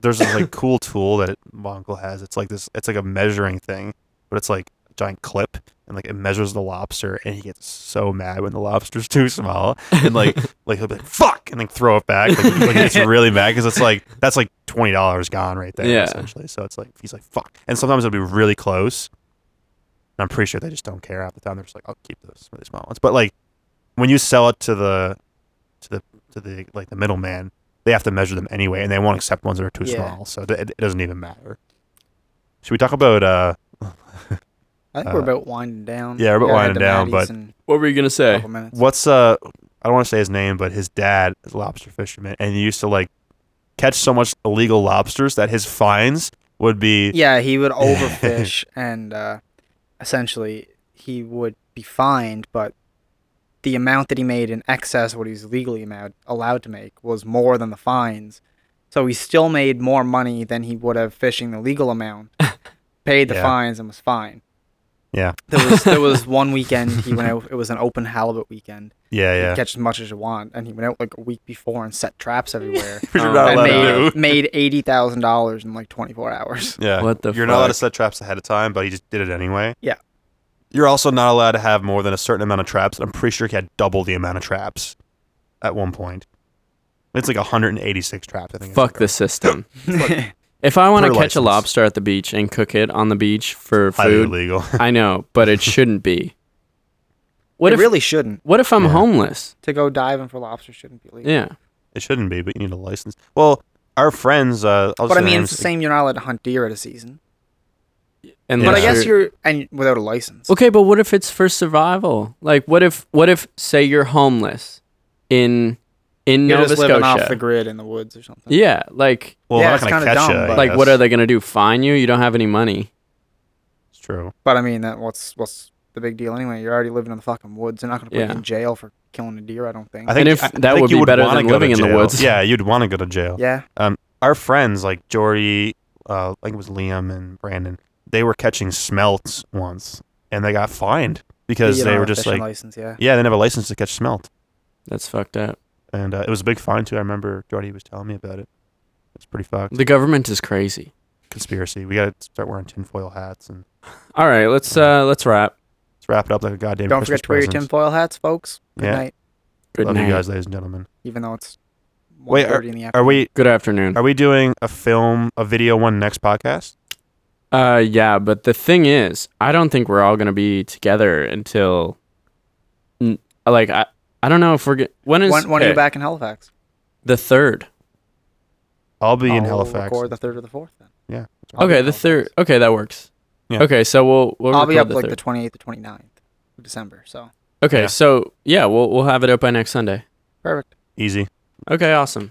Speaker 4: there's this like cool tool that my uncle has. It's like this it's like a measuring thing, but it's like a giant clip and like it measures the lobster and he gets so mad when the lobster's too small and like like he'll be like fuck and then throw it back. Like, like it's really mad because it's like that's like twenty dollars gone right there
Speaker 2: Yeah.
Speaker 4: essentially. So it's like he's like fuck. And sometimes it'll be really close. And I'm pretty sure they just don't care half the time. They're just like, I'll keep those really small ones. But like when you sell it to the to the to the like the middleman, they have to measure them anyway, and they won't accept ones that are too
Speaker 1: Yeah.
Speaker 4: small. So it, it doesn't even matter. Should we talk about uh
Speaker 1: I think
Speaker 4: Uh,
Speaker 1: we're about winding down.
Speaker 4: yeah, we're about
Speaker 1: We gotta
Speaker 4: winding
Speaker 1: head to
Speaker 4: down, but-
Speaker 1: Maddie's in
Speaker 2: what were you gonna
Speaker 1: a
Speaker 2: say?
Speaker 1: couple minutes.
Speaker 4: what's uh I don't want to say his name, but his dad is a lobster fisherman, and he used to like catch so much illegal lobsters that his fines would be
Speaker 1: Yeah, he would overfish and uh, essentially he would be fined, but the amount that he made in excess of what he's legally amount, allowed to make was more than the fines. So he still made more money than he would have fishing the legal amount, paid the
Speaker 4: Yeah.
Speaker 1: fines, and was fine.
Speaker 4: Yeah.
Speaker 1: There was there was one weekend he went out. It was an open halibut weekend.
Speaker 4: yeah
Speaker 1: You
Speaker 4: yeah.
Speaker 1: catch as much as you want, and he went out like a week before and set traps everywhere.
Speaker 4: Which you're
Speaker 2: Oh,
Speaker 4: not
Speaker 2: I
Speaker 1: and
Speaker 4: allowed to
Speaker 1: made
Speaker 4: do.
Speaker 1: made eighty thousand dollars in like twenty four hours.
Speaker 4: Yeah.
Speaker 2: What the
Speaker 4: You're not allowed to
Speaker 2: fuck?
Speaker 4: set traps ahead of time, but he just did it anyway.
Speaker 1: Yeah.
Speaker 4: You're also not allowed to have more than a certain amount of traps. I'm pretty sure he had double the amount of traps at one point. It's like 186 traps, I think. is
Speaker 2: Fuck
Speaker 4: the
Speaker 2: the system.
Speaker 4: number.
Speaker 2: If I want to
Speaker 4: Per
Speaker 2: catch a
Speaker 4: license.
Speaker 2: lobster at the beach and cook it on the beach for
Speaker 4: Highly
Speaker 2: food,
Speaker 4: illegal.
Speaker 2: I know, but it shouldn't be. What
Speaker 1: it
Speaker 2: if
Speaker 1: really shouldn't.
Speaker 2: What if I'm
Speaker 4: Yeah.
Speaker 2: homeless?
Speaker 1: To go diving for lobster shouldn't be legal.
Speaker 2: Yeah.
Speaker 4: it shouldn't be, but you need a license. Well, our friends, uh, I'll
Speaker 1: But
Speaker 4: say
Speaker 1: I mean,
Speaker 4: their
Speaker 1: it's the
Speaker 4: names.
Speaker 1: same. You're not allowed to hunt deer at a season.
Speaker 2: And
Speaker 1: But I
Speaker 4: Yeah.
Speaker 1: guess you're and without a license.
Speaker 2: Okay, but what if it's for survival? Like, what if what if say you're homeless in in
Speaker 1: You're
Speaker 2: Nova
Speaker 1: just living off the
Speaker 2: Scotia?
Speaker 1: grid in the woods or something.
Speaker 2: Yeah, like
Speaker 4: Well,
Speaker 1: Yeah,
Speaker 4: we're
Speaker 1: it's
Speaker 4: not gonna
Speaker 1: kinda
Speaker 4: catch
Speaker 1: dumb,
Speaker 4: you.
Speaker 1: but-
Speaker 2: like what are they gonna do? Fine you? You don't have any money.
Speaker 4: It's true.
Speaker 1: But I mean, that what's what's the big deal anyway? You're already living in the fucking woods. They're not gonna put
Speaker 2: Yeah.
Speaker 1: you in jail for killing a deer. I don't think.
Speaker 4: I think
Speaker 2: if
Speaker 4: I- I
Speaker 2: that
Speaker 4: think
Speaker 2: would
Speaker 4: you
Speaker 2: be better
Speaker 4: wanna
Speaker 2: than
Speaker 4: go to
Speaker 2: living in the
Speaker 4: jail.
Speaker 2: woods.
Speaker 4: Yeah, you'd want to go to jail.
Speaker 1: yeah.
Speaker 4: Our friends, like Jordy, uh, I think it was Liam and Brandon, they were catching smelts once, and they got fined because
Speaker 1: You don't
Speaker 4: they
Speaker 1: have
Speaker 4: were
Speaker 1: a
Speaker 4: just
Speaker 1: fishing
Speaker 4: like,
Speaker 1: license. Yeah.
Speaker 4: yeah, they didn't have a license to catch smelt.
Speaker 2: That's fucked up.
Speaker 4: and uh, it was a big fine too. I remember Jordy was telling me about it. It's pretty fucked.
Speaker 2: The government is crazy.
Speaker 4: Conspiracy. We gotta start wearing tinfoil hats and
Speaker 2: All right, let's uh let's wrap.
Speaker 4: let's wrap it up like a goddamn.
Speaker 1: Don't
Speaker 4: Christmas
Speaker 1: forget to wear your
Speaker 4: present.
Speaker 1: tinfoil hats, folks. Good
Speaker 4: Yeah.
Speaker 1: night.
Speaker 2: Good
Speaker 4: Love
Speaker 2: night.
Speaker 4: you guys, ladies and gentlemen.
Speaker 1: Even though it's
Speaker 4: Wait,
Speaker 1: 1:30 in the
Speaker 4: Are
Speaker 1: afternoon.
Speaker 4: we
Speaker 2: Good afternoon.
Speaker 4: are we doing a film, a video one next podcast?
Speaker 2: Uh yeah, but the thing is, I don't think we're all gonna be together until n- like I I don't know if we're g- when is
Speaker 1: When, when are
Speaker 2: okay,
Speaker 1: you back in Halifax?
Speaker 2: the third.
Speaker 4: I'll be in
Speaker 1: I'll
Speaker 4: Halifax.
Speaker 1: Record the third or the fourth then.
Speaker 4: Yeah.
Speaker 1: I'll be
Speaker 2: okay,
Speaker 1: in
Speaker 2: the
Speaker 1: Halifax.
Speaker 2: third. Okay, that works.
Speaker 4: Yeah.
Speaker 2: Okay, so we'll we'll
Speaker 1: I'll be
Speaker 2: record
Speaker 1: up like
Speaker 2: third.
Speaker 1: the 28th or 29th of December. So
Speaker 2: okay,
Speaker 4: Yeah.
Speaker 2: so yeah, we'll we'll have it up by next Sunday.
Speaker 1: perfect.
Speaker 4: Easy.
Speaker 2: Okay, awesome.